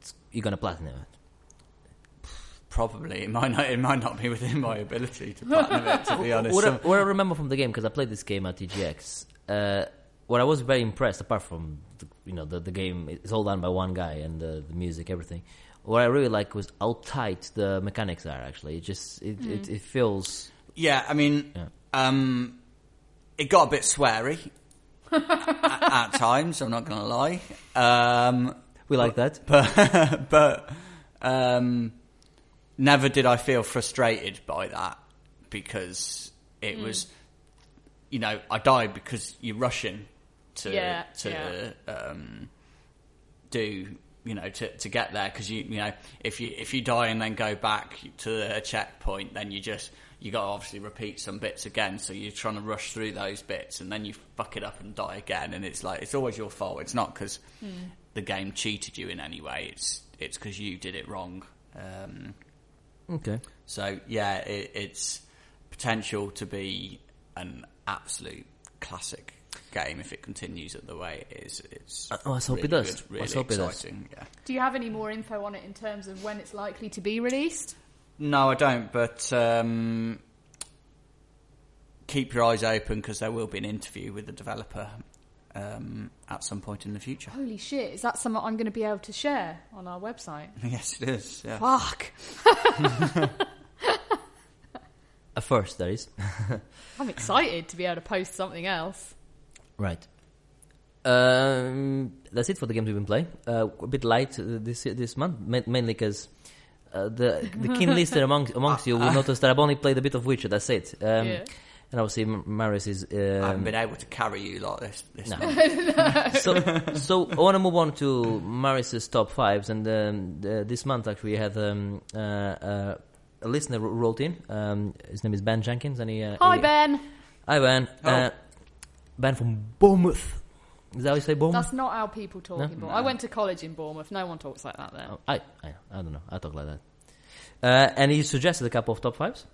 [SPEAKER 1] it's, you're going to platinum it.
[SPEAKER 3] Probably it might not. It might not be within my ability to platinum it. To be
[SPEAKER 1] [laughs]
[SPEAKER 3] honest,
[SPEAKER 1] What I,
[SPEAKER 3] Some-
[SPEAKER 1] what I remember from the game, because I played this game at TGX, uh, what I was very impressed, apart from the, you know the, the game, it's all done by one guy and the, the music, everything. What I really like was how tight the mechanics are. Actually, it just it, it, it feels
[SPEAKER 3] Yeah, I mean,
[SPEAKER 1] Yeah.
[SPEAKER 3] um, it got a bit sweary at, at times. I'm not going to lie, um, [laughs]
[SPEAKER 1] we like that.
[SPEAKER 3] but but um, never did I feel frustrated by that because it
[SPEAKER 2] Hmm.
[SPEAKER 3] was, you know, I died because you're rushing to
[SPEAKER 2] Yeah,
[SPEAKER 3] to Um, do you know to, to get there because you you know if you if you die and then go back to the checkpoint then you just you got to obviously repeat some bits again so you're trying to rush through those bits and then you fuck it up and die again and it's like it's always your fault it's not because
[SPEAKER 2] Hmm.
[SPEAKER 3] the game cheated you in any way it's it's because you did it wrong um,
[SPEAKER 1] Okay,
[SPEAKER 3] so yeah it, it's potential to be an absolute classic game if it continues at the way it is it's
[SPEAKER 1] Uh, let's hope it
[SPEAKER 3] really
[SPEAKER 1] does.
[SPEAKER 3] good, really
[SPEAKER 1] Let's hope it does.
[SPEAKER 3] exciting yeah
[SPEAKER 2] Do you have any more info on it in terms of when it's likely to be released?
[SPEAKER 3] No, I don't. But um, keep your eyes open because there will be an interview with the developer um, at some point in the future. [laughs]
[SPEAKER 2] Holy shit, is that something I'm going to be able to share on our website?
[SPEAKER 3] yes, it is. Yeah.
[SPEAKER 2] Fuck!
[SPEAKER 1] a first that is.
[SPEAKER 2] I'm excited to be able to post something else.
[SPEAKER 1] Right. Um, that's it for the games we've been playing. Uh, a bit light uh, this this month, ma- mainly because uh, the the keen listener among, amongst you will notice that I've only played a bit of Witcher. That's it. Um,
[SPEAKER 2] Yeah.
[SPEAKER 1] And obviously, M- Marius is.
[SPEAKER 3] I haven't
[SPEAKER 1] Um,
[SPEAKER 3] been able to carry you like this. this
[SPEAKER 1] No.
[SPEAKER 3] month.
[SPEAKER 2] [laughs]
[SPEAKER 1] so, so I want to move on to Marius's top fives, and um, the, this month actually we had um, uh, uh, a listener wr- wrote in. Um, his name is Ben Jenkins, and he. Uh,
[SPEAKER 2] Hi,
[SPEAKER 1] he-
[SPEAKER 2] Ben.
[SPEAKER 1] Hi Ben. Uh, ben from Bournemouth. Is that how you say Bournemouth?
[SPEAKER 2] That's not how people talk
[SPEAKER 1] No?
[SPEAKER 2] in Bournemouth. I went to college in Bournemouth. No one talks like that there.
[SPEAKER 1] Oh, I, I I don't know. I talk like that. Uh, and he suggested a couple of top fives.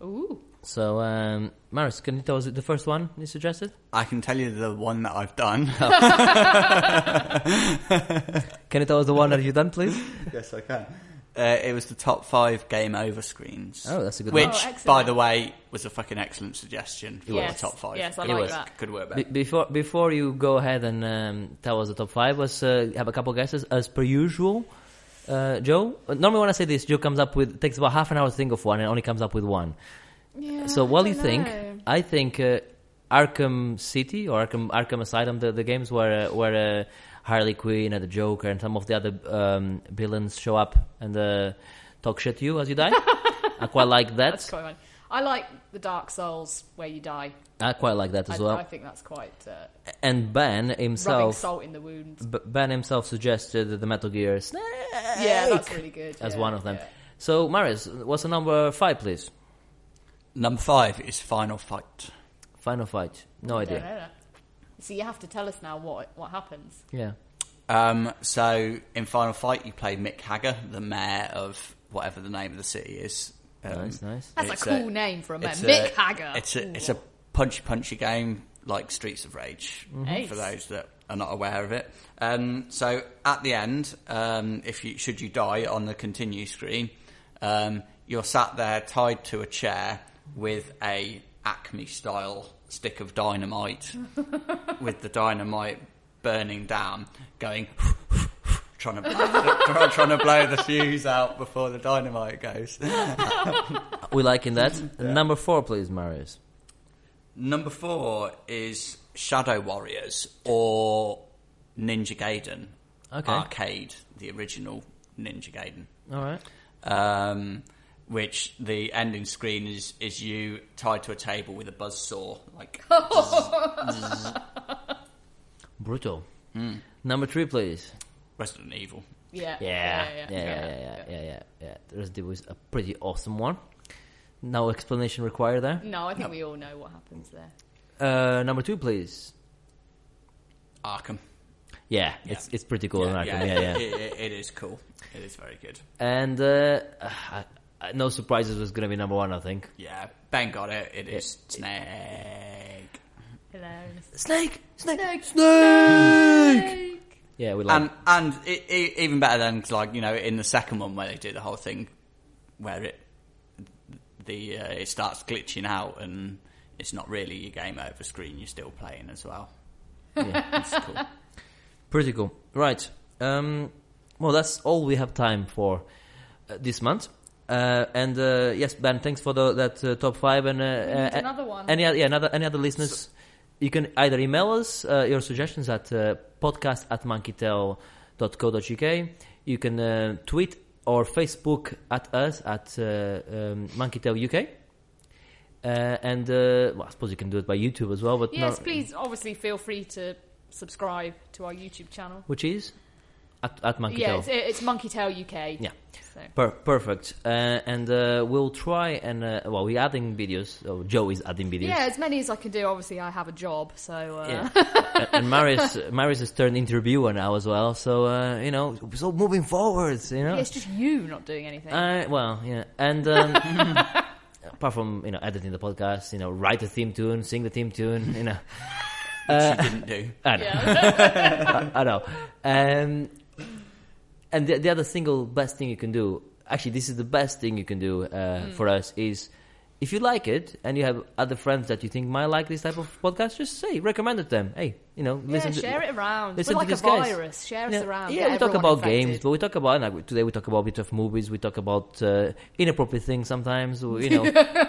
[SPEAKER 1] Oh.
[SPEAKER 2] Ooh.
[SPEAKER 1] So, um, Maris, can you tell us the first one you suggested?
[SPEAKER 3] I can tell you the one that I've done. [laughs]
[SPEAKER 1] Can you tell us the one that you done, please?
[SPEAKER 3] [laughs] yes, I can. Uh, it was the top five game over screens.
[SPEAKER 1] Oh, that's a good
[SPEAKER 3] Which,
[SPEAKER 1] one.
[SPEAKER 2] Oh, excellent.
[SPEAKER 3] by the way, was a fucking excellent suggestion for
[SPEAKER 2] Yes.
[SPEAKER 3] the top five.
[SPEAKER 2] Yes, I
[SPEAKER 3] Could
[SPEAKER 1] like
[SPEAKER 3] work-
[SPEAKER 2] that.
[SPEAKER 3] Could work better.
[SPEAKER 1] Be- before before you go ahead and um, tell us the top five, let's uh, have a couple guesses as per usual. Uh, Joe, uh, normally when I say this, Joe comes up with takes about half an hour to think of one and only comes up with one.
[SPEAKER 2] Yeah,
[SPEAKER 1] so
[SPEAKER 2] Ah, I
[SPEAKER 1] what do you
[SPEAKER 2] don't
[SPEAKER 1] think?
[SPEAKER 2] know.
[SPEAKER 1] I think uh, Arkham City or Arkham Arkham Asylum, the, the games where uh, where uh, Harley Quinn and the Joker and some of the other um, villains show up and uh, talk shit to you as you
[SPEAKER 2] [laughs]
[SPEAKER 1] die. I quite like
[SPEAKER 2] That's
[SPEAKER 1] that.
[SPEAKER 2] quite fun. I like the Dark Souls where you die.
[SPEAKER 1] I quite like that
[SPEAKER 2] I,
[SPEAKER 1] as well.
[SPEAKER 2] I think that's quite uh,
[SPEAKER 1] and Ben
[SPEAKER 2] rubbing
[SPEAKER 1] himself.
[SPEAKER 2] salt in the wounds.
[SPEAKER 1] B- ben himself suggested the Metal Gear Snake
[SPEAKER 2] Yeah, that's really good.
[SPEAKER 1] as
[SPEAKER 2] yeah,
[SPEAKER 1] one of them.
[SPEAKER 2] yeah.
[SPEAKER 1] So, Marius, what's the number five, please?
[SPEAKER 3] Number five is Final Fight.
[SPEAKER 1] Final fight. No
[SPEAKER 2] I don't
[SPEAKER 1] idea.
[SPEAKER 2] know that. See, you have to tell us now what what happens.
[SPEAKER 1] Yeah.
[SPEAKER 3] Um, so in Final Fight, you play Mick Hagger, the mayor of whatever the name of the city is. Um,
[SPEAKER 1] Nice, nice.
[SPEAKER 2] That's
[SPEAKER 3] It's
[SPEAKER 2] a cool name for a man.
[SPEAKER 3] it's
[SPEAKER 2] Mick Hagger.
[SPEAKER 3] It's a, it's
[SPEAKER 2] Ooh.
[SPEAKER 3] a punchy, punchy game like Streets of Rage
[SPEAKER 2] Ace.
[SPEAKER 3] for those that are not aware of it. Um, so at the end, um, if you should you die on the continue screen, um, you're sat there tied to a chair with a Acme style stick
[SPEAKER 2] [laughs]
[SPEAKER 3] of dynamite, with the dynamite burning down, going. [laughs] Trying to, trying, trying to [laughs] blow the fuse out before the dynamite goes.
[SPEAKER 1] We liking that. Number four, please, Marius.
[SPEAKER 3] Number four is Shadow Warriors or Ninja Gaiden
[SPEAKER 1] Okay.
[SPEAKER 3] arcade, the original Ninja Gaiden,
[SPEAKER 1] All right.
[SPEAKER 3] um, which the ending screen is is you tied to a table with a buzz saw. Like
[SPEAKER 1] Brutal. Hmm. Number three, please.
[SPEAKER 3] Resident Evil.
[SPEAKER 2] yeah,
[SPEAKER 1] Yeah. Yeah, yeah, yeah, yeah, yeah, yeah. Resident Evil is a pretty awesome one. No explanation required there.
[SPEAKER 2] No, I think we all know what happens there.
[SPEAKER 1] Uh, number two, please.
[SPEAKER 3] Arkham.
[SPEAKER 1] Yeah, it's it's pretty cool. Arkham. yeah, yeah. [laughs]
[SPEAKER 3] It, it- it is cool. It is very good.
[SPEAKER 1] And uh, I, I, no surprises was gonna be number one, I think.
[SPEAKER 3] Yeah, Ben got it. It is Snake.
[SPEAKER 2] Hilarious.
[SPEAKER 1] Snake, snake,
[SPEAKER 2] Snake. Snake.
[SPEAKER 1] Yeah, we like.
[SPEAKER 3] and and it, it, even better than 'cause, like you know in the second one where they do the whole thing where it the uh, it starts glitching out and it's not really your game over screen you're still playing as well.
[SPEAKER 1] Yeah.
[SPEAKER 3] It's cool.
[SPEAKER 1] [laughs] Pretty cool. Right. Um, well, that's all we have time for uh, this month. Uh, and uh, yes, Ben, thanks for the, that uh, top five. And uh, uh,
[SPEAKER 2] need another one.
[SPEAKER 1] Any, oth- yeah, another, any other listeners? you can either email us uh, your suggestions at uh, podcast at monkeytail.co.uk. You can uh, tweet or Facebook at us at uh, um, monkeytail UK. Uh, and uh, well, I suppose you can do it by YouTube as well, but
[SPEAKER 2] Yes,
[SPEAKER 1] not-
[SPEAKER 2] please. Obviously, feel free to subscribe to our YouTube channel.
[SPEAKER 1] which is at, at monkeytail.
[SPEAKER 2] yeah, it's, it's Monkey Tail UK.
[SPEAKER 1] Yeah.
[SPEAKER 2] So.
[SPEAKER 1] Per- perfect. Uh, and uh, we'll try and uh, well, we're adding videos. Oh, Joe is adding videos.
[SPEAKER 2] Yeah, as many as I can do. Obviously, I have a job, so uh,
[SPEAKER 1] [laughs] Yeah. and, and Marius, Marius has turned into reviewer now as well. So uh, you know, so moving forwards, you know.
[SPEAKER 2] it's just you not doing anything.
[SPEAKER 1] Uh, well, yeah, and um, [laughs] apart from you know editing the podcast, you know, write the theme tune, sing the theme tune, you know, [laughs]
[SPEAKER 3] Which you didn't do.
[SPEAKER 1] I know,
[SPEAKER 2] yeah.
[SPEAKER 1] I know. [laughs] Um, and the, the other single best thing you can do, actually, this is the best thing you can do uh,
[SPEAKER 2] Mm.
[SPEAKER 1] for us is if you like it and you have other friends that you think might like this type of podcast, just say recommend it to them. Hey, you know, listen to
[SPEAKER 2] yeah, share it around. We're
[SPEAKER 1] listen to
[SPEAKER 2] like a
[SPEAKER 1] these guys.
[SPEAKER 2] virus. Share
[SPEAKER 1] yeah,
[SPEAKER 2] us around.
[SPEAKER 1] yeah,
[SPEAKER 2] Get
[SPEAKER 1] we talk
[SPEAKER 2] everyone
[SPEAKER 1] about
[SPEAKER 2] infected.
[SPEAKER 1] games, but we talk about like today we talk about a bit of movies, we talk about uh, inappropriate things sometimes. We, you
[SPEAKER 2] [laughs]
[SPEAKER 1] know,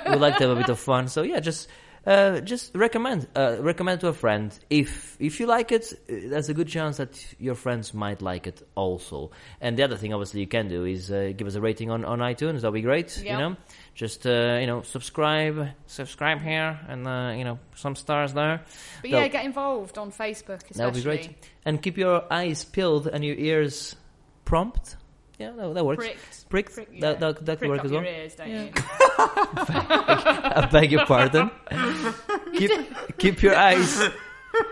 [SPEAKER 1] we like to have a bit of fun. So yeah, just uh, just recommend uh, recommend to a friend if if you like it. uh, There's a good chance that your friends might like it also. And the other thing, obviously, you can do is uh, give us a rating on on iTunes. That'd be great.
[SPEAKER 2] Yeah.
[SPEAKER 1] You know, just uh, you know subscribe subscribe here and uh, you know some stars there.
[SPEAKER 2] But
[SPEAKER 1] That-
[SPEAKER 2] yeah, get involved on Facebook. Especially.
[SPEAKER 1] that would be great. And keep your eyes peeled and your ears prompt Yeah, no, that works.
[SPEAKER 2] Pricked.
[SPEAKER 1] Pricked,
[SPEAKER 2] Prick- yeah.
[SPEAKER 1] that, that, that could
[SPEAKER 2] Prick
[SPEAKER 1] work
[SPEAKER 2] up
[SPEAKER 1] as well.
[SPEAKER 2] your ears, don't
[SPEAKER 1] Yeah.
[SPEAKER 2] you?
[SPEAKER 1] I beg your
[SPEAKER 2] [laughs]
[SPEAKER 1] pardon. keep, keep your eyes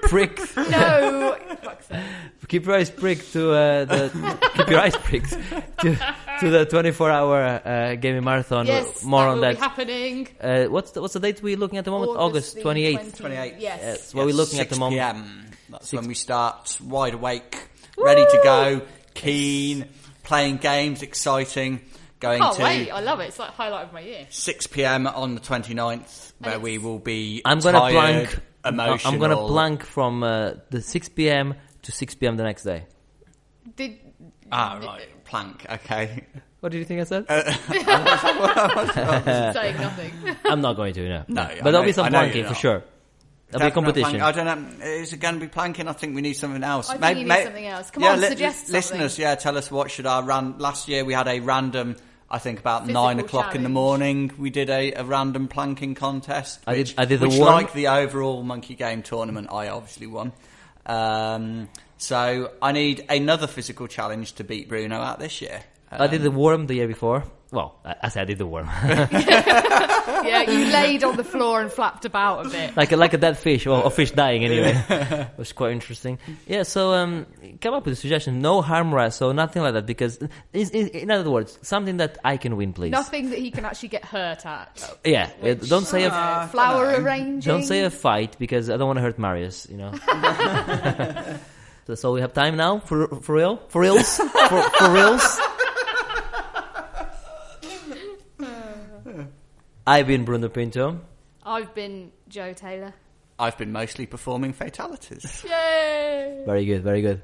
[SPEAKER 1] pricked.
[SPEAKER 2] no. [laughs] Fuck's sake.
[SPEAKER 1] Keep your eyes pricked to uh, the. keep your eyes pricked to, to the 24-hour uh, gaming marathon.
[SPEAKER 2] Yes,
[SPEAKER 1] More
[SPEAKER 2] that
[SPEAKER 1] on
[SPEAKER 2] will
[SPEAKER 1] that.
[SPEAKER 2] Be happening.
[SPEAKER 1] Uh, what's the, what's the date we're looking at the moment? August,
[SPEAKER 2] the
[SPEAKER 1] 28th.
[SPEAKER 3] 28th.
[SPEAKER 2] Yes.
[SPEAKER 1] Yes. What are we looking at
[SPEAKER 3] 6
[SPEAKER 1] the moment?
[SPEAKER 3] PM. That's
[SPEAKER 1] Six-
[SPEAKER 3] when we start wide awake, ready to go, keen, playing games, exciting, going
[SPEAKER 2] Can't
[SPEAKER 3] to
[SPEAKER 2] Oh, wait. I love it. It's like highlight of my year.
[SPEAKER 3] 6 p.m. on the 29th, where we will be.
[SPEAKER 1] I'm gonna
[SPEAKER 3] tired,
[SPEAKER 1] blank.
[SPEAKER 3] Emotional.
[SPEAKER 1] I'm gonna blank from uh, the 6 p.m. to 6 p.m. the next day.
[SPEAKER 2] Did
[SPEAKER 3] Ah, right. Plank. Okay. [laughs]
[SPEAKER 1] What did you think I said?
[SPEAKER 2] [laughs] saying
[SPEAKER 1] [laughs]
[SPEAKER 2] nothing.
[SPEAKER 1] I'm not going to. No,
[SPEAKER 3] No, I
[SPEAKER 1] But there'll be
[SPEAKER 3] know-
[SPEAKER 1] some
[SPEAKER 3] I know you're
[SPEAKER 1] planking for
[SPEAKER 3] not.
[SPEAKER 1] sure. There'll be
[SPEAKER 3] Definite
[SPEAKER 1] competition.
[SPEAKER 3] plank- I don't know. Is it going to be planking? I think we need something else.
[SPEAKER 2] I think
[SPEAKER 3] Maybe-
[SPEAKER 2] you need
[SPEAKER 3] may-
[SPEAKER 2] something else. Come
[SPEAKER 3] yeah,
[SPEAKER 2] on,
[SPEAKER 3] li-
[SPEAKER 2] suggest something.
[SPEAKER 3] Listeners, yeah, tell us what should our ran. Last year we had a random. I think about
[SPEAKER 2] Physical
[SPEAKER 3] nine o'clock in the
[SPEAKER 2] challenge.
[SPEAKER 3] morning we did a, a random planking contest.
[SPEAKER 1] I did-
[SPEAKER 3] which-
[SPEAKER 1] I did the
[SPEAKER 3] which,
[SPEAKER 1] one.
[SPEAKER 3] like the overall monkey game tournament, I obviously won. Um, so I need another physical challenge to beat Bruno out this year.
[SPEAKER 1] I did the worm the year before. Well, I, I said I did the worm, [laughs]
[SPEAKER 2] yeah, you laid on the floor and flapped about a bit.
[SPEAKER 1] like a, like a dead fish or, or fish dying anyway. [laughs] it was quite interesting. Yeah. So um, come up with a suggestion. No harm rest, so nothing like that. Because is, is, in other words, something that I can win, please.
[SPEAKER 2] Nothing that he can actually get hurt at.
[SPEAKER 1] Yeah. uh, don't say a
[SPEAKER 3] Ah,
[SPEAKER 2] Flower
[SPEAKER 3] dunno.
[SPEAKER 2] arranging.
[SPEAKER 1] Don't say a fight because I don't want to hurt Marius, you know. That's all we have time now for for real, for reals, for, for reals. I've been Bruno Pinto.
[SPEAKER 2] I've been Joe Taylor.
[SPEAKER 3] I've been mostly performing fatalities.
[SPEAKER 2] Yay! [laughs]
[SPEAKER 1] Very good, very good.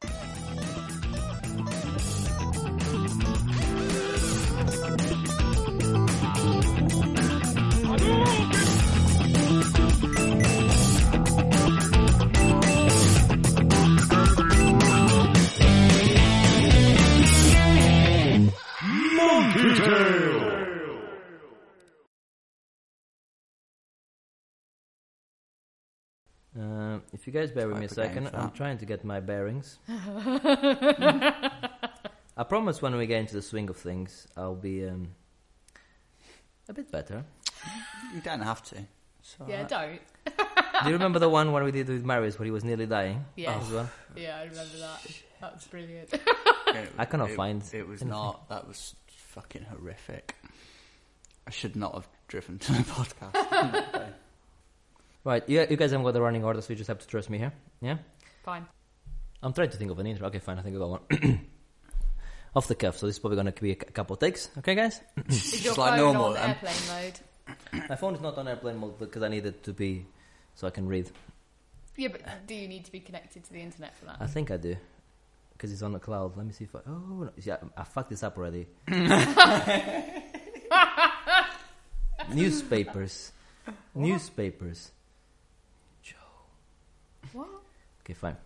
[SPEAKER 1] Uh, if you guys bear with me a
[SPEAKER 3] Type of game
[SPEAKER 1] second,
[SPEAKER 3] for
[SPEAKER 1] I'm
[SPEAKER 3] that.
[SPEAKER 1] trying to get my bearings. I promise when we get into the swing of things, I'll be um, a bit better.
[SPEAKER 3] you don't have to. It's all
[SPEAKER 2] Yeah,
[SPEAKER 3] right.
[SPEAKER 2] don't.
[SPEAKER 1] Do you remember the one when we did with Marius when he was nearly dying?
[SPEAKER 2] Yes.
[SPEAKER 1] As well?
[SPEAKER 2] Yeah, I remember that. That's brilliant.
[SPEAKER 3] It-
[SPEAKER 1] I cannot
[SPEAKER 3] it-
[SPEAKER 1] find
[SPEAKER 3] It was
[SPEAKER 1] anything.
[SPEAKER 3] not. That was fucking horrific. I should not have driven to the [laughs] podcast.
[SPEAKER 1] Right, you, you guys haven't got the running order, so you just have to trust me here. Yeah?
[SPEAKER 2] Fine.
[SPEAKER 1] I'm trying to think of an intro. Okay, fine, I think I got one. [coughs] Off the cuff, so this is probably going to be a c- couple of takes. Okay, guys? [coughs]
[SPEAKER 2] Is
[SPEAKER 3] Just
[SPEAKER 2] your
[SPEAKER 3] like
[SPEAKER 2] phone
[SPEAKER 3] normal,
[SPEAKER 2] on
[SPEAKER 3] then.
[SPEAKER 2] airplane mode?
[SPEAKER 1] My phone is not on airplane mode because I need it to be so I can read.
[SPEAKER 2] Yeah, but do you need to be connected to the internet for
[SPEAKER 3] Uh,
[SPEAKER 2] that?
[SPEAKER 1] I think I do. Because it's on the cloud. Let me see if I. Oh, no. See, I, I fucked this up already. Newspapers. Newspapers. Joe.
[SPEAKER 2] What?
[SPEAKER 1] Okay, fine.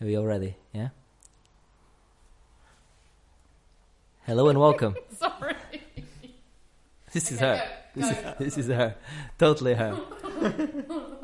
[SPEAKER 1] Are we all ready? Yeah? Hello and welcome.
[SPEAKER 2] [laughs] Sorry.
[SPEAKER 1] This is
[SPEAKER 2] Okay,
[SPEAKER 1] her.
[SPEAKER 2] [laughs] go,
[SPEAKER 1] This, is, this is her. Totally her.